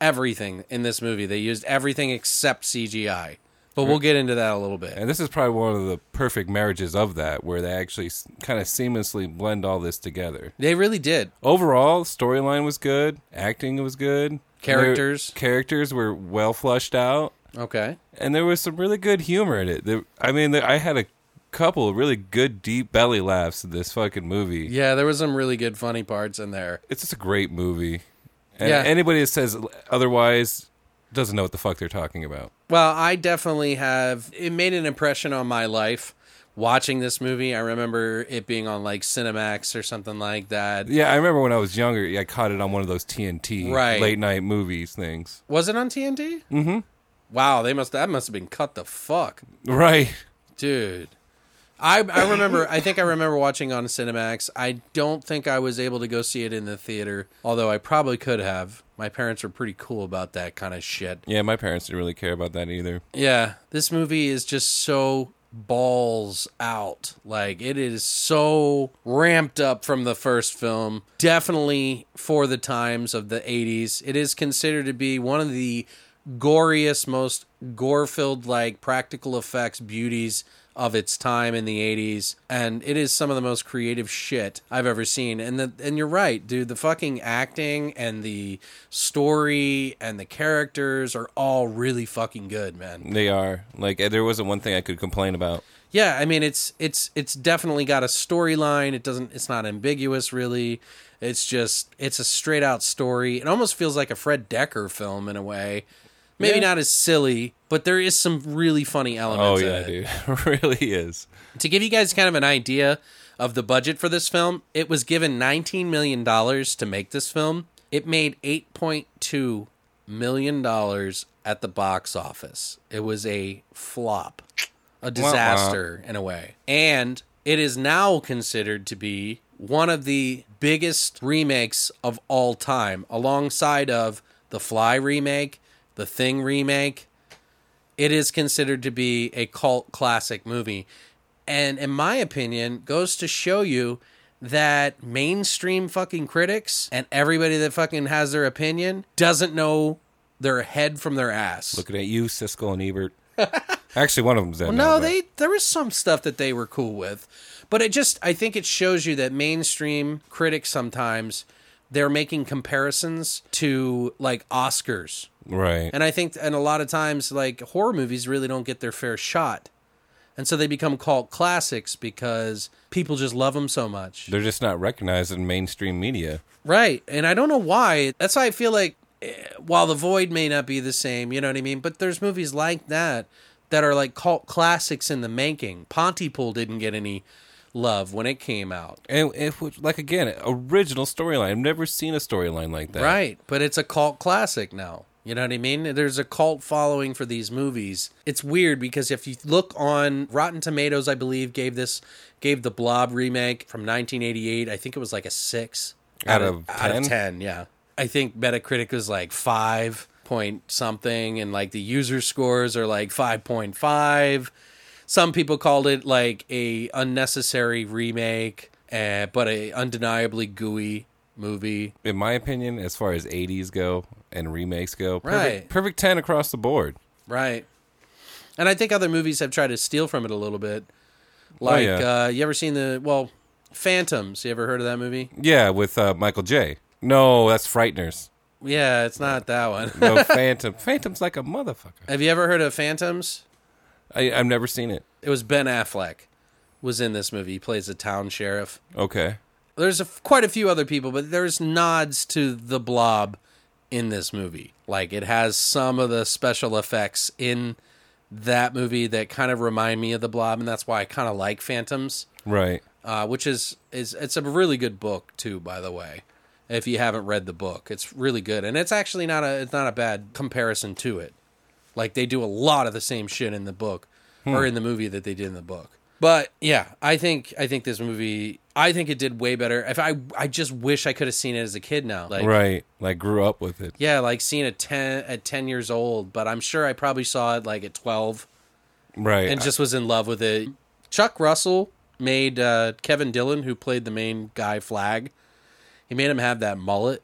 everything in this movie. They used everything except CGI, But we'll get into that a little bit. And this is probably one of the perfect marriages of that, where they actually kind of seamlessly blend all this together. They really did. Overall, storyline was good, acting was good, Characters. Their- characters were well fleshed out, Okay. and there was some really good humor in it. There- I mean, there- I had a couple of really good deep belly laughs in this fucking movie. Yeah, there was some really good funny parts in there. It's just a great movie. And Yeah. anybody that says otherwise doesn't know what the fuck they're talking about. Well, I definitely have. It made an impression on my life watching this movie. I remember it being on like Cinemax or something like that. Yeah, I remember when I was younger, I caught it on one of those TNT Right. late night movies things. Was it on TNT? Mm-hmm. Wow, they must that must have been cut the fuck, Right. dude. I I remember. I think I remember watching on Cinemax. I don't think I was able to go see it in the theater, although I probably could have. My parents were pretty cool about that kind of shit. Yeah, my parents didn't really care about that either. Yeah, this movie is just so balls out. Like it is so ramped up from the first film. Definitely for the times of the 80s. It is considered to be one of the goriest most gore-filled like practical effects beauties of its time in the 80s and it is some of the most creative shit I've ever seen and the and you're right dude the fucking acting and the story and the characters are all really fucking good man They are. Like eh, there wasn't one thing I could complain about. yeah, I mean it's it's it's definitely got a storyline. It doesn't it's not ambiguous really. It's just it's a straight out story. It almost feels like a Fred Decker film in a way. Maybe not as silly, but there is some really funny Oh elements. in yeah, it. dude. It really is. To give you guys kind of an idea of the budget for this film, it was given 19 million dollars to make this film. It made 8.2 million dollars at the box office. It was a flop, a disaster in a way. And it is now considered to be one of the biggest remakes of all time alongside of the Fly remake, the Thing remake, it is considered to be a cult classic movie. And in my opinion, goes to show you that mainstream fucking critics and everybody that fucking has their opinion doesn't know their head from their ass. Looking at you, Siskel and Ebert. Actually, one of them's dead. No, now, but- they there was some stuff that they were cool with, but it just I think it shows you that mainstream critics sometimes they're making comparisons to like Oscars right. and I think, and a lot of times, like horror movies really don't get their fair shot. And so they become cult classics because people just love them so much. They're just not recognized in mainstream media. Right. And I don't know why. That's why I feel like eh, while The Void may not be the same, you know what I mean? But there's movies like that that are like cult classics in the making. Pontypool didn't get any love when it came out. And if like again, original storyline. I've never seen a storyline like that. Right, but it's a cult classic now. You know what I mean? There's a cult following for these movies. It's weird because if you look on Rotten Tomatoes, I believe gave this gave the Blob remake from 1988. I think it was like a six Out of out of 10? ten. Yeah, I think Metacritic was like five point something, and like the user scores are like five point five. Some people called it like a unnecessary remake, uh, but a undeniably gooey movie. in my opinion, as far as '80s go and remakes go, perfect, Right. perfect ten across the board. Right. And I think other movies have tried to steal from it a little bit. Like, Oh, yeah. uh, you ever seen the, well, Phantoms. You ever heard of that movie? Yeah, with uh, Michael J. No, that's Frighteners. Yeah, it's not that one. No, Phantom. Phantom's like a motherfucker. have you ever heard of Phantoms? I, I've never seen it. It was Ben Affleck was in this movie. He plays a town sheriff. Okay, There's a, quite a few other people, but there's nods to the blob in this movie. Like, it has some of the special effects in that movie that kind of remind me of the blob, and that's why I kind of like Phantoms. right. uh, which is is it's a really good book too, by the way. If you haven't read the book, it's really good, and it's actually not a it's not a bad comparison to it. Like they do a lot of the same shit in the book or in the movie that they did in the book. But yeah, I think I think this movie I think it did way better. If I I just wish I could have seen it as a kid now. Like Right, like grew up with it. yeah, like seeing it ten at ten years old, but I'm sure I probably saw it like at twelve Right, and just was in love with it. Chuck Russell made uh, Kevin Dillon, who played the main guy, Flag. He made him have that mullet.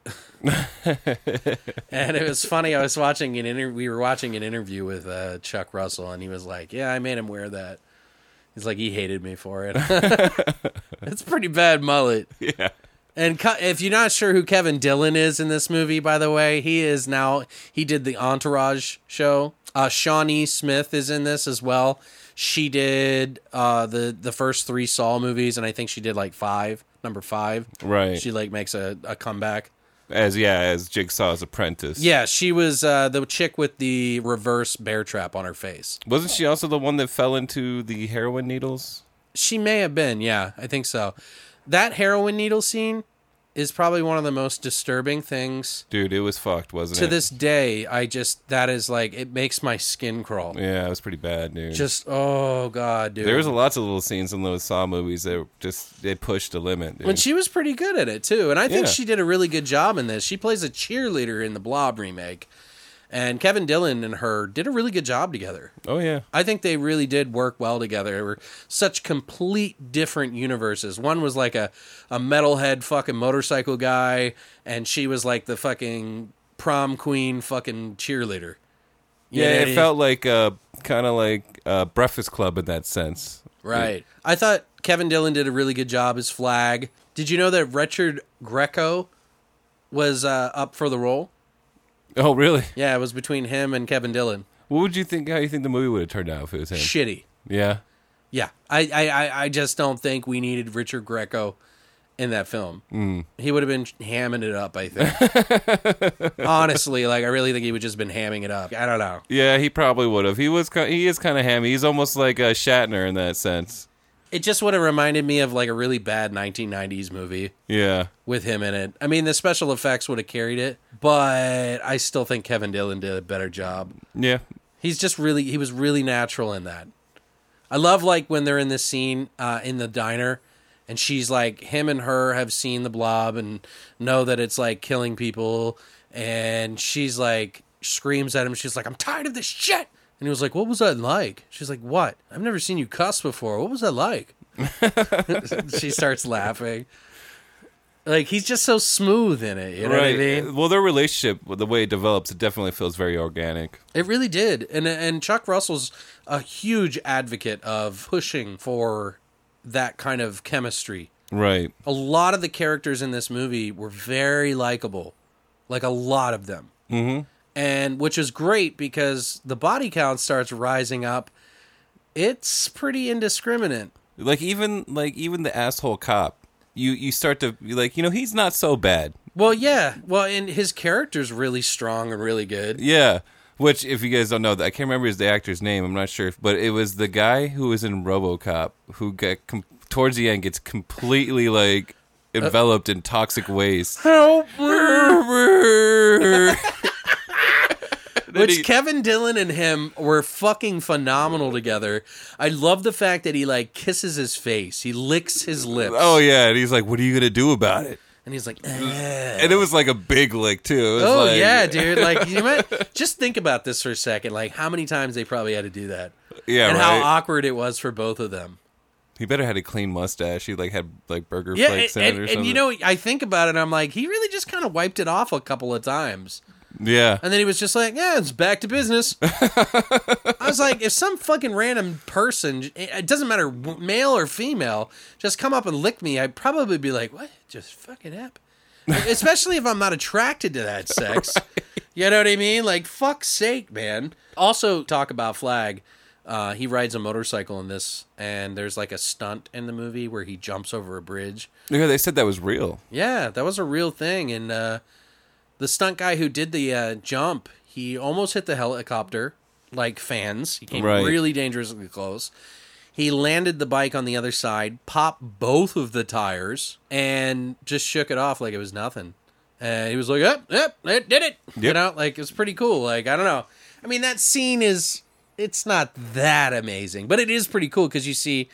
and it was funny. I was watching an interview. We were watching an interview with uh, Chuck Russell, and he was like, "Yeah, I made him wear that." He's like, "He hated me for it." it's a pretty bad mullet. Yeah. And Ke- if you're not sure who Kevin Dillon is in this movie, by the way, he is now he did the Entourage show. Uh, Shawnee Smith is in this as well. She did uh, the the first three Saw movies, and I think she did like five, number five. Right. She like makes a, a comeback. As yeah, as Jigsaw's apprentice. Yeah, she was uh, the chick with the reverse bear trap on her face. Wasn't she also the one that fell into the heroin needles? She may have been, yeah, I think so. That heroin needle scene is probably one of the most disturbing things Dude, it was fucked, wasn't to it? this day i just that is like it makes my skin crawl yeah, it was pretty bad, dude. just oh god dude there was a lots of little scenes in those Saw movies that just they pushed the limit. Dude. and she was pretty good at it too and i think Yeah. she did a really good job in this she plays a cheerleader in the blob remake and kevin dillon and her did a really good job together oh yeah, I think they really did work well together. They were such complete different universes. One was like a, a metalhead fucking motorcycle guy, and she was like the fucking prom queen fucking cheerleader. You yeah. know what I It mean? felt like uh, kind of like uh, Breakfast Club in that sense. Right. I thought Kevin Dillon did a really good job as Flag. Did you know that Richard Greco was uh, up for the role? Oh really? Yeah, it was between him and Kevin Dillon. What would you think? How you think the movie would have turned out if it was him? Shitty. Yeah. Yeah, I, I, I- I just don't think we needed Richard Greco in that film. Mm. He would have been hamming it up, I think. Honestly, like I really think he would just been hamming it up. I don't know. Yeah, he probably would have. He was. ki- He is kind of hammy. He's almost like a Shatner in that sense. It just would have reminded me of like a really bad 1990s movie Yeah. with him in it. I mean, the special effects would have carried it, but I still think Kevin Dillon did a better job. Yeah. He's just really he was really natural in that. I love like when they're in this scene uh, in the diner, and she's like him and her have seen the blob and know that it's like killing people, and she's like screams at him. She's like, "I'm tired of this shit." And he was like, "What was that like?" She's like, "What? I've never seen you cuss before. What was that like?" she starts laughing. Like he's just so smooth in it, you know what I mean? Well, their relationship, the way it develops, it definitely feels very organic. It really did, and and Chuck Russell's a huge advocate of pushing for that kind of chemistry. Right. A lot of the characters in this movie were very likable, like a lot of them, mm-hmm. and which is great because the body count starts rising up. It's pretty indiscriminate. Like even like even the asshole cop. You you start to like you know he's not so bad. Well, yeah, well, and his character's really strong and really good. Yeah. Which if you guys don't know, I can't remember his the actor's name. I'm not sure, but it was the guy who was in RoboCop who got com- towards the end gets completely like Uh, enveloped in toxic waste. Help yeah, Which he- Kevin Dillon and him were fucking phenomenal together. I love the fact that he like kisses his face, he licks his lips. Oh yeah, and he's like, "What are you gonna do about it?" and he's like, "Eh." And it was like a big lick too. It was oh like- yeah, dude. Like you might just think about this for a second. Like how many times they probably had to do that, yeah, and right. how awkward it was for both of them. he better had a clean mustache. He like had like burger Yeah, flakes and, in it or and- something. and you know, I think about it, and I'm like, he really just kind of wiped it off a couple of times. yeah, And then he was just like, yeah, it's back to business. I was like, if some fucking random person, it doesn't matter w- male or female, just come up and lick me, I'd probably be like, what just fucking happened? Especially if I'm not attracted to that sex. You know what I mean? Like, fuck's sake, man. Also, talk about Flag. Uh, he rides a motorcycle in this, and there's like a stunt in the movie where he jumps over a bridge. yeah. They said that was real. Yeah, that was a real thing. And uh, the stunt guy who did the uh, jump, he almost hit the helicopter like fans. He came Right. really dangerously close. He landed the bike on the other side, popped both of the tires, and just shook it off like it was nothing. And he was like, "Yep, yep, it did it." You Yep. know, like it's pretty cool. Like I don't know. I mean, that scene is it's not that amazing, but it is pretty cool because you see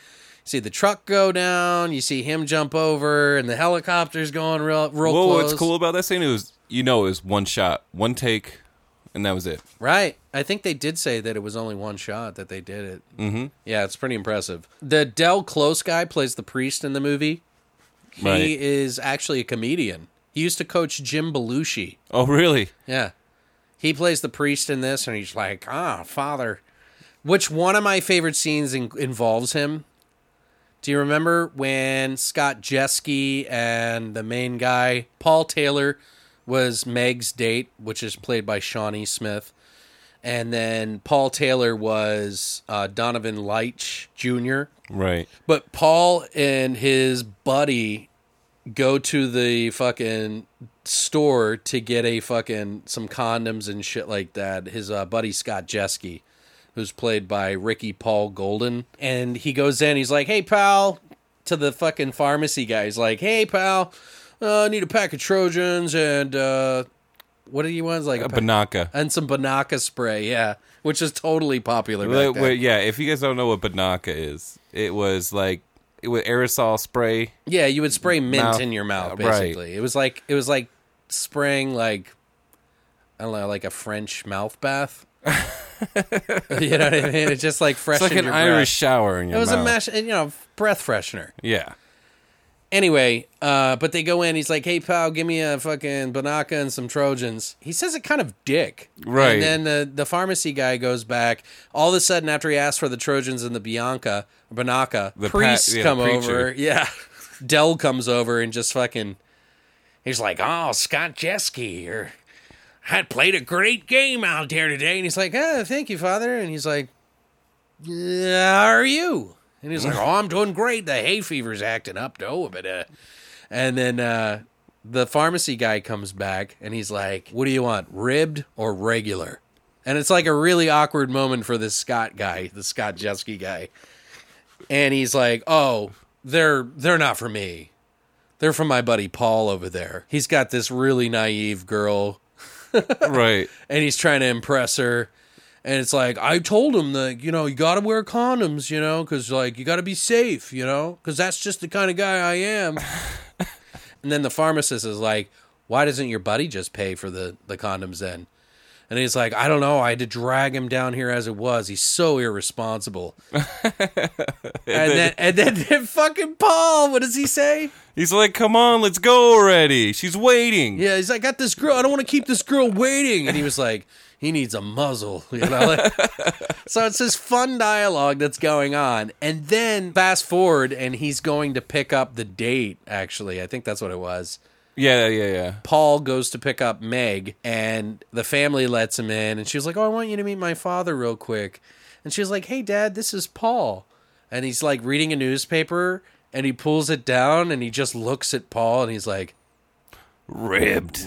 see the truck go down, you see him jump over, and the helicopter's going real real Well, close. what's cool about that scene was you know it was one shot, one take, and that was it. Right. I think they did say that it was only one shot that they did it. Mm-hmm. Yeah, it's pretty impressive. The Del Close guy plays the priest in the movie. He Right. is actually a comedian. He used to coach Jim Belushi. Oh, really? Yeah. He plays the priest in this, and he's like, ah, father. Which one of my favorite scenes in- involves him? Do you remember when Scott Jeske and the main guy, Paul Taylor, was Meg's date, which is played by Shawnee Smith? And then Paul Taylor was uh, Donovan Leitch Jr. Right. But Paul and his buddy go to the fucking store to get a fucking some condoms and shit like that. His uh, buddy Scott Jeske, who's played by Ricky Paul Golden, and he goes in. He's like, "Hey, pal," to the fucking pharmacy guy. He's like, "Hey, pal, uh, I need a pack of Trojans and uh, what do you want? It's Like a pack- Banaka. and some Banaka spray, yeah, which is totally popular. back Wait, then. wait, yeah, if you guys don't know what banaka is, it was like it was aerosol spray. Yeah, you would spray mint Mouth- in your mouth uh, right. basically. It was like it was like spraying like I don't know, like a French mouth bath. you know what I mean? It's just like It's fresh. like an Irish shower in your It was a mouth. mash, you know, breath freshener. Yeah. Anyway, uh, but they go in. He's like, "Hey, pal, give me a fucking banaka and some Trojans." He says it kind of dick, And Right. then the the pharmacy guy goes back. All of a sudden, after he asks for the Trojans and the Bianca banaka, The priests pa- yeah, come preacher. over. Yeah, Dell comes over and just fucking. He's like, "Oh, Scott Jeske, or I played a great game out there today," and he's like, "Ah, thank you, Father," and he's like, yeah, how are you? And he's like, oh, I'm doing great. The hay fever's acting up, though. But, uh, and then uh, the pharmacy guy comes back and he's like, what do you want, ribbed or regular? And it's like a really awkward moment for this Scott guy, the Scott Jeske guy. And he's like, oh, they're they're not for me. They're from my buddy Paul over there. He's got this really naive girl Right. and he's trying to impress her. And it's like, I told him that, you know, you got to wear condoms, you know, because, like, you got to be safe, you know, because that's just the kind of guy I am. and then the pharmacist is like, why doesn't your buddy just pay for the, the condoms then? And he's like, I don't know. I had to drag him down here as it was. He's so irresponsible. and, then, and then, then fucking Paul, what does he say? He's like, "Come on, let's go already. She's waiting." Yeah, he's like, I got this girl. I don't want to keep this girl waiting. And he was like, he needs a muzzle. You know? like- so it's this fun dialogue that's going on. And then fast forward, and he's going to pick up the date, actually. I think that's what it was. Yeah, yeah, yeah. Paul goes to pick up Meg, and the family lets him in. And she was like, Oh, I want you to meet my father real quick. And she was like, Hey, Dad, this is Paul. And he's like reading a newspaper, and he pulls it down, and he just looks at Paul, and he's like, Ribbed.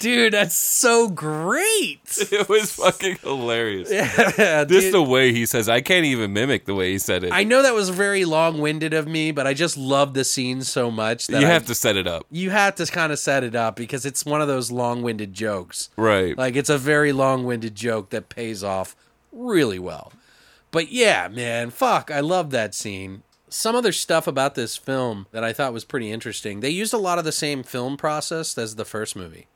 Dude, that's so great. It was fucking hilarious. Yeah, This dude. the way he says. I can't even mimic the way he said it. I know that was very long-winded of me, but I just love the scene so much that you I- have to set it up. you have to kind of set it up because it's one of those long-winded jokes. Right. Like it's a very long-winded joke that pays off really well. But yeah, man, fuck, I love that scene. Some other stuff about this film that I thought was pretty interesting. They used a lot of the same film process as the first movie.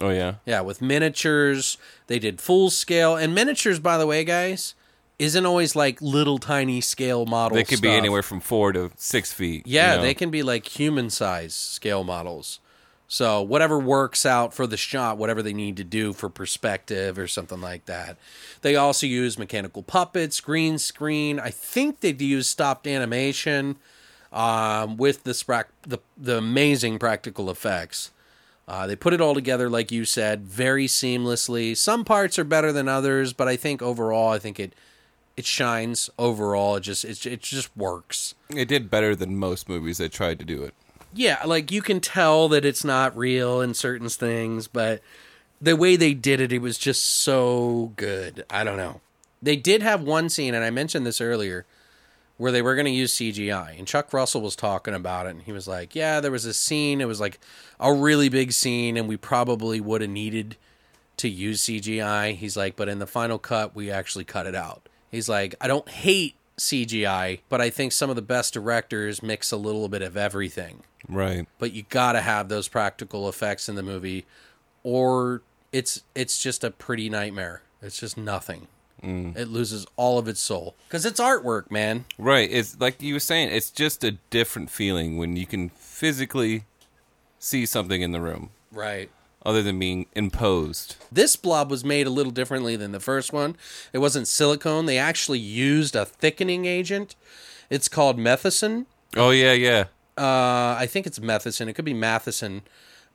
oh yeah. Yeah, with miniatures. They did full scale. And miniatures, by the way, guys, isn't always like little tiny scale models. They could be anywhere from 4 to 6 feet. you Yeah, know? they can be like human size scale models. So whatever works out for the shot, whatever they need to do for perspective or something like that. They also use mechanical puppets, green screen. I think they use stopped animation um, with the, sprac- the the amazing practical effects. Uh, they put it all together, like you said, very seamlessly. Some parts are better than others, but I think overall, I think it it shines overall. It just it, it just works. It did better than most movies that tried to do it. Yeah, like you can tell that it's not real in certain things, but the way they did it, it was just so good. I don't know. They did have one scene, and I mentioned this earlier, where they were going to use CGI, and Chuck Russell was talking about it, and he was like, "Yeah, there was a scene. It was like a really big scene, and we probably would have needed." to use CGI. He's like, but in the final cut, we actually cut it out. He's like, I don't hate CGI, but I think some of the best directors mix a little bit of everything. Right. But you gotta have those practical effects in the movie, or it's it's just a pretty nightmare. It's just nothing. it loses all of its soul because it's artwork, man. Right. It's like you were saying, it's just a different feeling when you can physically see something in the room Right. other than being imposed. This blob was made a little differently than the first one. It wasn't silicone. They actually used a thickening agent. It's called methicin. Oh yeah, yeah. Uh, I think it's methicin. It could be matheson.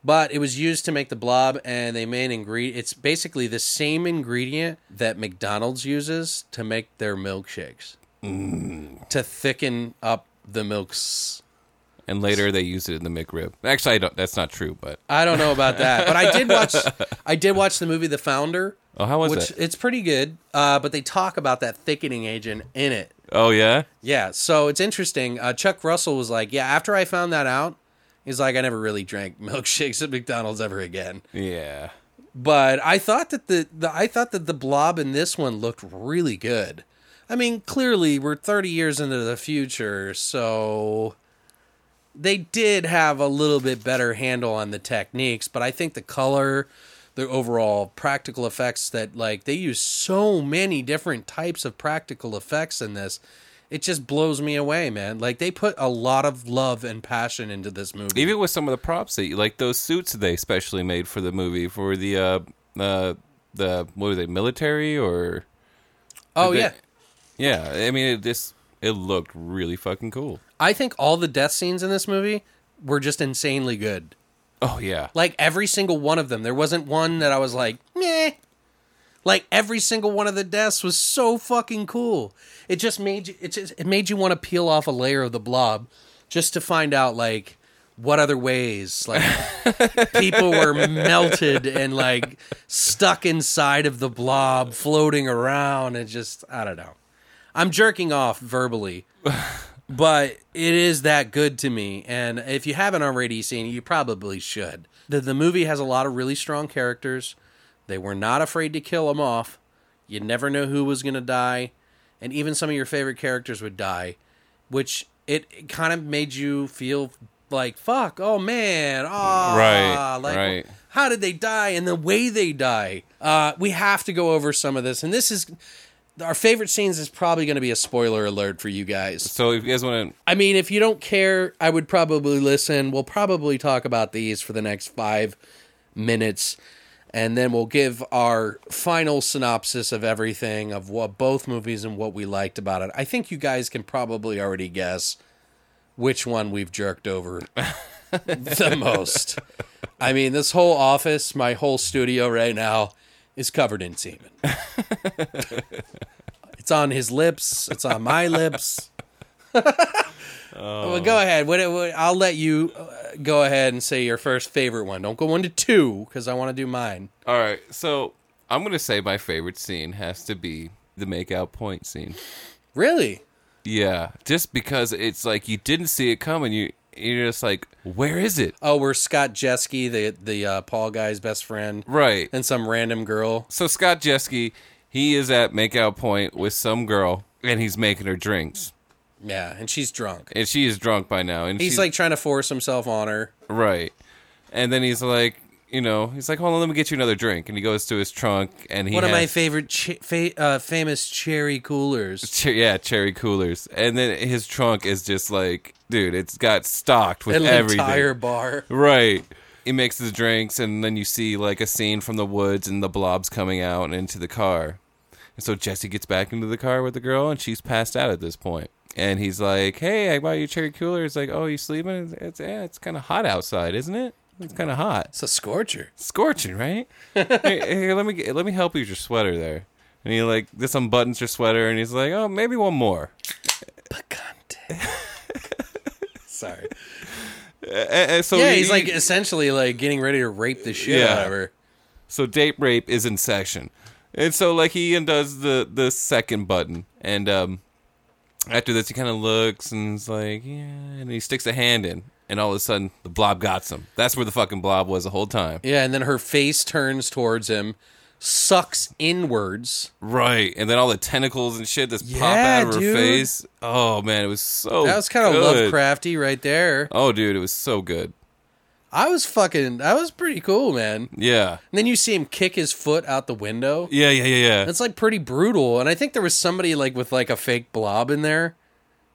But it was used to make the blob, and they made ingredient. It's basically the same ingredient that McDonald's uses to make their milkshakes Mm. to thicken up the milks. And later they used it in the McRib. Actually, I don't. That's not true. But I don't know about that, but I did watch. I did watch the movie The Founder. Oh, how was which it? It's pretty good, uh, but they talk about that thickening agent in it. oh yeah, Yeah, so it's interesting. Uh, Chuck Russell was like, "Yeah, after I found that out, he's like, I never really drank milkshakes at McDonald's ever again." yeah. But I thought that the, the I thought that the blob in this one looked really good. I mean, clearly we're 30 years into the future, so they did have a little bit better handle on the techniques, but I think the color, the overall practical effects that like they use so many different types of practical effects in this. It just blows me away, man. Like they put a lot of love and passion into this movie. Even with some of the props that you like, those suits they specially made for the movie for the uh uh the what were they military or oh they- yeah. yeah. I mean, it just it looked really fucking cool. I think all the death scenes in this movie were just insanely good. Oh yeah. Like every single one of them. There wasn't one that I was like, meh. Like every single one of the deaths was so fucking cool. It just made you it just it made you want to peel off a layer of the blob just to find out like what other ways like people were melted and like stuck inside of the blob floating around and just I don't know. I'm jerking off verbally but it is that good to me. And if you haven't already seen it, you probably should. The, the movie has a lot of really strong characters. They were not afraid to kill them off. You never know who was going to die. And even some of your favorite characters would die, which it, it kind of made you feel like, fuck, oh man, ah, Right, like, right. How did they die and the way they die? Uh, we have to go over some of this. And this is our favorite scenes is probably going to be a spoiler alert for you guys. So if you guys want to, I mean, if you don't care, I would probably listen. We'll probably talk about these for the next five minutes, and then we'll give our final synopsis of everything of what both movies and what we liked about it. I think you guys can probably already guess which one we've jerked over the most. I mean, this whole office, my whole studio right now, is covered in semen. it's on his lips. It's on my lips. Um, Well, go ahead. What, what, I'll let you uh, go ahead and say your first favorite one. Don't go one to two because I want to do mine. all right. So I'm gonna say my favorite scene has to be the make out point scene. Really? Yeah, just because it's like you didn't see it coming. You you're just like, where is it? Oh, we're Scott Jeske, the the uh, Paul guy's best friend, Right. and some random girl. So Scott Jeske, he is at makeout point with some girl, and he's making her drinks, Yeah, and she's drunk. and she is drunk by now. And He's she's- like trying to force himself on her. right. And then he's like, you know, he's like, hold on, let me get you another drink. And he goes to his trunk, and he One of my has- favorite che- fa- uh, famous cherry coolers. Che- yeah, cherry coolers, and then his trunk is just like, dude, it's got stocked with An everything. entire bar. Right. He makes his drinks, and then you see like a scene from the woods and the blobs coming out and into the car. And so Jesse gets back into the car with the girl, and she's passed out at this point. And he's like, "Hey, I bought you a cherry cooler." It's like, "Oh, you sleeping? It's it's, yeah, it's kind of hot outside, isn't it? It's kind of hot, It's a scorcher. scorching, right? hey, hey, let me get, let me help you with your sweater there." And he like this unbuttons your sweater, and he's like, "Oh, maybe one more." Picante. Sorry. And- and so Yeah, he- he's like essentially like getting ready to rape the shit Yeah. out of her. So date rape is in section. And so like he undoes the the second button and um after this he kind of looks and is like yeah and he sticks a hand in and all of a sudden the blob got him. That's where the fucking blob was the whole time. Yeah, and then her face turns towards him, sucks inwards. Right. And then all the tentacles and shit just pop out of Yeah, her dude. face. Oh man, it was so That was kind of good. Lovecrafty right there. Oh dude, it was so good. I was fucking. That was pretty cool, man. And Yeah. then you see him kick his foot out the window. Yeah, yeah, yeah, yeah. That's like pretty brutal. And I think there was somebody like with like a fake blob in there,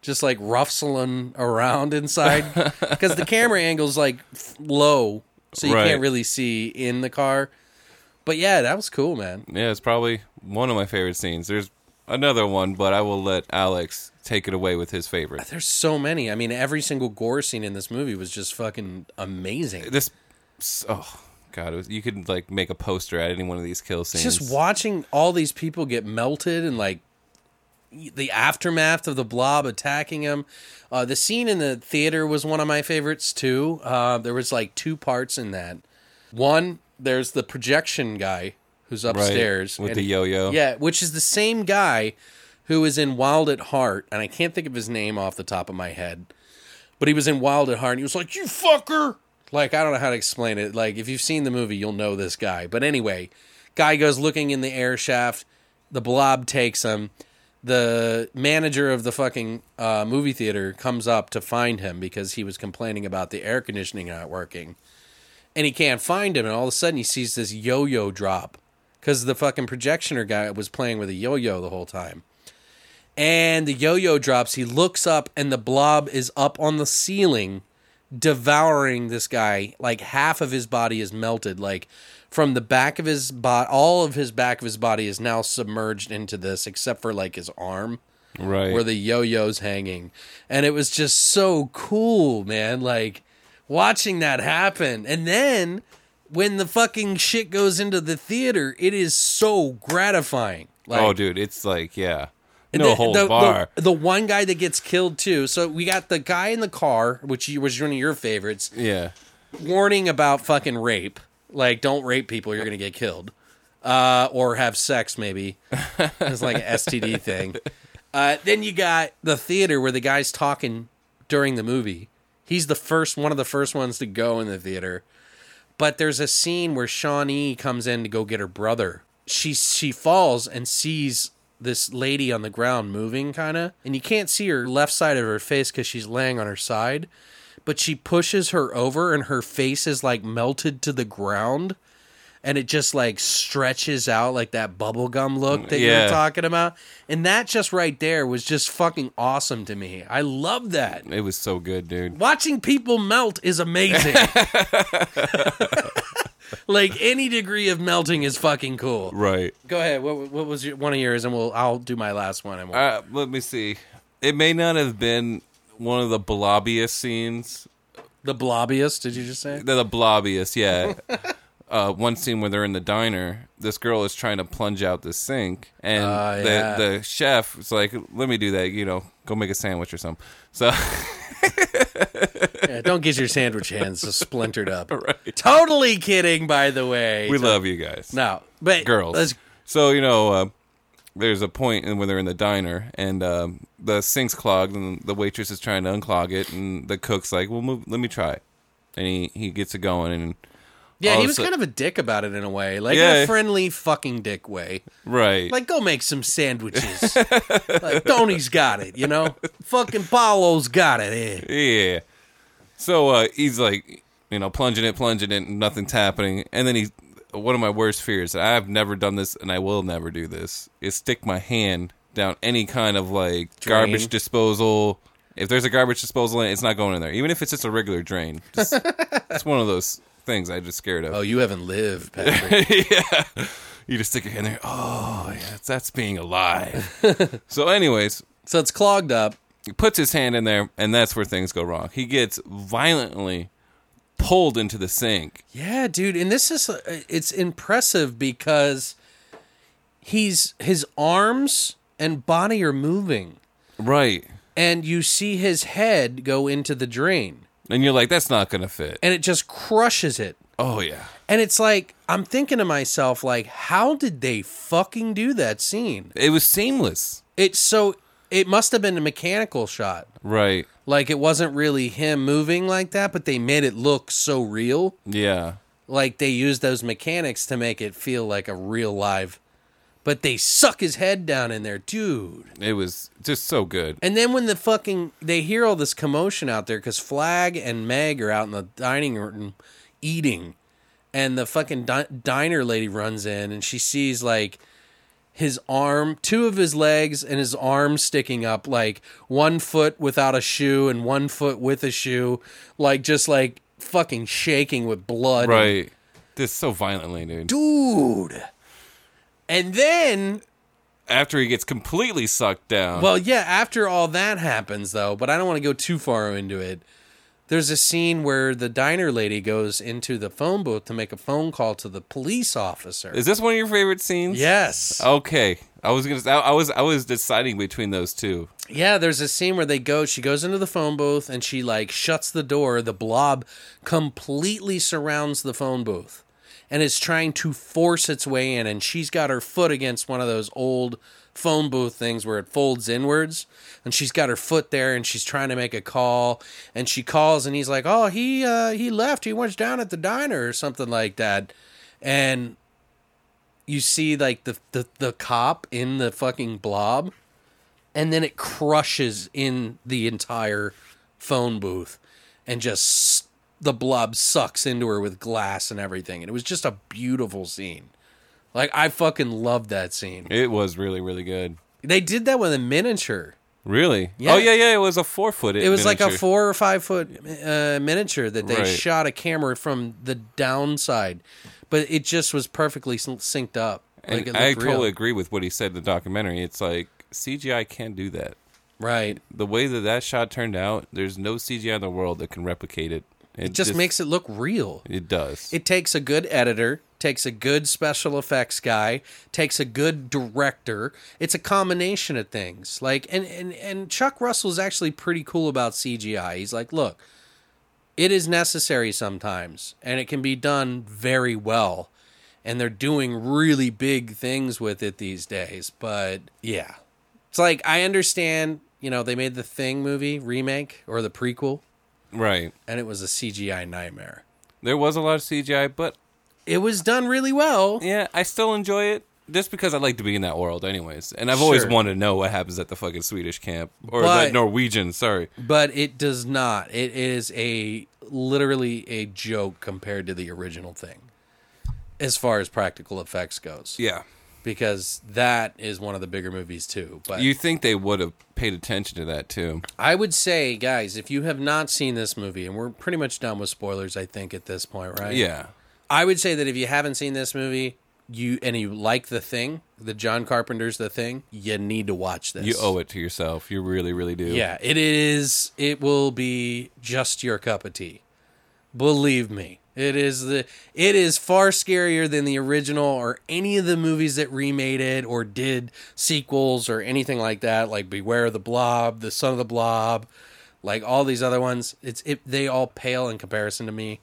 just like ruffling around inside because the camera angle's like f- low, so you Right. can't really see in the car. But yeah, that was cool, man. Yeah, it's probably one of my favorite scenes. There's another one, but I will let Alex take it away with his favorite. There's so many. I mean, every single gore scene in this movie was just fucking amazing. This, oh god, it was, you could like make a poster at any one of these kill scenes. Just watching all these people get melted and like the aftermath of the blob attacking him. Uh, the scene in the theater was one of my favorites too. Uh, there was like two parts in that. One, there's the projection guy who's upstairs with and- the yo-yo. Yeah, which is the same guy who is in Wild at Heart, and I can't think of his name off the top of my head. But he was in Wild at Heart, and he was like, "You fucker!" Like I don't know how to explain it. Like if you've seen the movie, you'll know this guy. But anyway, guy goes looking in the air shaft. The blob takes him. The manager of the fucking uh, movie theater comes up to find him because he was complaining about the air conditioning not working and he can't find him. And all of a sudden, he sees this yo-yo drop because the fucking projectioner guy was playing with a yo-yo the whole time. And the yo-yo drops. He looks up, and the blob is up on the ceiling, devouring this guy. Like half of his body is melted. Like from the back of his body, all of his back of his body is now submerged into this, except for like his arm right. where the yo-yo's hanging and it was just so cool man like watching that happen and then when the fucking shit goes into the theater it is so gratifying like oh, dude, it's like yeah, and no the- holds the, bar. The, the one guy that gets killed too so we got the guy in the car which you- was one of your favorites yeah, warning about fucking rape. Like, don't rape people; you're gonna get killed, uh, or have sex. Maybe it's like an STD thing. Uh, then you got the theater where the guy's talking during the movie. He's the first one of the first ones to go in the theater. But there's a scene where Shawnee comes in to go get her brother. She she falls and sees this lady on the ground moving kind of and you can't see her left side of her face cuz she's laying on her side but she pushes her over and her face is like melted to the ground and it just like stretches out like that bubblegum look that you Yeah. were talking about and that just right there was just fucking awesome to me i love that it was so good, dude. watching people melt is amazing like any degree of melting is fucking cool Right. go ahead what, what was your, one of yours and we'll i'll do my last one and we'll, Uh, let me see. It may not have been one of the blobbiest scenes the blobbiest did you just say They're the blobbiest, yeah. uh, one scene where they're in the diner, this girl is trying to plunge out the sink, and Ah, the yeah. the chef is like, "Let me do that," you know, go make a sandwich or something. So Yeah, don't get your sandwich hands just splintered up. Totally kidding, by the way. we love you guys, no, but girls. let's- So you know, uh, there's a point in- when they're in the diner, and um, the sink's clogged, and the waitress is trying to unclog it, and the cook's like, "Well, move, let me try it," and he he gets it going, and yeah, all he of was a sud- kind of a dick about it in a way, like in a Yeah. friendly fucking dick way. right, Like, go make some sandwiches. like, Tony's got it, you know. Fucking Paulo's got it. eh. Yeah. So uh, he's like, you know, plunging it, plunging it, and nothing's happening. And then he, one of my worst fears, and I've never done this, and I will never do this, is stick my hand down any kind of like garbage Drain. disposal. If there's a garbage disposal in it, it's not going in there, even if it's just a regular drain. Just, it's one of those things I just scared of. Oh, you haven't lived, Patrick. yeah. You just stick your hand there. Oh, yeah, that's being alive. so, anyways, so it's clogged up. he puts his hand in there, and that's where things go wrong. He gets violently pulled into the sink. Yeah, dude, and this is uh, it's impressive because he's his arms and body are moving. Right. and you see his head go into the drain And you're like, that's not going to fit. and it just crushes it oh, yeah. and it's like i'm thinking to myself like how did they fucking do that scene It was seamless. it's so it must have been a mechanical shot Right. like it wasn't really him moving like that but they made it look so real Yeah. like they used those mechanics to make it feel like a real live but they suck his head down in there, dude. It was just so good. And then when the fucking they hear all this commotion out there because Flag and Meg are out in the dining room eating, and the fucking di- diner lady runs in and she sees like his arm, two of his legs, and his arm sticking up, like one foot without a shoe and one foot with a shoe, like just like fucking shaking with blood, and Right. This so violently, dude. dude. And then After he gets completely sucked down. Well, yeah, after all that happens, though, but I don't want to go too far into it. There's a scene where the diner lady goes into the phone booth to make a phone call to the police officer. is this one of your favorite scenes? yes. Okay. I was gonna. I, I was. I was deciding between those two. Yeah, there's a scene where they go, she goes into the phone booth and she like shuts the door. The blob completely surrounds the phone booth and is trying to force its way in. And she's got her foot against one of those old phone booth things where it folds inwards. And she's got her foot there and she's trying to make a call. And she calls and he's like, Oh, he uh he left. He went down at the diner or something like that. And you see like the the, the cop in the fucking blob and then it crushes in the entire phone booth and just s- the blob sucks into her with glass and everything and it was just a beautiful scene like i fucking loved that scene It was really, really good. they did that with a miniature Really? Yeah. Oh yeah, yeah. It was a four foot. it was like a four or five foot uh, miniature that they Right. shot a camera from the downside but it just was perfectly syn- synced up And it I looked real. totally agree with what he said in the documentary. It's like CGI can't do that. right The way that that shot turned out, there's no CGI in the world that can replicate it. it just makes it look real it does. It takes a good editor, takes a good special effects guy, takes a good director. It's a combination of things. Like and and and Chuck Russell's actually pretty cool about CGI. He's like, "Look, it is necessary sometimes and it can be done very well." And they're doing really big things with it these days, but yeah. It's like I understand, you know, they made the Thing movie remake or the prequel right. and it was a CGI nightmare. There was a lot of CGI, but It was done really well. yeah, I still enjoy it just because I like to be in that world, anyways. And I've always Sure. wanted to know what happens at the fucking Swedish camp or But- the Norwegian. Sorry. but it does not. It is a literally a joke compared to the original thing, as far as practical effects goes. Yeah. Because that is one of the bigger movies too. But You think they would have paid attention to that too? I would say, guys, if you have not seen this movie, and we're pretty much done with spoilers, I think at this point, right? Yeah. I would say that if you haven't seen this movie, you and you like the thing, the John Carpenter's The Thing, you need to watch this. You owe it to yourself. You really, really do. Yeah, it is. It will be just your cup of tea. Believe me, it is the. It is far scarier than the original or any of the movies that remade it or did sequels or anything like that. Like Beware of the Blob, The Son of the Blob, like all these other ones. It's it. They all pale in comparison to me.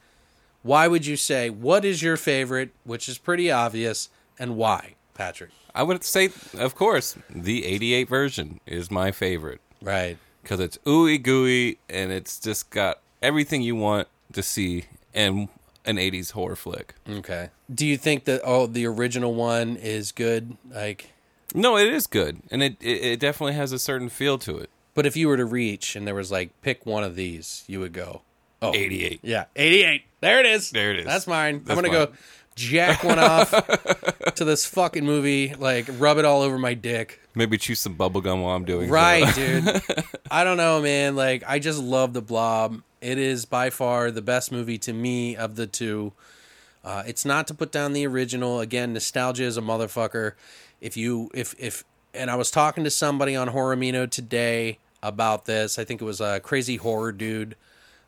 Why would you say what is your favorite? Which is pretty obvious, and why, Patrick? I would say, of course, the 88 version is my favorite Right. because it's ooey gooey and it's just got everything you want to see in an 80s horror flick. Okay. Do you think that oh the original one is good? Like No, it is good and it, it, it definitely has a certain feel to it. but if you were to reach and there was like pick one of these, you would go. Oh. 88. Yeah. 88. There it is. There it is. That's mine. That's I'm going to mine. go jack one off to this fucking movie, like rub it all over my dick. Maybe chew some bubblegum while I'm doing it. Right, dude. I don't know, man. Like, I just love The Blob. It is by far the best movie to me of the two. Uh, it's not to put down the original. Again, nostalgia is a motherfucker. If you, if, if, and I was talking to somebody on Horrormino today about this. I think it was a crazy horror dude.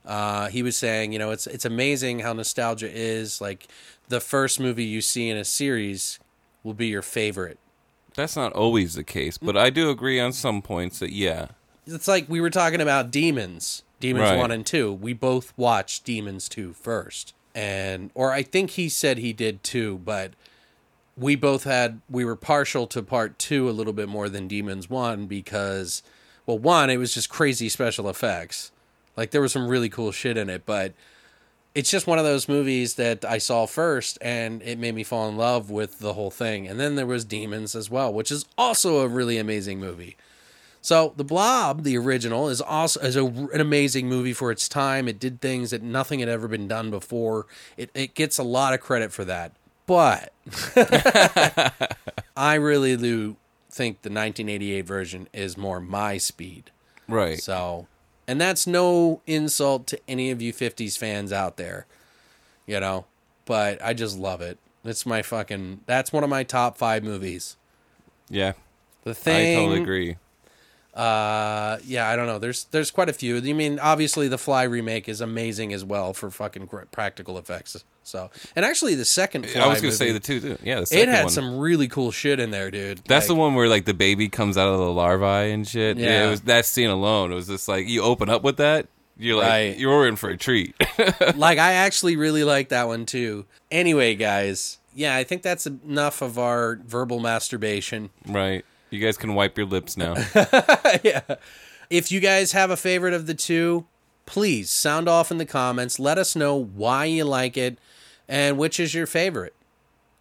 Uh, he was saying, you know, it's it's amazing how nostalgia is. Like, the first movie you see in a series will be your favorite. That's not always the case, but I do agree on some points that, yeah. it's like we were talking about demons demons Right. one and two we both watched demons two first and or i think he said he did too but we both had we were partial to part two a little bit more than demons one because well one it was just crazy special effects like there was some really cool shit in it but it's just one of those movies that I saw first and it made me fall in love with the whole thing. And then there was Demons as well, which is also a really amazing movie. So The Blob, the original, is also is a, an amazing movie for its time. It did things that nothing had ever been done before. It it gets a lot of credit for that. But I really do think the 1988 version is more my speed. Right. So, and that's no insult to any of you 50s fans out there, you know, but I just love it. It's my fucking, that's one of my top five movies. yeah. The thing, I totally agree. Uh, yeah, I don't know. There's there's quite a few. You mean obviously the Fly remake is amazing as well for fucking gr- practical effects. So, and actually the second Fly I was movie, going to say the two, too. Yeah, the it second had one. some really cool shit in there, dude. That's Like- the one where like the baby comes out of the larvae and shit. Yeah, Yeah. it was that scene alone. It was just like you open up with that, you're like Right. you're in for a treat. like I actually really like that one too. Anyway, guys, yeah, I think that's enough of our verbal masturbation. right. You guys can wipe your lips now. yeah. If you guys have a favorite of the two, please sound off in the comments. Let us know why you like it and which is your favorite.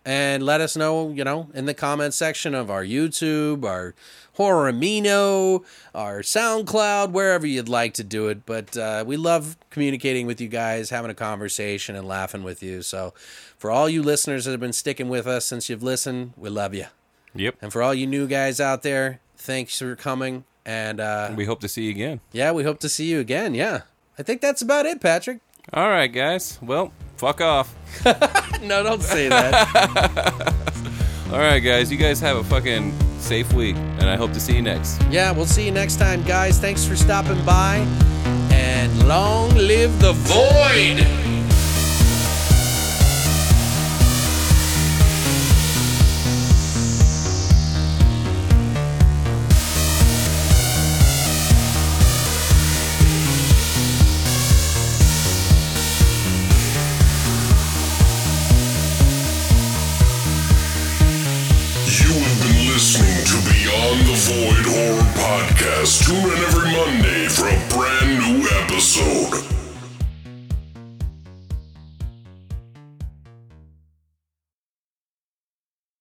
And let us know, you know, in the comment section of our YouTube, our Horror Amino, our SoundCloud, wherever you'd like to do it. But uh, we love communicating with you guys, having a conversation, and laughing with you. So, for all you listeners that have been sticking with us since you've listened, we love you. yep. And for all you new guys out there, thanks for coming. And uh, We hope to see you again. yeah, we hope to see you again. Yeah. I think that's about it, Patrick. All right, guys. Well, fuck off. No, don't say that. All right, guys. You guys have a fucking safe week, and I hope to see you next. yeah, we'll see you next time, guys. Thanks for stopping by. And long live the void. You have been listening to Beyond the Void Horror Podcast. Tune in every Monday for a brand new episode.